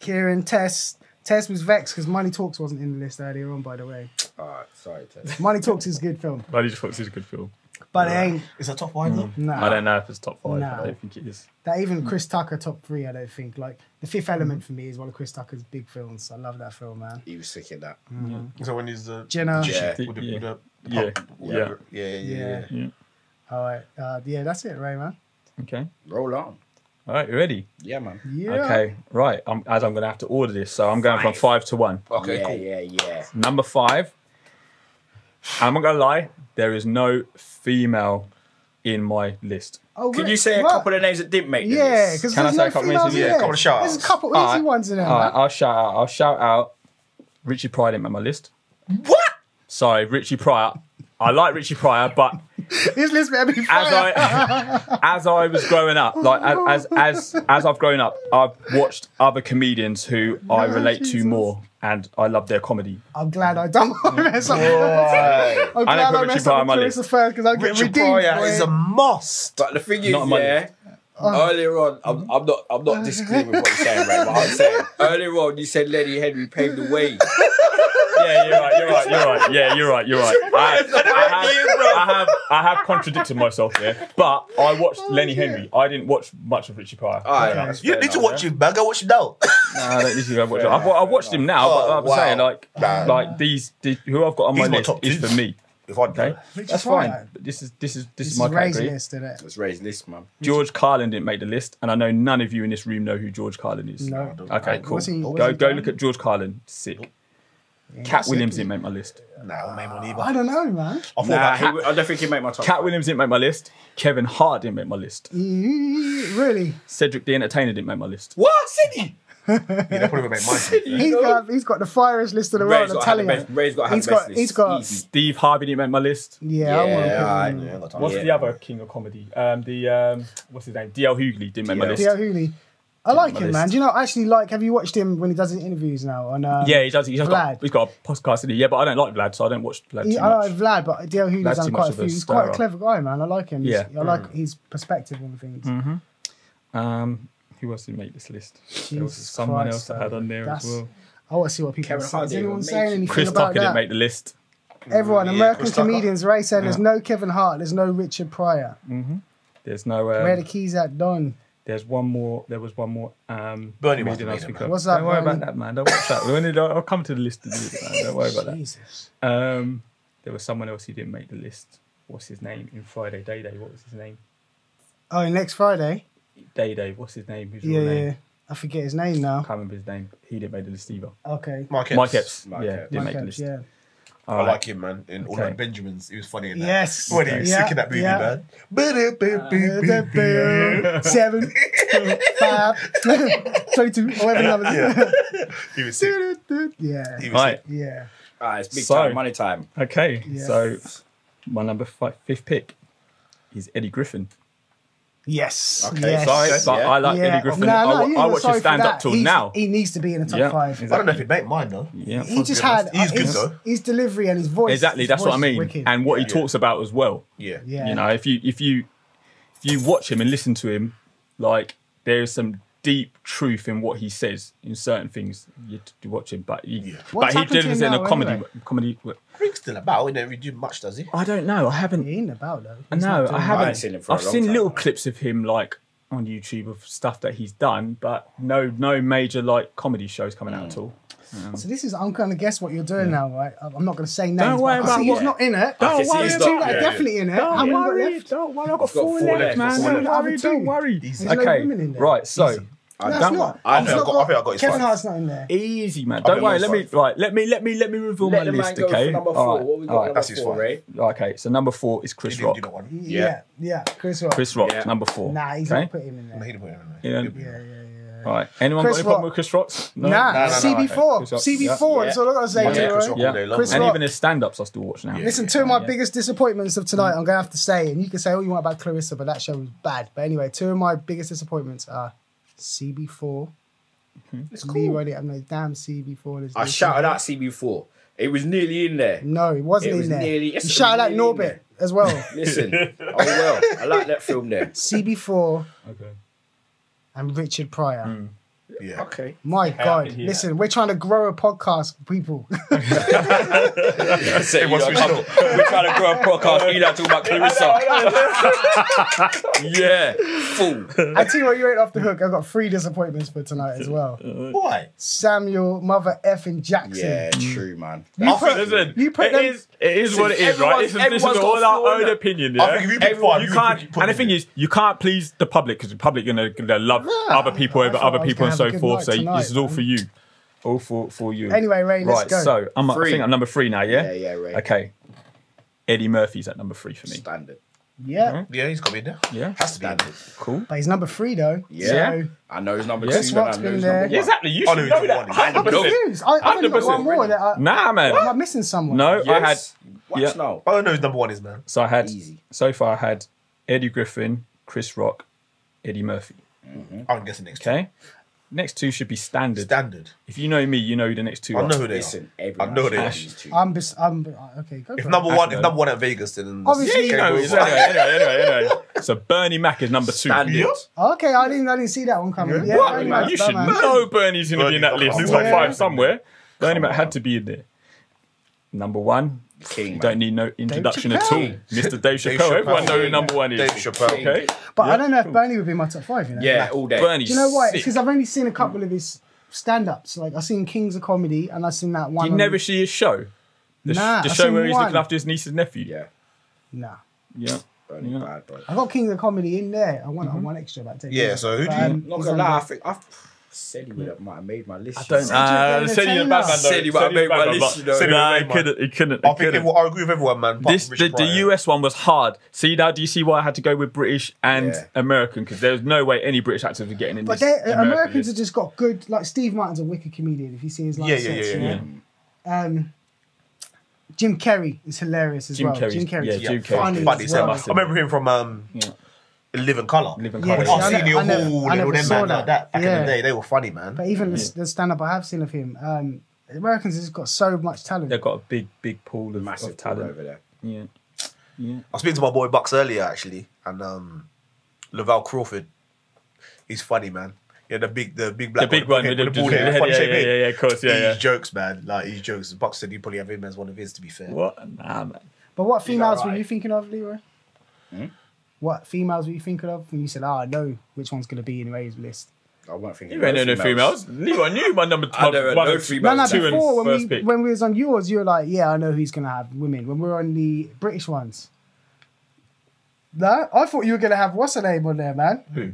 [SPEAKER 1] Kieran Tess. Tess was vexed because Money Talks wasn't in the list earlier on, by the way.
[SPEAKER 4] Alright, sorry, Ted.
[SPEAKER 1] Money Talks is a good film,
[SPEAKER 5] Bloody just thought this is a good film.
[SPEAKER 1] but it ain't.
[SPEAKER 3] Is that top five though?
[SPEAKER 1] Nah,
[SPEAKER 5] I don't know if it's top five.
[SPEAKER 1] Nah.
[SPEAKER 5] I don't think it is.
[SPEAKER 1] that even Chris Tucker top three. I don't think like The Fifth Element for me is one of Chris Tucker's big films. I love that film, man.
[SPEAKER 4] He was sick in that.
[SPEAKER 3] So when he's the
[SPEAKER 1] Jenna.
[SPEAKER 4] Yeah.
[SPEAKER 3] with the, with the,
[SPEAKER 5] Yeah. Yeah.
[SPEAKER 3] yeah, yeah, yeah,
[SPEAKER 1] Yeah.
[SPEAKER 3] yeah.
[SPEAKER 1] All right, uh, yeah, that's it, Ray, man.
[SPEAKER 5] Okay.
[SPEAKER 4] Roll on.
[SPEAKER 5] All right, you ready?
[SPEAKER 4] Yeah, man.
[SPEAKER 1] Yeah.
[SPEAKER 5] Okay. Right. I'm, as I'm going to have to order this, so I'm going from five to one.
[SPEAKER 3] Okay,
[SPEAKER 4] yeah,
[SPEAKER 3] cool.
[SPEAKER 4] yeah, yeah.
[SPEAKER 5] Number five. I'm not going to lie. There is no female in my list.
[SPEAKER 1] Oh,
[SPEAKER 4] Could
[SPEAKER 1] Ray-
[SPEAKER 4] you say a
[SPEAKER 1] what?
[SPEAKER 4] couple of names that didn't make the
[SPEAKER 1] Yeah,
[SPEAKER 4] list?
[SPEAKER 1] because
[SPEAKER 5] Can I
[SPEAKER 1] there's
[SPEAKER 5] say
[SPEAKER 1] no
[SPEAKER 5] a couple
[SPEAKER 1] females
[SPEAKER 5] easy-
[SPEAKER 1] in
[SPEAKER 3] yeah,
[SPEAKER 1] there.
[SPEAKER 3] couple of shout-outs.
[SPEAKER 1] There's a couple easy
[SPEAKER 5] Alright.
[SPEAKER 1] ones in there.
[SPEAKER 5] All
[SPEAKER 1] man.
[SPEAKER 5] right, I'll shout out. I'll shout out. Richie Pryor didn't make my list.
[SPEAKER 4] What?
[SPEAKER 5] Sorry, Richie Pryor. I like Richie Pryor, but
[SPEAKER 1] This list better be
[SPEAKER 5] as
[SPEAKER 1] fire.
[SPEAKER 5] I as I was growing up, like as as as I've grown up, I've watched other comedians who I relate
[SPEAKER 1] Oh, Jesus.
[SPEAKER 5] to more, and I love their comedy.
[SPEAKER 1] I'm glad I done my
[SPEAKER 5] Mm.
[SPEAKER 1] mess up. I'm
[SPEAKER 5] I
[SPEAKER 1] glad
[SPEAKER 5] don't
[SPEAKER 1] I
[SPEAKER 5] put Richard
[SPEAKER 1] messed
[SPEAKER 5] Pryor
[SPEAKER 1] up
[SPEAKER 5] on my
[SPEAKER 1] with
[SPEAKER 5] list.
[SPEAKER 1] Clarissa first because I'll get
[SPEAKER 3] Richard
[SPEAKER 1] redeemed.
[SPEAKER 3] Pryor
[SPEAKER 1] boy.
[SPEAKER 3] is a must.
[SPEAKER 4] But the thing is,
[SPEAKER 5] Not on my
[SPEAKER 4] yeah. Earlier on, I'm, I'm not. I'm not disagreeing with what you're saying, right? But I'm saying earlier on, you said Lenny Henry paved the way.
[SPEAKER 5] yeah, you're right, you're right, you're right. Yeah, you're right, you're right. I, I have, I have, I have contradicted myself there, but I
[SPEAKER 1] Oh,
[SPEAKER 5] watched Lenny Henry. I didn't watch much of Richie Pryor.
[SPEAKER 3] Ah.
[SPEAKER 4] All right.
[SPEAKER 5] Okay.
[SPEAKER 3] You need to watch him, man. Go watch him now.
[SPEAKER 5] No, I don't need to go watch it. I've, I've watched him now,
[SPEAKER 3] Oh,
[SPEAKER 5] but I'm
[SPEAKER 3] wow.
[SPEAKER 5] saying like,
[SPEAKER 3] Nah.
[SPEAKER 5] like these, the- who I've got on my
[SPEAKER 3] He's my
[SPEAKER 5] list
[SPEAKER 3] top
[SPEAKER 5] is
[SPEAKER 3] two.
[SPEAKER 5] for me.
[SPEAKER 3] if I
[SPEAKER 5] Okay,
[SPEAKER 3] okay.
[SPEAKER 5] that's
[SPEAKER 1] Pryor.
[SPEAKER 5] fine. But this is this is
[SPEAKER 1] This
[SPEAKER 5] this, is my
[SPEAKER 1] is raising
[SPEAKER 5] category.
[SPEAKER 1] this today.
[SPEAKER 4] Let's raise this, man.
[SPEAKER 5] George Carlin didn't make the list, and I know none of you in this room know who George Carlin is.
[SPEAKER 1] No.
[SPEAKER 5] Okay, cool.
[SPEAKER 1] Was he- was
[SPEAKER 5] go
[SPEAKER 1] he
[SPEAKER 5] go
[SPEAKER 1] done?
[SPEAKER 5] look at George Carlin. Sick. Cat Williams didn't make my list.
[SPEAKER 3] Nah, man, one either.
[SPEAKER 1] I
[SPEAKER 3] I
[SPEAKER 1] don't know, man.
[SPEAKER 3] thought
[SPEAKER 4] Nah,
[SPEAKER 3] about
[SPEAKER 4] he,
[SPEAKER 3] Cat.
[SPEAKER 4] I don't think he made my top.
[SPEAKER 5] Cat
[SPEAKER 4] five.
[SPEAKER 5] Williams didn't make my list. Kevin Hart didn't make my list.
[SPEAKER 1] Mm, Really?
[SPEAKER 5] Cedric the Entertainer didn't make my list.
[SPEAKER 4] What city?
[SPEAKER 3] Yeah, they probably made mine.
[SPEAKER 1] He's got, he's got the firest list in the world,
[SPEAKER 4] Ray's
[SPEAKER 1] I'm
[SPEAKER 4] got, had the
[SPEAKER 1] telling
[SPEAKER 4] best,
[SPEAKER 1] you.
[SPEAKER 4] Ray's got had
[SPEAKER 1] He's
[SPEAKER 4] the best
[SPEAKER 1] got-
[SPEAKER 4] list.
[SPEAKER 1] he's got-
[SPEAKER 4] Easy.
[SPEAKER 5] Steve Harvey didn't make my list.
[SPEAKER 1] Yeah, I want to
[SPEAKER 4] Yeah,
[SPEAKER 1] put
[SPEAKER 4] I
[SPEAKER 1] him
[SPEAKER 4] yeah, I got time.
[SPEAKER 5] What's
[SPEAKER 4] Yeah.
[SPEAKER 5] the other king of comedy? Um, the um, what's his name? DL Hughley didn't make my
[SPEAKER 4] DL.
[SPEAKER 5] list.
[SPEAKER 1] Theo Hooley. I like
[SPEAKER 5] my
[SPEAKER 1] him,
[SPEAKER 5] list.
[SPEAKER 1] man. Do you know, I actually like, have you watched him when he does his interviews now? On, um,
[SPEAKER 5] Yeah, he does. He's, just got,
[SPEAKER 1] Vlad.
[SPEAKER 5] he's got a podcast in it. Yeah, but I don't like Vlad, so I don't watch Vlad
[SPEAKER 1] He,
[SPEAKER 5] too
[SPEAKER 1] I
[SPEAKER 5] much.
[SPEAKER 1] like Vlad, but Dale Hooley's
[SPEAKER 5] Vlad's
[SPEAKER 1] done
[SPEAKER 5] too
[SPEAKER 1] quite a
[SPEAKER 5] much of
[SPEAKER 1] few.
[SPEAKER 5] a
[SPEAKER 1] He's quite a
[SPEAKER 5] stirrer.
[SPEAKER 1] clever guy, man. I like him. He's-
[SPEAKER 5] Yeah.
[SPEAKER 1] I like his perspective on things.
[SPEAKER 5] Um, who else did make this list? there was
[SPEAKER 1] Jesus
[SPEAKER 5] someone
[SPEAKER 1] Christ,
[SPEAKER 5] else that had on there as
[SPEAKER 1] that's-
[SPEAKER 5] well.
[SPEAKER 1] I want to see what people
[SPEAKER 4] Kevin
[SPEAKER 1] say.
[SPEAKER 4] Hart
[SPEAKER 1] Is
[SPEAKER 4] didn't
[SPEAKER 1] anyone
[SPEAKER 4] even
[SPEAKER 1] saying
[SPEAKER 4] make it.
[SPEAKER 1] anything
[SPEAKER 5] Chris
[SPEAKER 1] about
[SPEAKER 5] Tucker
[SPEAKER 1] that?
[SPEAKER 5] didn't make the list.
[SPEAKER 1] Everyone,
[SPEAKER 3] Yeah,
[SPEAKER 1] American
[SPEAKER 3] Chris Tucker.
[SPEAKER 1] comedians, Ray saying there's no Kevin Hart, there's no Richard Pryor.
[SPEAKER 5] There's no.
[SPEAKER 1] Where
[SPEAKER 5] Um,
[SPEAKER 1] the keys at, Don?
[SPEAKER 5] there's one more. There was one more. Um,
[SPEAKER 3] Bernie
[SPEAKER 5] comedian
[SPEAKER 3] must have
[SPEAKER 5] I
[SPEAKER 3] made it,
[SPEAKER 5] speak
[SPEAKER 3] man.
[SPEAKER 5] of.
[SPEAKER 1] What's that,
[SPEAKER 5] Don't worry
[SPEAKER 1] Bernie?
[SPEAKER 5] about that, man. Don't watch that. When it- I'll come to the list. in a minute, man. Don't worry about that.
[SPEAKER 1] Jesus.
[SPEAKER 5] Um, there was someone else who didn't make the list. What's his name in Friday Day Day? What was his name?
[SPEAKER 1] Oh, next Friday?
[SPEAKER 5] Day Day. What's his name? Who's
[SPEAKER 1] Yeah,
[SPEAKER 5] real
[SPEAKER 1] yeah.
[SPEAKER 5] name?
[SPEAKER 1] yeah. I forget his name now.
[SPEAKER 5] Can't remember his name. He didn't make the list either.
[SPEAKER 1] Okay.
[SPEAKER 3] Mike Epps.
[SPEAKER 5] Mike Epps.
[SPEAKER 4] Mike
[SPEAKER 5] yeah,
[SPEAKER 4] Epps.
[SPEAKER 5] didn't
[SPEAKER 1] Mike
[SPEAKER 5] make the
[SPEAKER 1] Epps,
[SPEAKER 5] list.
[SPEAKER 1] yeah.
[SPEAKER 3] I like him, man. In all
[SPEAKER 5] Okay.
[SPEAKER 3] that Benjamins, he was funny in that.
[SPEAKER 1] Yes.
[SPEAKER 3] When he was
[SPEAKER 1] Yeah,
[SPEAKER 3] sick in that movie,
[SPEAKER 1] yeah.
[SPEAKER 3] man.
[SPEAKER 5] Uh,
[SPEAKER 3] Ba-da-ba-ba-ba.
[SPEAKER 1] Seven, two, five, 22, whatever numbers.
[SPEAKER 3] Yeah. He was sick.
[SPEAKER 1] Yeah.
[SPEAKER 3] He was
[SPEAKER 5] Right.
[SPEAKER 3] sick.
[SPEAKER 1] Yeah.
[SPEAKER 4] Ah, it's big
[SPEAKER 5] So-
[SPEAKER 4] time, money time.
[SPEAKER 5] Okay.
[SPEAKER 1] Yeah.
[SPEAKER 5] So my number five, fifth pick is Eddie Griffin.
[SPEAKER 1] Yes.
[SPEAKER 4] Okay,
[SPEAKER 1] yes.
[SPEAKER 4] sorry,
[SPEAKER 5] But
[SPEAKER 4] Yeah.
[SPEAKER 5] I like
[SPEAKER 1] Yeah.
[SPEAKER 5] Eddie Griffin.
[SPEAKER 1] No, no,
[SPEAKER 5] I,
[SPEAKER 1] you
[SPEAKER 5] wa- I
[SPEAKER 1] were
[SPEAKER 5] watch
[SPEAKER 1] sorry
[SPEAKER 5] him
[SPEAKER 1] for
[SPEAKER 5] stand
[SPEAKER 1] that.
[SPEAKER 5] up till
[SPEAKER 1] He's-
[SPEAKER 5] now.
[SPEAKER 1] He needs to be in the top
[SPEAKER 5] Yeah,
[SPEAKER 1] five.
[SPEAKER 3] I don't know if it made mine, though.
[SPEAKER 5] Yeah.
[SPEAKER 1] He just had uh,
[SPEAKER 3] He's good,
[SPEAKER 1] his,
[SPEAKER 3] though.
[SPEAKER 1] his delivery and his voice.
[SPEAKER 5] exactly.
[SPEAKER 1] his
[SPEAKER 5] That's what
[SPEAKER 1] voice
[SPEAKER 5] I
[SPEAKER 1] is
[SPEAKER 5] mean,
[SPEAKER 1] wicked.
[SPEAKER 5] and what he
[SPEAKER 3] Yeah.
[SPEAKER 5] talks about as well.
[SPEAKER 3] Yeah.
[SPEAKER 1] yeah.
[SPEAKER 5] You know, if you if you if you watch him and listen to him, like there is some deep truth in what he says in certain things. You t- you watch him, but he, but
[SPEAKER 1] What's
[SPEAKER 5] he
[SPEAKER 1] happened to
[SPEAKER 5] delivers it
[SPEAKER 1] him
[SPEAKER 5] in a
[SPEAKER 1] now,
[SPEAKER 5] comedy
[SPEAKER 1] anyway?
[SPEAKER 5] comedy.
[SPEAKER 3] Rick's still about. He don't really do much, does he?
[SPEAKER 5] I don't know. I haven't
[SPEAKER 1] he ain't about though. He's
[SPEAKER 5] No,
[SPEAKER 1] not doing
[SPEAKER 5] I
[SPEAKER 4] I
[SPEAKER 5] haven't
[SPEAKER 4] ain't seen him for a
[SPEAKER 5] I've
[SPEAKER 4] long
[SPEAKER 5] seen
[SPEAKER 4] time.
[SPEAKER 5] little clips of him like on YouTube of stuff that he's done, but no, no major like comedy shows coming out at all.
[SPEAKER 1] it. So this is. I'm gonna guess what you're doing now, right? I- I'm not gonna say names. but
[SPEAKER 5] worry
[SPEAKER 1] I can
[SPEAKER 5] about
[SPEAKER 1] see he's
[SPEAKER 5] what-
[SPEAKER 1] not in it.
[SPEAKER 5] Don't
[SPEAKER 4] can see
[SPEAKER 5] worry
[SPEAKER 4] he's
[SPEAKER 1] There's
[SPEAKER 5] about
[SPEAKER 1] two
[SPEAKER 4] not-
[SPEAKER 1] that are
[SPEAKER 4] yeah,
[SPEAKER 1] definitely in it. How
[SPEAKER 5] Don't
[SPEAKER 1] many we got
[SPEAKER 5] worry,
[SPEAKER 1] left?
[SPEAKER 5] don't worry. I've got,
[SPEAKER 4] got
[SPEAKER 5] four,
[SPEAKER 4] four
[SPEAKER 5] left,
[SPEAKER 4] left, four
[SPEAKER 5] man. Don't
[SPEAKER 1] left.
[SPEAKER 5] worry,
[SPEAKER 1] Other
[SPEAKER 5] don't
[SPEAKER 1] two.
[SPEAKER 5] worry.
[SPEAKER 3] Easy.
[SPEAKER 1] There's no
[SPEAKER 5] Okay,
[SPEAKER 1] women in there.
[SPEAKER 5] right. So
[SPEAKER 1] That's not.
[SPEAKER 5] don't-
[SPEAKER 4] I
[SPEAKER 1] that's not
[SPEAKER 4] think
[SPEAKER 3] I got- I think I got his
[SPEAKER 1] Kevin
[SPEAKER 3] five.
[SPEAKER 1] Hart's not in there.
[SPEAKER 5] easy, man.
[SPEAKER 3] I'll
[SPEAKER 5] Don't
[SPEAKER 3] be
[SPEAKER 5] worry.
[SPEAKER 3] honest,
[SPEAKER 5] Let me
[SPEAKER 3] right.
[SPEAKER 5] right. Let me let me let me reveal my list. okay.
[SPEAKER 4] number
[SPEAKER 5] All
[SPEAKER 4] four.
[SPEAKER 5] right,
[SPEAKER 4] What we got
[SPEAKER 5] all right.
[SPEAKER 4] number
[SPEAKER 3] That's his
[SPEAKER 4] four,
[SPEAKER 3] fine.
[SPEAKER 4] right?
[SPEAKER 5] Okay. So number four is
[SPEAKER 3] He
[SPEAKER 5] Chris
[SPEAKER 3] didn't
[SPEAKER 5] Rock.
[SPEAKER 3] do that one.
[SPEAKER 1] Yeah. Yeah. Chris Rock.
[SPEAKER 5] Chris Rock.
[SPEAKER 4] Yeah.
[SPEAKER 5] Number four.
[SPEAKER 1] Nah, he's
[SPEAKER 5] okay?
[SPEAKER 1] not putting him in there.
[SPEAKER 3] He didn't put him in
[SPEAKER 5] Yeah.
[SPEAKER 3] there.
[SPEAKER 1] Yeah, yeah, yeah.
[SPEAKER 5] All right. Anyone
[SPEAKER 1] Chris
[SPEAKER 5] got a problem
[SPEAKER 1] Rock.
[SPEAKER 5] with Chris Rock? No?
[SPEAKER 1] Nah,
[SPEAKER 5] No, no, no, okay.
[SPEAKER 1] CB4.
[SPEAKER 5] Chris Rock. Yeah.
[SPEAKER 1] CB4. That's all I gotta say
[SPEAKER 5] Yeah.
[SPEAKER 1] to you.
[SPEAKER 3] Chris
[SPEAKER 1] right?
[SPEAKER 3] Rock
[SPEAKER 5] Yeah.
[SPEAKER 3] all day long.
[SPEAKER 1] Chris
[SPEAKER 3] man.
[SPEAKER 5] and
[SPEAKER 1] Rock.
[SPEAKER 5] even his stand-ups, I still watch now.
[SPEAKER 1] Listen, two of my
[SPEAKER 5] Yeah.
[SPEAKER 1] biggest disappointments of tonight, I'm going to have to say, and you can say all you want about Clarissa, but that show was bad. But anyway, two of my biggest disappointments are CB4.
[SPEAKER 5] Mm-hmm.
[SPEAKER 1] It's cool. Leroy, I'm like, damn CB4. Is
[SPEAKER 4] I shouted out CB4. It was nearly in there.
[SPEAKER 1] No, it wasn't
[SPEAKER 4] It was
[SPEAKER 1] in there.
[SPEAKER 4] nearly-
[SPEAKER 1] you
[SPEAKER 4] yes, it was
[SPEAKER 1] shout out
[SPEAKER 4] nearly in
[SPEAKER 1] Norbit
[SPEAKER 4] there.
[SPEAKER 1] as well.
[SPEAKER 4] Listen, oh well, I like that film there.
[SPEAKER 1] CB4
[SPEAKER 5] Okay.
[SPEAKER 1] and Richard Pryor.
[SPEAKER 5] Hmm.
[SPEAKER 3] Yeah.
[SPEAKER 4] Okay.
[SPEAKER 1] My God.
[SPEAKER 5] can hear
[SPEAKER 1] Listen, we're trying to grow a podcast, people.
[SPEAKER 4] It was
[SPEAKER 3] original.
[SPEAKER 4] We're trying to grow a podcast. You know, talking about Clarissa. yeah, fool.
[SPEAKER 1] I tell you what, you ain't off the hook. I've got three disappointments for tonight as well.
[SPEAKER 3] Why?
[SPEAKER 1] Samuel, Mother effing Jackson.
[SPEAKER 4] Yeah, true, man.
[SPEAKER 3] I think-
[SPEAKER 5] Listen,
[SPEAKER 1] You put
[SPEAKER 5] it
[SPEAKER 1] them-
[SPEAKER 5] is- it is what it is, right? This is, this is
[SPEAKER 4] everyone's got
[SPEAKER 5] all
[SPEAKER 4] four
[SPEAKER 5] our
[SPEAKER 4] in
[SPEAKER 5] own
[SPEAKER 4] it.
[SPEAKER 5] opinion. Yeah?
[SPEAKER 3] I think if you pick
[SPEAKER 4] Everyone-
[SPEAKER 3] five,
[SPEAKER 5] you
[SPEAKER 3] you
[SPEAKER 5] can't,
[SPEAKER 3] could put
[SPEAKER 5] and the
[SPEAKER 3] him
[SPEAKER 5] thing
[SPEAKER 3] in.
[SPEAKER 5] is, you can't please the public because the public are going to love other people
[SPEAKER 1] I
[SPEAKER 5] over
[SPEAKER 1] thought I
[SPEAKER 5] other
[SPEAKER 1] was
[SPEAKER 5] people
[SPEAKER 1] gonna
[SPEAKER 5] and
[SPEAKER 1] have a
[SPEAKER 5] so
[SPEAKER 1] good
[SPEAKER 5] forth.
[SPEAKER 1] night
[SPEAKER 5] So
[SPEAKER 1] tonight,
[SPEAKER 5] this is all
[SPEAKER 1] man.
[SPEAKER 5] for you, all for for you.
[SPEAKER 1] Anyway, Ray, let's
[SPEAKER 5] right?
[SPEAKER 1] go.
[SPEAKER 5] So I'm, I
[SPEAKER 4] Three.
[SPEAKER 5] think I'm number three now.
[SPEAKER 4] Yeah,
[SPEAKER 5] Yeah.
[SPEAKER 4] yeah, Ray.
[SPEAKER 5] Okay. Eddie Murphy's at number three for me.
[SPEAKER 4] Standard.
[SPEAKER 1] Yeah.
[SPEAKER 5] Mm-hmm.
[SPEAKER 3] Yeah, he's got to be in there.
[SPEAKER 5] Yeah.
[SPEAKER 3] Has to be in there.
[SPEAKER 5] Cool.
[SPEAKER 1] But he's number three though.
[SPEAKER 4] Yeah.
[SPEAKER 1] So
[SPEAKER 4] I know he's number
[SPEAKER 5] Yeah.
[SPEAKER 4] two.
[SPEAKER 5] Chris
[SPEAKER 4] and I
[SPEAKER 1] Rock's
[SPEAKER 4] know
[SPEAKER 1] been
[SPEAKER 4] he's
[SPEAKER 1] there.
[SPEAKER 4] number one.
[SPEAKER 3] Yes,
[SPEAKER 5] Exactly.
[SPEAKER 3] I
[SPEAKER 5] You should
[SPEAKER 3] know
[SPEAKER 5] know,
[SPEAKER 3] he's number
[SPEAKER 5] that.
[SPEAKER 3] one.
[SPEAKER 1] I'm confused. I, I've only got
[SPEAKER 5] 100%.
[SPEAKER 1] one more. That I,
[SPEAKER 5] Nah, man.
[SPEAKER 1] am I missing someone?
[SPEAKER 5] No, I had.
[SPEAKER 4] Yes. Watch
[SPEAKER 5] yeah.
[SPEAKER 4] now.
[SPEAKER 3] I don't know who's number one is, man.
[SPEAKER 5] So I had.
[SPEAKER 4] Easy.
[SPEAKER 5] So far, I had Eddie Griffin, Chris Rock, Eddie Murphy.
[SPEAKER 3] I'm guessing next.
[SPEAKER 5] Okay. Next two should be standard.
[SPEAKER 3] Standard.
[SPEAKER 5] If you know me, you know who the next two
[SPEAKER 3] I
[SPEAKER 5] are.
[SPEAKER 3] know who they
[SPEAKER 4] Listen,
[SPEAKER 3] are. I
[SPEAKER 4] everyone.
[SPEAKER 3] know they are.
[SPEAKER 4] should have these two.
[SPEAKER 1] I'm. Bes- I'm. uh, Okay. Go
[SPEAKER 3] If
[SPEAKER 1] for
[SPEAKER 3] number
[SPEAKER 1] it.
[SPEAKER 3] one,
[SPEAKER 5] know.
[SPEAKER 3] if number one at Vegas, then
[SPEAKER 1] Obviously, you know
[SPEAKER 3] Game
[SPEAKER 1] he's
[SPEAKER 5] So
[SPEAKER 3] over.
[SPEAKER 5] anyway, anyway, anyway, anyway. So Bernie Mac is number two.
[SPEAKER 4] Standard.
[SPEAKER 5] Yeah.
[SPEAKER 1] Oh, Okay. I didn't. I didn't see that one coming. Yeah,
[SPEAKER 5] What?
[SPEAKER 1] very much
[SPEAKER 5] you
[SPEAKER 1] done,
[SPEAKER 5] should
[SPEAKER 1] man.
[SPEAKER 5] know Bernie's going to be in that
[SPEAKER 3] Bernie's
[SPEAKER 5] list.
[SPEAKER 3] up
[SPEAKER 5] It's
[SPEAKER 3] there.
[SPEAKER 5] like
[SPEAKER 1] Yeah.
[SPEAKER 5] five somewhere. Bernie Mac had to be in there. Number one,
[SPEAKER 4] King,
[SPEAKER 5] you
[SPEAKER 4] man.
[SPEAKER 5] don't need no introduction at all.
[SPEAKER 1] Chappelle.
[SPEAKER 5] Mr. Dave Chappelle. Everyone knows who number one is.
[SPEAKER 3] Dave Chappelle.
[SPEAKER 5] Okay.
[SPEAKER 1] But I don't know if Bernie would be my top five. You know?
[SPEAKER 4] Yeah, all day.
[SPEAKER 5] Bernie.
[SPEAKER 1] Do you know why? It's
[SPEAKER 5] sick.
[SPEAKER 1] because I've only seen a couple of his stand-ups. Like I've seen Kings of Comedy, and I've seen that one.
[SPEAKER 5] You
[SPEAKER 1] on-
[SPEAKER 5] never see his show. The, sh-
[SPEAKER 1] Nah,
[SPEAKER 5] the
[SPEAKER 1] I've
[SPEAKER 5] show
[SPEAKER 1] seen
[SPEAKER 5] where he's
[SPEAKER 1] one.
[SPEAKER 5] looking after his niece and nephew.
[SPEAKER 4] Yeah,
[SPEAKER 1] Nah,
[SPEAKER 5] Yeah.
[SPEAKER 4] Bernie,
[SPEAKER 5] Yeah.
[SPEAKER 4] bad bro.
[SPEAKER 1] I got Kings of Comedy in there. I want I want extra Um, about taking.
[SPEAKER 3] Yeah, so who do you-
[SPEAKER 4] Not gonna lie, I think I've said he would have might have made my list. I
[SPEAKER 5] Don't uh,
[SPEAKER 1] Entertainer.
[SPEAKER 5] said you the bad man. though.
[SPEAKER 4] Said he might have made my list. You know.
[SPEAKER 3] Said he
[SPEAKER 5] Nah,
[SPEAKER 3] made
[SPEAKER 5] he
[SPEAKER 3] mine.
[SPEAKER 5] couldn't. He couldn't.
[SPEAKER 3] I
[SPEAKER 5] He
[SPEAKER 3] think it
[SPEAKER 5] couldn't.
[SPEAKER 3] will argue with everyone, man. apart
[SPEAKER 5] This
[SPEAKER 3] from
[SPEAKER 5] the,
[SPEAKER 3] Richard
[SPEAKER 5] the
[SPEAKER 3] Pryor.
[SPEAKER 5] US one was hard. See now, do you see why I had to go with British and
[SPEAKER 4] Yeah.
[SPEAKER 5] American? Because there's no way any British actors were getting in.
[SPEAKER 1] But
[SPEAKER 5] this
[SPEAKER 1] they- uh, Americans
[SPEAKER 5] list.
[SPEAKER 1] have just got good. Like Steve Martin's a wicked comedian. If you see his like
[SPEAKER 3] Yeah, yeah, yeah, yeah,
[SPEAKER 1] Um, Jim Carrey is hilarious as
[SPEAKER 5] Jim
[SPEAKER 1] well.
[SPEAKER 5] Carrey's-
[SPEAKER 1] Jim Carrey's
[SPEAKER 5] yeah, Jim Carrey's
[SPEAKER 1] funny.
[SPEAKER 3] Funny,
[SPEAKER 1] as
[SPEAKER 3] so
[SPEAKER 1] well.
[SPEAKER 3] I remember him from um, Live in Colour.
[SPEAKER 5] Live and
[SPEAKER 1] Yeah,
[SPEAKER 5] colour.
[SPEAKER 1] see, I
[SPEAKER 3] I've seen
[SPEAKER 1] never-
[SPEAKER 3] your
[SPEAKER 1] I never-
[SPEAKER 3] whole
[SPEAKER 1] I
[SPEAKER 3] and all
[SPEAKER 1] never
[SPEAKER 3] them
[SPEAKER 1] saw
[SPEAKER 3] man like
[SPEAKER 1] that.
[SPEAKER 3] that back in
[SPEAKER 1] Yeah.
[SPEAKER 3] the day. They were funny, man.
[SPEAKER 1] But even the, the stand up I have seen of him, um, the Americans has got so much talent.
[SPEAKER 5] They've got a big, big pool of,
[SPEAKER 4] Massive
[SPEAKER 5] of
[SPEAKER 4] talent
[SPEAKER 5] talent.
[SPEAKER 4] over there.
[SPEAKER 5] Yeah.
[SPEAKER 3] I was speaking to my boy Bucks earlier actually, and um, Laval Crawford. He's funny, man. Yeah, the big, the big black,
[SPEAKER 5] The big one with the,
[SPEAKER 3] the,
[SPEAKER 5] the,
[SPEAKER 3] bald head,
[SPEAKER 5] head,
[SPEAKER 3] funny
[SPEAKER 5] yeah,
[SPEAKER 3] shaped
[SPEAKER 5] yeah,
[SPEAKER 3] head.
[SPEAKER 5] yeah, yeah, of course, yeah,
[SPEAKER 3] He
[SPEAKER 5] yeah.
[SPEAKER 3] jokes, man. Like he jokes. Bucks said you probably have him as one of his. To be fair,
[SPEAKER 5] What? Nah, man.
[SPEAKER 1] but what females were
[SPEAKER 5] right.
[SPEAKER 1] you thinking of, Leroy?
[SPEAKER 5] Hmm?
[SPEAKER 1] What females were you thinking of when you said, "Ah, I know which one's going to be in Ray's list"?
[SPEAKER 4] I won't think.
[SPEAKER 5] You ain't know no females. Leroy knew my number
[SPEAKER 4] I
[SPEAKER 5] twelve.
[SPEAKER 4] don't
[SPEAKER 5] one
[SPEAKER 4] know no
[SPEAKER 5] of-
[SPEAKER 4] females.
[SPEAKER 1] No, no.
[SPEAKER 5] two and
[SPEAKER 1] Before when
[SPEAKER 5] first
[SPEAKER 1] we
[SPEAKER 5] pick.
[SPEAKER 1] when we was on yours, you were like, "Yeah, I know who's going to have women." When we were on the British ones, no, I thought you were going to have what's her name on there, man.
[SPEAKER 5] Who?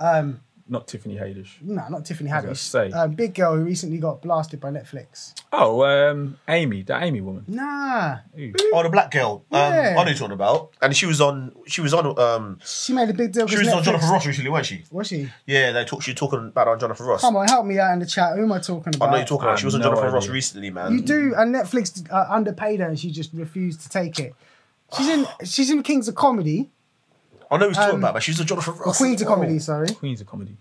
[SPEAKER 1] Um,
[SPEAKER 5] Not Tiffany Haddish.
[SPEAKER 1] no, not Tiffany
[SPEAKER 5] was gonna
[SPEAKER 1] Haddish.
[SPEAKER 5] say.
[SPEAKER 1] Um, big girl who recently got blasted by Netflix.
[SPEAKER 5] Oh, um, Amy, that Amy woman.
[SPEAKER 1] Nah,
[SPEAKER 3] oh, the black girl. Um,
[SPEAKER 1] Yeah.
[SPEAKER 3] I know you're on about, and she was on. She was on. Um,
[SPEAKER 1] she made a big deal.
[SPEAKER 3] she
[SPEAKER 1] 'cause
[SPEAKER 3] was on
[SPEAKER 1] Netflix-
[SPEAKER 3] Jonathan Ross recently, wasn't she?
[SPEAKER 1] Was she?
[SPEAKER 3] Yeah, they talk. She was talking about on Jonathan Ross.
[SPEAKER 1] Come on, help me out in the chat. Who am I talking
[SPEAKER 3] I
[SPEAKER 1] about?
[SPEAKER 3] know you're talking
[SPEAKER 5] I
[SPEAKER 3] about. She was on
[SPEAKER 5] have no
[SPEAKER 3] Jonathan Ross
[SPEAKER 5] idea.
[SPEAKER 3] recently,
[SPEAKER 1] You
[SPEAKER 3] man.
[SPEAKER 1] do, and Netflix uh, underpaid her, and she just refused to take it. She's in. She's in Kings of Comedy,
[SPEAKER 3] I know who's talking
[SPEAKER 1] Um,
[SPEAKER 3] about, but she was on Jonathan
[SPEAKER 1] or
[SPEAKER 3] Ross.
[SPEAKER 1] Queens of
[SPEAKER 3] as well.
[SPEAKER 1] Comedy. Sorry,
[SPEAKER 5] Queens of comedy.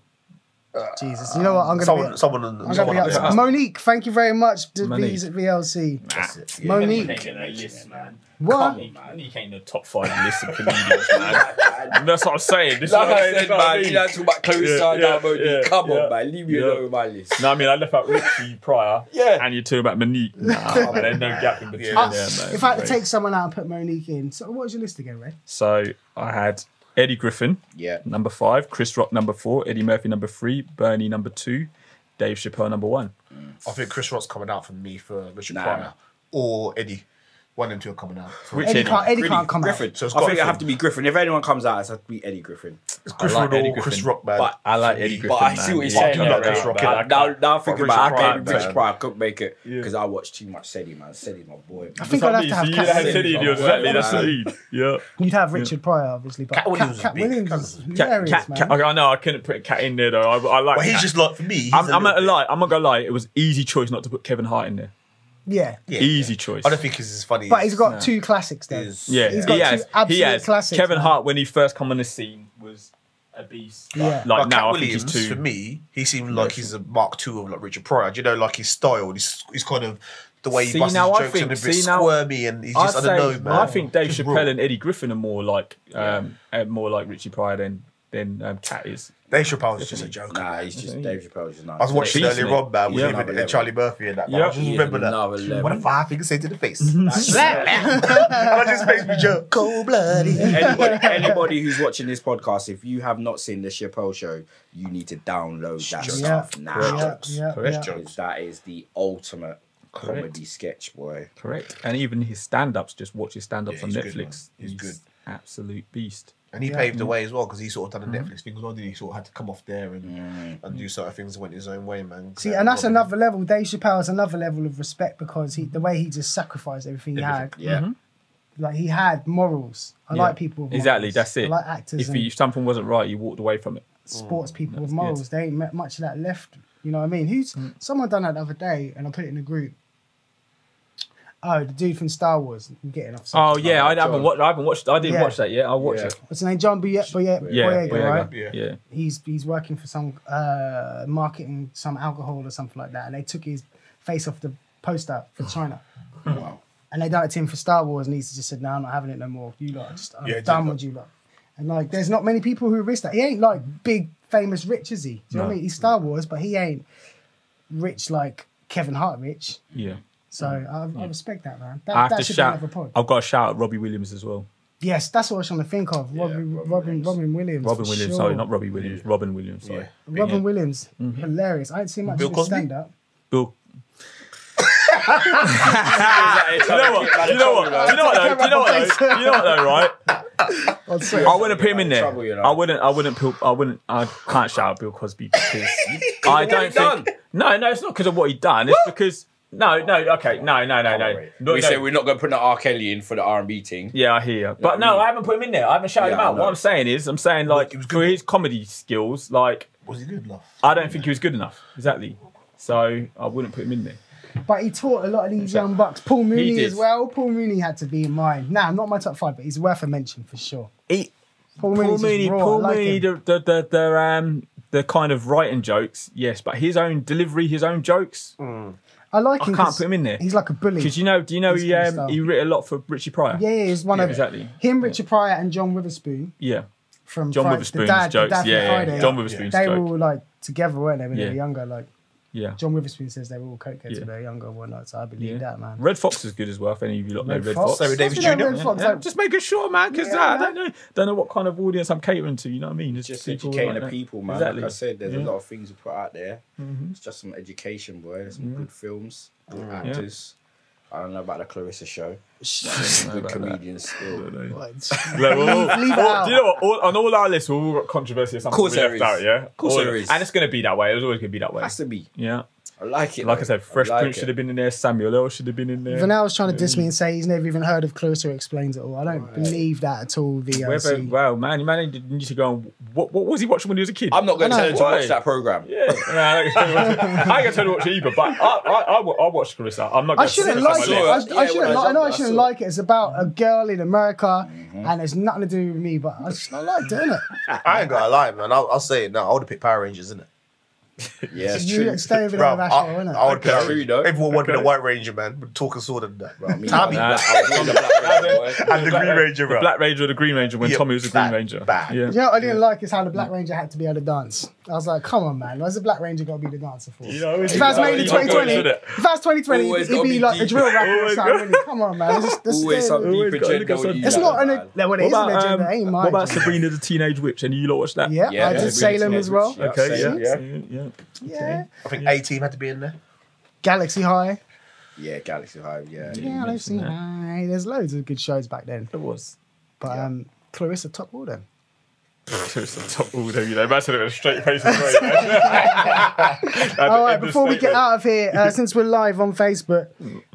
[SPEAKER 1] Jesus. You know what? I'm gonna
[SPEAKER 3] Someone,
[SPEAKER 1] be.
[SPEAKER 3] someone,
[SPEAKER 1] I'm gonna
[SPEAKER 3] someone
[SPEAKER 1] be
[SPEAKER 3] up there.
[SPEAKER 1] upset. Monique, thank you very much. The
[SPEAKER 5] Monique.
[SPEAKER 1] V's at VLC.
[SPEAKER 3] Yeah.
[SPEAKER 1] Monique,
[SPEAKER 5] list, man.
[SPEAKER 1] what?
[SPEAKER 5] You came the top five list of comedians, man. That's what I'm saying. This is
[SPEAKER 4] Like
[SPEAKER 5] what
[SPEAKER 4] I said,
[SPEAKER 5] that's what I
[SPEAKER 4] man,
[SPEAKER 5] mean.
[SPEAKER 4] you know, talk about Chloe
[SPEAKER 5] Yeah, yeah,
[SPEAKER 4] Sardar, Modi.
[SPEAKER 5] yeah,
[SPEAKER 4] Come
[SPEAKER 5] yeah.
[SPEAKER 4] on, man, leave me
[SPEAKER 5] Yeah.
[SPEAKER 4] alone with my list.
[SPEAKER 5] No, I mean, I left out Richie Pryor.
[SPEAKER 4] Yeah.
[SPEAKER 5] And you two about Monique. Nah, man, there's no gap in between
[SPEAKER 3] Yeah.
[SPEAKER 5] there, man.
[SPEAKER 1] If I had to take someone out and put Monique in, so what was your list again, Ray?
[SPEAKER 5] So I had Eddie Griffin,
[SPEAKER 4] Yeah.
[SPEAKER 5] number five, Chris Rock, number four, Eddie Murphy, number three, Bernie, number two, Dave Chappelle, number one.
[SPEAKER 3] I think Chris Rock's coming out for me for Richard
[SPEAKER 4] Nah.
[SPEAKER 3] Pryor or Eddie. One and two are coming out. For
[SPEAKER 5] Which
[SPEAKER 1] Eddie
[SPEAKER 5] Eddie?
[SPEAKER 1] can't. Eddie
[SPEAKER 4] Really,
[SPEAKER 1] can't come
[SPEAKER 4] Griffin.
[SPEAKER 1] out.
[SPEAKER 3] So it's
[SPEAKER 4] I think
[SPEAKER 3] Griffin.
[SPEAKER 4] I have to be Griffin. If anyone comes out, it has to be Eddie Griffin.
[SPEAKER 3] Griffin
[SPEAKER 5] like
[SPEAKER 3] or
[SPEAKER 5] Eddie
[SPEAKER 3] Chris
[SPEAKER 5] Griffin.
[SPEAKER 3] Rock, man.
[SPEAKER 4] But
[SPEAKER 5] I like Eddie Griffin.
[SPEAKER 4] But Oh, I see
[SPEAKER 5] man.
[SPEAKER 4] what he's
[SPEAKER 5] Yeah,
[SPEAKER 3] I
[SPEAKER 4] saying.
[SPEAKER 3] do
[SPEAKER 4] there,
[SPEAKER 3] like
[SPEAKER 4] right?
[SPEAKER 3] Chris Rock,
[SPEAKER 4] But
[SPEAKER 3] yeah.
[SPEAKER 4] I- Now, now I'm
[SPEAKER 3] Richard
[SPEAKER 4] thinking about it, I
[SPEAKER 3] Pryor,
[SPEAKER 4] can't Rich
[SPEAKER 3] man.
[SPEAKER 4] Pryor. I couldn't make it because I watch too much Sedi, man. Sedi's my boy.
[SPEAKER 1] I
[SPEAKER 4] man.
[SPEAKER 1] think I'd have to have
[SPEAKER 5] you
[SPEAKER 1] Cat
[SPEAKER 5] had
[SPEAKER 1] Williams.
[SPEAKER 5] Teddy
[SPEAKER 4] Williams.
[SPEAKER 5] Deal, exactly. That's the
[SPEAKER 4] Wow.
[SPEAKER 5] lead. Yeah.
[SPEAKER 1] You'd have Richard Pryor, obviously, but
[SPEAKER 3] Cat Williams
[SPEAKER 1] Cat,
[SPEAKER 3] was
[SPEAKER 1] Cat
[SPEAKER 3] big.
[SPEAKER 1] Williams
[SPEAKER 3] Cat
[SPEAKER 1] is
[SPEAKER 3] Williams.
[SPEAKER 1] hilarious,
[SPEAKER 5] Cat,
[SPEAKER 1] man.
[SPEAKER 5] Cat, okay, I know I couldn't put Cat in there though. I, I like.
[SPEAKER 3] But he's
[SPEAKER 5] Cat.
[SPEAKER 3] just like for me. he's
[SPEAKER 5] I'm,
[SPEAKER 3] a little
[SPEAKER 5] I'm not
[SPEAKER 3] bit-
[SPEAKER 5] lie. I'm not gonna lie. It was easy choice not to put Kevin Hart in there.
[SPEAKER 1] yeah,
[SPEAKER 3] Yeah,
[SPEAKER 5] easy
[SPEAKER 3] yeah.
[SPEAKER 5] choice.
[SPEAKER 3] I don't think he's as funny.
[SPEAKER 1] but
[SPEAKER 3] as-
[SPEAKER 1] he's got two classics there.
[SPEAKER 3] Is-
[SPEAKER 5] Yeah,
[SPEAKER 1] He's got
[SPEAKER 5] he
[SPEAKER 1] two
[SPEAKER 5] has. He
[SPEAKER 1] absolute
[SPEAKER 5] has.
[SPEAKER 1] classics,
[SPEAKER 5] Kevin
[SPEAKER 1] man.
[SPEAKER 5] Hart when he first come on the scene was a beast.
[SPEAKER 1] Yeah.
[SPEAKER 5] Like
[SPEAKER 3] But
[SPEAKER 5] now,
[SPEAKER 3] Cat
[SPEAKER 5] I
[SPEAKER 3] Williams,
[SPEAKER 5] think he's too.
[SPEAKER 3] for me, he seemed like he's a Mark II of like Richard Pryor. Do you know, like his style, he's, he's kind of the way he
[SPEAKER 5] See,
[SPEAKER 3] busts
[SPEAKER 5] now
[SPEAKER 3] his
[SPEAKER 5] I
[SPEAKER 3] jokes
[SPEAKER 5] think-
[SPEAKER 3] and a bit
[SPEAKER 5] see, now-
[SPEAKER 3] squirmy, and he's just I,
[SPEAKER 5] I'd
[SPEAKER 3] don't
[SPEAKER 5] say-
[SPEAKER 3] know, man.
[SPEAKER 5] I think Dave
[SPEAKER 3] Just
[SPEAKER 5] Chappelle
[SPEAKER 3] raw.
[SPEAKER 5] and Eddie Griffin are more like um, uh, more like Richie Pryor than than um, Cat is.
[SPEAKER 3] Dave Chappelle's just a joker.
[SPEAKER 4] Nah, he's just Dave Chappelle's just not.
[SPEAKER 3] I was watching
[SPEAKER 5] Beast,
[SPEAKER 3] earlier
[SPEAKER 5] mate.
[SPEAKER 3] on, man, with
[SPEAKER 5] Yeah.
[SPEAKER 3] him and, and Charlie Murphy and that. Man.
[SPEAKER 5] Yeah.
[SPEAKER 3] I just
[SPEAKER 4] He is
[SPEAKER 3] remember
[SPEAKER 4] another
[SPEAKER 3] that.
[SPEAKER 4] level.
[SPEAKER 3] What a five fingers say to the face. Slap. and I just makes me joke. Cold blooded.
[SPEAKER 4] anybody, anybody who's watching this podcast, if you have not seen the Chappelle show, you need to download that stuff now.
[SPEAKER 1] Yeah, yeah,
[SPEAKER 5] Correct.
[SPEAKER 1] yeah.
[SPEAKER 4] Because That is the ultimate comedy sketch, boy.
[SPEAKER 5] Correct. And even his stand ups, just watch his stand ups
[SPEAKER 3] Yeah,
[SPEAKER 5] on
[SPEAKER 3] he's good,
[SPEAKER 5] Netflix.
[SPEAKER 3] man. He's good.
[SPEAKER 5] Absolute beast.
[SPEAKER 3] And he paved the way as well because he sort of done the Netflix thing as well. Did he sort of had to come off there and, and do certain things and went his own way, man.
[SPEAKER 1] See,
[SPEAKER 3] Yeah,
[SPEAKER 1] and that's
[SPEAKER 3] Robin-
[SPEAKER 1] another level. Dave Chappelle is another level of respect because he, the way he just sacrificed everything he had,
[SPEAKER 4] Yeah.
[SPEAKER 1] like he had morals. I like people. With
[SPEAKER 5] Exactly,
[SPEAKER 1] morals.
[SPEAKER 5] that's it.
[SPEAKER 1] I like actors
[SPEAKER 5] If,
[SPEAKER 1] and
[SPEAKER 5] he, if something wasn't right, you walked away from it.
[SPEAKER 1] sports
[SPEAKER 5] Oh,
[SPEAKER 1] people with morals. They ain't met much of that left. You know what I mean? Who's
[SPEAKER 5] Mm.
[SPEAKER 1] someone done that the other day, and I put it in the group. Oh, the dude from Star Wars. I'm getting off.
[SPEAKER 5] Oh
[SPEAKER 1] subject.
[SPEAKER 5] yeah, I, haven't watched. I haven't watched. I didn't
[SPEAKER 1] Yeah.
[SPEAKER 5] watch that yet. I'll watch
[SPEAKER 4] Yeah.
[SPEAKER 5] it.
[SPEAKER 1] What's his name? John Boyega, Boyega,
[SPEAKER 5] Yeah,
[SPEAKER 1] Boyega,
[SPEAKER 5] Boyega.
[SPEAKER 1] right?
[SPEAKER 3] Yeah.
[SPEAKER 5] yeah.
[SPEAKER 1] he's he's working for some uh, marketing some alcohol or something like that, and they took his face off the poster for China.
[SPEAKER 4] Wow.
[SPEAKER 1] And they done it to him for Star Wars, and he's just said, "No, I'm not having it no more. You lot, are just I'm
[SPEAKER 3] Yeah, it
[SPEAKER 1] done
[SPEAKER 3] did,
[SPEAKER 1] with you lot." And like, there's not many people who risk that. He ain't like big famous rich, is he? Do you know what I
[SPEAKER 5] No.
[SPEAKER 1] mean? He's Star Wars, but he ain't rich like Kevin Hart rich.
[SPEAKER 5] Yeah.
[SPEAKER 1] So I, I respect that, man. That,
[SPEAKER 5] I have
[SPEAKER 1] that
[SPEAKER 5] to
[SPEAKER 1] should
[SPEAKER 5] shout.
[SPEAKER 1] be another pod.
[SPEAKER 5] I've got to shout out Robbie Williams as well.
[SPEAKER 1] Yes, that's what I was trying to think of. Robin, Robin, Robin, Williams.
[SPEAKER 5] Robin
[SPEAKER 1] for
[SPEAKER 5] Williams,
[SPEAKER 1] sure.
[SPEAKER 5] sorry, not Robbie Williams. Robin Williams, sorry.
[SPEAKER 1] Robin Williams, hilarious. I didn't see much
[SPEAKER 3] Bill
[SPEAKER 1] of his
[SPEAKER 3] Cosby?
[SPEAKER 1] stand up.
[SPEAKER 5] Bill. you know what? You know what? You know what? Though? You know what? Though? You know what? Though, right?
[SPEAKER 1] I'd say.
[SPEAKER 5] I wouldn't put him in there.
[SPEAKER 4] Trouble, you know.
[SPEAKER 5] I wouldn't. I wouldn't. Put, I wouldn't. I can't shout out Bill Cosby because I don't
[SPEAKER 4] done.
[SPEAKER 5] think. No, no, it's not because of what he done. It's because no, no. Okay, no, no, no, no. no
[SPEAKER 4] we
[SPEAKER 5] no.
[SPEAKER 4] said we're not going to put an R. Kelly in for the R&B thing.
[SPEAKER 5] Yeah, I hear you. But no, I haven't put him in there. I haven't shouted
[SPEAKER 4] Yeah,
[SPEAKER 5] him
[SPEAKER 4] I
[SPEAKER 5] out.
[SPEAKER 4] know.
[SPEAKER 5] What I'm saying is, I'm saying like for his comedy skills, like
[SPEAKER 3] Was he good enough?
[SPEAKER 5] I don't think he was good enough. Exactly. So I wouldn't put him in there.
[SPEAKER 1] But he taught a lot of these young bucks. Paul Mooney
[SPEAKER 5] did.
[SPEAKER 1] as well. Paul Mooney had to be in mine. Nah, not my top five, but he's worth a mention for sure.
[SPEAKER 5] He,
[SPEAKER 1] Paul
[SPEAKER 5] Paul
[SPEAKER 1] Mooney's just
[SPEAKER 5] Mooney,
[SPEAKER 1] raw. I
[SPEAKER 5] Paul
[SPEAKER 1] like
[SPEAKER 5] Mooney,
[SPEAKER 1] him.
[SPEAKER 5] the, the, the, the, um, the kind of writing jokes, yes, but his own delivery, his own jokes,
[SPEAKER 1] Mm. I like him.
[SPEAKER 5] I can't
[SPEAKER 1] 'cause
[SPEAKER 5] put him in there.
[SPEAKER 1] He's like a bully.
[SPEAKER 5] Because you know, do you know
[SPEAKER 1] He's
[SPEAKER 5] he
[SPEAKER 1] kinda style.
[SPEAKER 5] um, he writ a lot for Richie Pryor?
[SPEAKER 1] yeah, yeah, he's one
[SPEAKER 5] Yeah,
[SPEAKER 1] of
[SPEAKER 5] exactly.
[SPEAKER 1] him, Richard Pryor, and John Witherspoon
[SPEAKER 5] yeah.
[SPEAKER 1] from
[SPEAKER 5] John
[SPEAKER 1] Fri- the
[SPEAKER 5] Witherspoon's
[SPEAKER 1] dad- the
[SPEAKER 5] jokes,
[SPEAKER 1] dad from
[SPEAKER 5] yeah, yeah,
[SPEAKER 1] Friday.
[SPEAKER 5] John Witherspoon's
[SPEAKER 1] They were
[SPEAKER 5] joke.
[SPEAKER 1] all like together, weren't they? When they were
[SPEAKER 5] Yeah.
[SPEAKER 1] younger, like
[SPEAKER 5] Yeah.
[SPEAKER 1] John Witherspoon says they were all cokeheads
[SPEAKER 5] Yeah.
[SPEAKER 1] when they were younger and whatnot. So I believe
[SPEAKER 5] yeah.
[SPEAKER 1] that, man.
[SPEAKER 5] Red Fox is good as well. If any of you lot know Red Fox,
[SPEAKER 3] So with David
[SPEAKER 1] What's with
[SPEAKER 3] Jr.?
[SPEAKER 1] Red Fox?
[SPEAKER 5] Yeah,
[SPEAKER 1] Like,
[SPEAKER 5] just making sure, man, because
[SPEAKER 1] Yeah,
[SPEAKER 5] I don't know, don't know what kind of audience I'm catering to. You know what I mean? It's
[SPEAKER 4] Just
[SPEAKER 5] people
[SPEAKER 4] educating
[SPEAKER 5] like
[SPEAKER 4] the
[SPEAKER 5] that.
[SPEAKER 4] people, man.
[SPEAKER 5] Exactly.
[SPEAKER 4] Like I said, there's
[SPEAKER 5] Yeah. Mm-hmm.
[SPEAKER 4] a lot of things we put out there. It's just some education, boy. There's some good films, good actors. I don't know about the Clarissa show. good comedians still.
[SPEAKER 5] Like, we'll- we'll-
[SPEAKER 1] Leave it
[SPEAKER 5] all-
[SPEAKER 1] out.
[SPEAKER 5] do you know what? All, on all our lists, we've all got controversy or something.
[SPEAKER 4] Course
[SPEAKER 5] we
[SPEAKER 4] there
[SPEAKER 5] left
[SPEAKER 4] is.
[SPEAKER 5] Out, yeah,
[SPEAKER 4] Course
[SPEAKER 5] All-
[SPEAKER 4] there is.
[SPEAKER 5] and it's going to be that way. It was always going to be that way.
[SPEAKER 4] Has to be.
[SPEAKER 5] Yeah,
[SPEAKER 4] I like it.
[SPEAKER 5] like I
[SPEAKER 4] though.
[SPEAKER 5] said, Fresh
[SPEAKER 4] like
[SPEAKER 5] Prince
[SPEAKER 4] it.
[SPEAKER 5] should have been in there. Samuel L should have been in there.
[SPEAKER 1] Vanel was trying to diss me and say he's never even heard of Clarissa Explains It All. I don't believe that at all, VOC.
[SPEAKER 5] Whether, wow, man, you man need to go on. What, what was he watching when he was a kid?
[SPEAKER 4] I'm not going
[SPEAKER 1] I know.
[SPEAKER 4] to tell you to
[SPEAKER 5] Why?
[SPEAKER 4] watch that program.
[SPEAKER 5] Yeah, no, I ain't gonna tell you what to either, but I, I, I, wa- I watched Clarissa. I'm not.
[SPEAKER 1] I
[SPEAKER 5] gonna
[SPEAKER 1] shouldn't
[SPEAKER 5] put it on
[SPEAKER 1] like it.
[SPEAKER 5] my
[SPEAKER 4] saw
[SPEAKER 1] I,
[SPEAKER 5] list.
[SPEAKER 4] it.
[SPEAKER 1] I
[SPEAKER 4] Yeah,
[SPEAKER 1] shouldn't.
[SPEAKER 4] when I
[SPEAKER 1] Like, I
[SPEAKER 4] was
[SPEAKER 1] know I
[SPEAKER 4] younger, I
[SPEAKER 1] shouldn't
[SPEAKER 4] saw
[SPEAKER 1] like it. It's about a girl in America, and it's nothing to do with me. But I just don't like doing it.
[SPEAKER 3] I ain't gonna lie, man. I'll, I'll say it now. I would have picked Power Rangers, innit?
[SPEAKER 4] Yeah, it's
[SPEAKER 1] you
[SPEAKER 4] true.
[SPEAKER 1] stay over there,
[SPEAKER 3] Bro,
[SPEAKER 1] with
[SPEAKER 3] I,
[SPEAKER 1] Ashwell,
[SPEAKER 3] I,
[SPEAKER 1] innit?
[SPEAKER 3] would pick Power
[SPEAKER 4] True,
[SPEAKER 3] Rangers.
[SPEAKER 4] though.
[SPEAKER 3] Everyone wanted a White Ranger, man. We'd Talk a sword and that, bro.
[SPEAKER 4] Me,
[SPEAKER 3] Tommy
[SPEAKER 4] I was- I was on the Black Ranger, boy.
[SPEAKER 3] and the Green Ranger,
[SPEAKER 5] The
[SPEAKER 3] bro.
[SPEAKER 5] Black Ranger or the Green Ranger when
[SPEAKER 3] Yeah,
[SPEAKER 5] Tommy was a Green
[SPEAKER 3] bad,
[SPEAKER 5] Ranger.
[SPEAKER 3] bad.
[SPEAKER 5] Yeah.
[SPEAKER 1] You know what I didn't like is how the Black Ranger had to be able to dance. I was like, come on, man. Why's the Black Ranger got to be the dancer for?
[SPEAKER 5] You know,
[SPEAKER 1] if that's
[SPEAKER 4] you know,
[SPEAKER 1] made in
[SPEAKER 4] you
[SPEAKER 5] gotta go
[SPEAKER 1] 2020,
[SPEAKER 5] into
[SPEAKER 1] if
[SPEAKER 5] that.
[SPEAKER 1] that's 2020,
[SPEAKER 4] Always
[SPEAKER 1] it'd
[SPEAKER 4] gotta
[SPEAKER 1] be
[SPEAKER 4] be
[SPEAKER 1] like a
[SPEAKER 4] deep.
[SPEAKER 1] drill rapper or
[SPEAKER 5] Always
[SPEAKER 1] something. wouldn't it? Come on, man. It's, just, that's
[SPEAKER 4] Always some
[SPEAKER 1] still-
[SPEAKER 4] deep
[SPEAKER 5] Always got to look
[SPEAKER 4] agenda.
[SPEAKER 5] at
[SPEAKER 4] with you
[SPEAKER 1] it's
[SPEAKER 4] lot,
[SPEAKER 1] not an.
[SPEAKER 4] man.
[SPEAKER 1] ag- Well, it
[SPEAKER 5] What
[SPEAKER 1] is an
[SPEAKER 5] about,
[SPEAKER 1] agenda.
[SPEAKER 5] um,
[SPEAKER 1] It ain't
[SPEAKER 5] what
[SPEAKER 1] mine.
[SPEAKER 5] about Sabrina the Teenage Witch? Any of you lot watch that?
[SPEAKER 1] Yeah,
[SPEAKER 4] Yeah,
[SPEAKER 1] I
[SPEAKER 4] yeah,
[SPEAKER 1] did
[SPEAKER 4] it's really
[SPEAKER 1] Salem as well.
[SPEAKER 4] teenage,
[SPEAKER 5] Okay.
[SPEAKER 4] Yeah,
[SPEAKER 5] Yeah.
[SPEAKER 4] same,
[SPEAKER 5] Yeah. yeah.
[SPEAKER 1] Yeah.
[SPEAKER 3] I think A Team had to be in there.
[SPEAKER 1] Galaxy High.
[SPEAKER 4] Yeah, Galaxy Hive. Yeah.
[SPEAKER 1] Yeah, they've seen High. There's loads of good shows back then.
[SPEAKER 5] It was.
[SPEAKER 1] But um, Clarissa top all them.
[SPEAKER 5] top all there, you know. Imagine it with a straight face. as well, you know.
[SPEAKER 1] All right, before we get out of here, uh, since we're live on Facebook,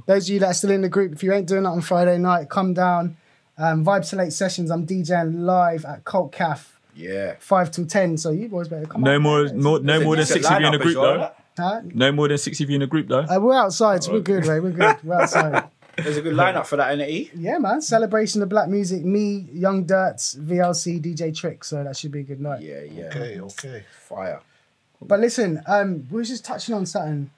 [SPEAKER 1] those of you that are still in the group, if you ain't doing that on Friday night, come down. Um, Vibe to Late Sessions, I'm DJing live at Cult Caf,
[SPEAKER 4] Yeah.
[SPEAKER 1] 5 till 10, so you boys better come
[SPEAKER 5] No
[SPEAKER 1] out.
[SPEAKER 5] more, more no more than
[SPEAKER 4] Decent
[SPEAKER 5] six of you in a
[SPEAKER 4] lineup
[SPEAKER 5] group
[SPEAKER 4] as well,
[SPEAKER 5] though.
[SPEAKER 4] innit?
[SPEAKER 1] Huh?
[SPEAKER 5] No more than six of you in a group though.
[SPEAKER 1] Uh, we're outside,
[SPEAKER 5] Oh.
[SPEAKER 1] so we're good, Ray. We're good. We're outside.
[SPEAKER 4] There's a good lineup for that, E? NE.
[SPEAKER 1] Yeah, man. Celebration of black music. Me, Young Dirts, VLC, DJ Trick. So that should be a good night.
[SPEAKER 4] Yeah, yeah.
[SPEAKER 3] Okay, okay.
[SPEAKER 4] Fire.
[SPEAKER 1] But listen, um, we were just touching on something.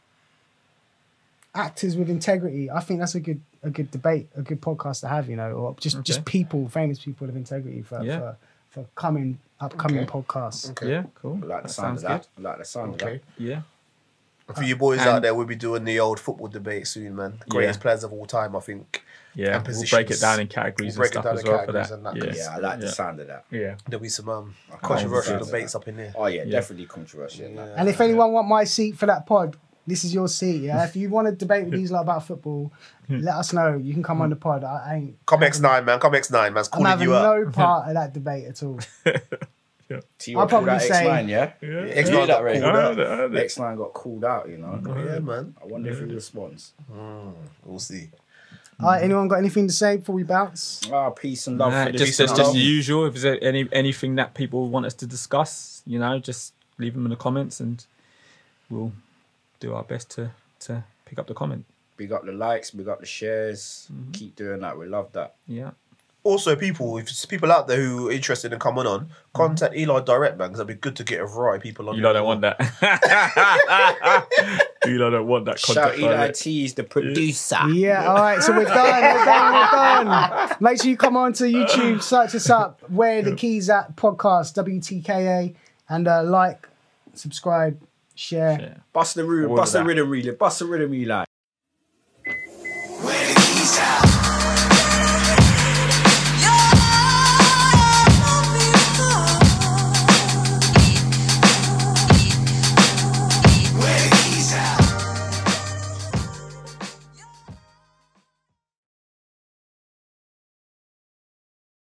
[SPEAKER 1] Actors with integrity. I think that's a good a good debate, a good podcast to have, you know, or just just people, famous people of integrity for
[SPEAKER 5] Yeah.
[SPEAKER 1] for, for coming upcoming podcasts.
[SPEAKER 5] Yeah, cool.
[SPEAKER 4] I like the
[SPEAKER 5] That
[SPEAKER 4] sound of
[SPEAKER 5] sounds
[SPEAKER 4] that. I like the sound of that.
[SPEAKER 3] Okay.
[SPEAKER 5] good. Yeah.
[SPEAKER 3] For you boys out there, we'll be doing the old football debate soon, man. Greatest players of all time, I think.
[SPEAKER 5] Yeah,
[SPEAKER 3] and
[SPEAKER 5] we'll
[SPEAKER 3] positions.
[SPEAKER 5] break it down in categories
[SPEAKER 3] We'll break it
[SPEAKER 5] and
[SPEAKER 3] down
[SPEAKER 5] stuff as
[SPEAKER 3] in
[SPEAKER 5] well for
[SPEAKER 3] categories
[SPEAKER 5] that.
[SPEAKER 3] and that,
[SPEAKER 4] Yeah, I like the sound of that.
[SPEAKER 5] yeah. yeah.
[SPEAKER 3] There'll be some um, controversial
[SPEAKER 4] understand
[SPEAKER 3] debates up in there.
[SPEAKER 4] Oh yeah, definitely controversial. Like,
[SPEAKER 1] And if anyone want my seat for that pod, this is your seat. Yeah. if you want to debate with these lot about football, let us know. You can come on the pod. I ain't
[SPEAKER 3] Come X9, man. Come X9, man's
[SPEAKER 1] I'm
[SPEAKER 3] calling
[SPEAKER 1] having
[SPEAKER 3] you up.
[SPEAKER 1] no part of that debate at all.
[SPEAKER 4] T
[SPEAKER 1] I'll
[SPEAKER 4] Rock called
[SPEAKER 1] probably
[SPEAKER 4] out
[SPEAKER 1] say-
[SPEAKER 4] X9, yeah.
[SPEAKER 3] X9
[SPEAKER 4] You hear
[SPEAKER 3] got
[SPEAKER 4] that, Ray?
[SPEAKER 3] called up.
[SPEAKER 4] X9 got called out, you know.
[SPEAKER 3] Yeah, man.
[SPEAKER 4] I wonder if he responds.
[SPEAKER 3] We'll see.
[SPEAKER 1] All right, anyone got anything to say before we bounce?
[SPEAKER 4] Ah, peace and love. for the
[SPEAKER 5] just,
[SPEAKER 4] listeners.
[SPEAKER 5] just, just the usual. If there's any anything that people want us to discuss, you know, just leave them in the comments, and we'll do our best to to pick up the comment.
[SPEAKER 4] Big up the likes, big up the shares. Keep doing that. We love that.
[SPEAKER 5] Yeah.
[SPEAKER 3] Also, people, if there's people out there who are interested in coming on, contact Eli direct, man, because it'd be good to get a variety of people on.
[SPEAKER 5] You
[SPEAKER 3] the
[SPEAKER 5] lot don't
[SPEAKER 3] call.
[SPEAKER 5] want that. you lot don't want that
[SPEAKER 4] Shout
[SPEAKER 5] contact.
[SPEAKER 4] Eli
[SPEAKER 5] direct.
[SPEAKER 4] T is the producer.
[SPEAKER 1] Yeah, all right, so we're done, we're done, we're done. Make sure you come on to YouTube, search us up, Where the Keys at podcast, WTKA, and uh, like, subscribe, share.
[SPEAKER 5] Yeah.
[SPEAKER 4] Bust the rhythm,
[SPEAKER 5] All of
[SPEAKER 4] bust the
[SPEAKER 5] that.
[SPEAKER 4] rhythm, really. Bust the rhythm, Eli.
[SPEAKER 7] Peace out.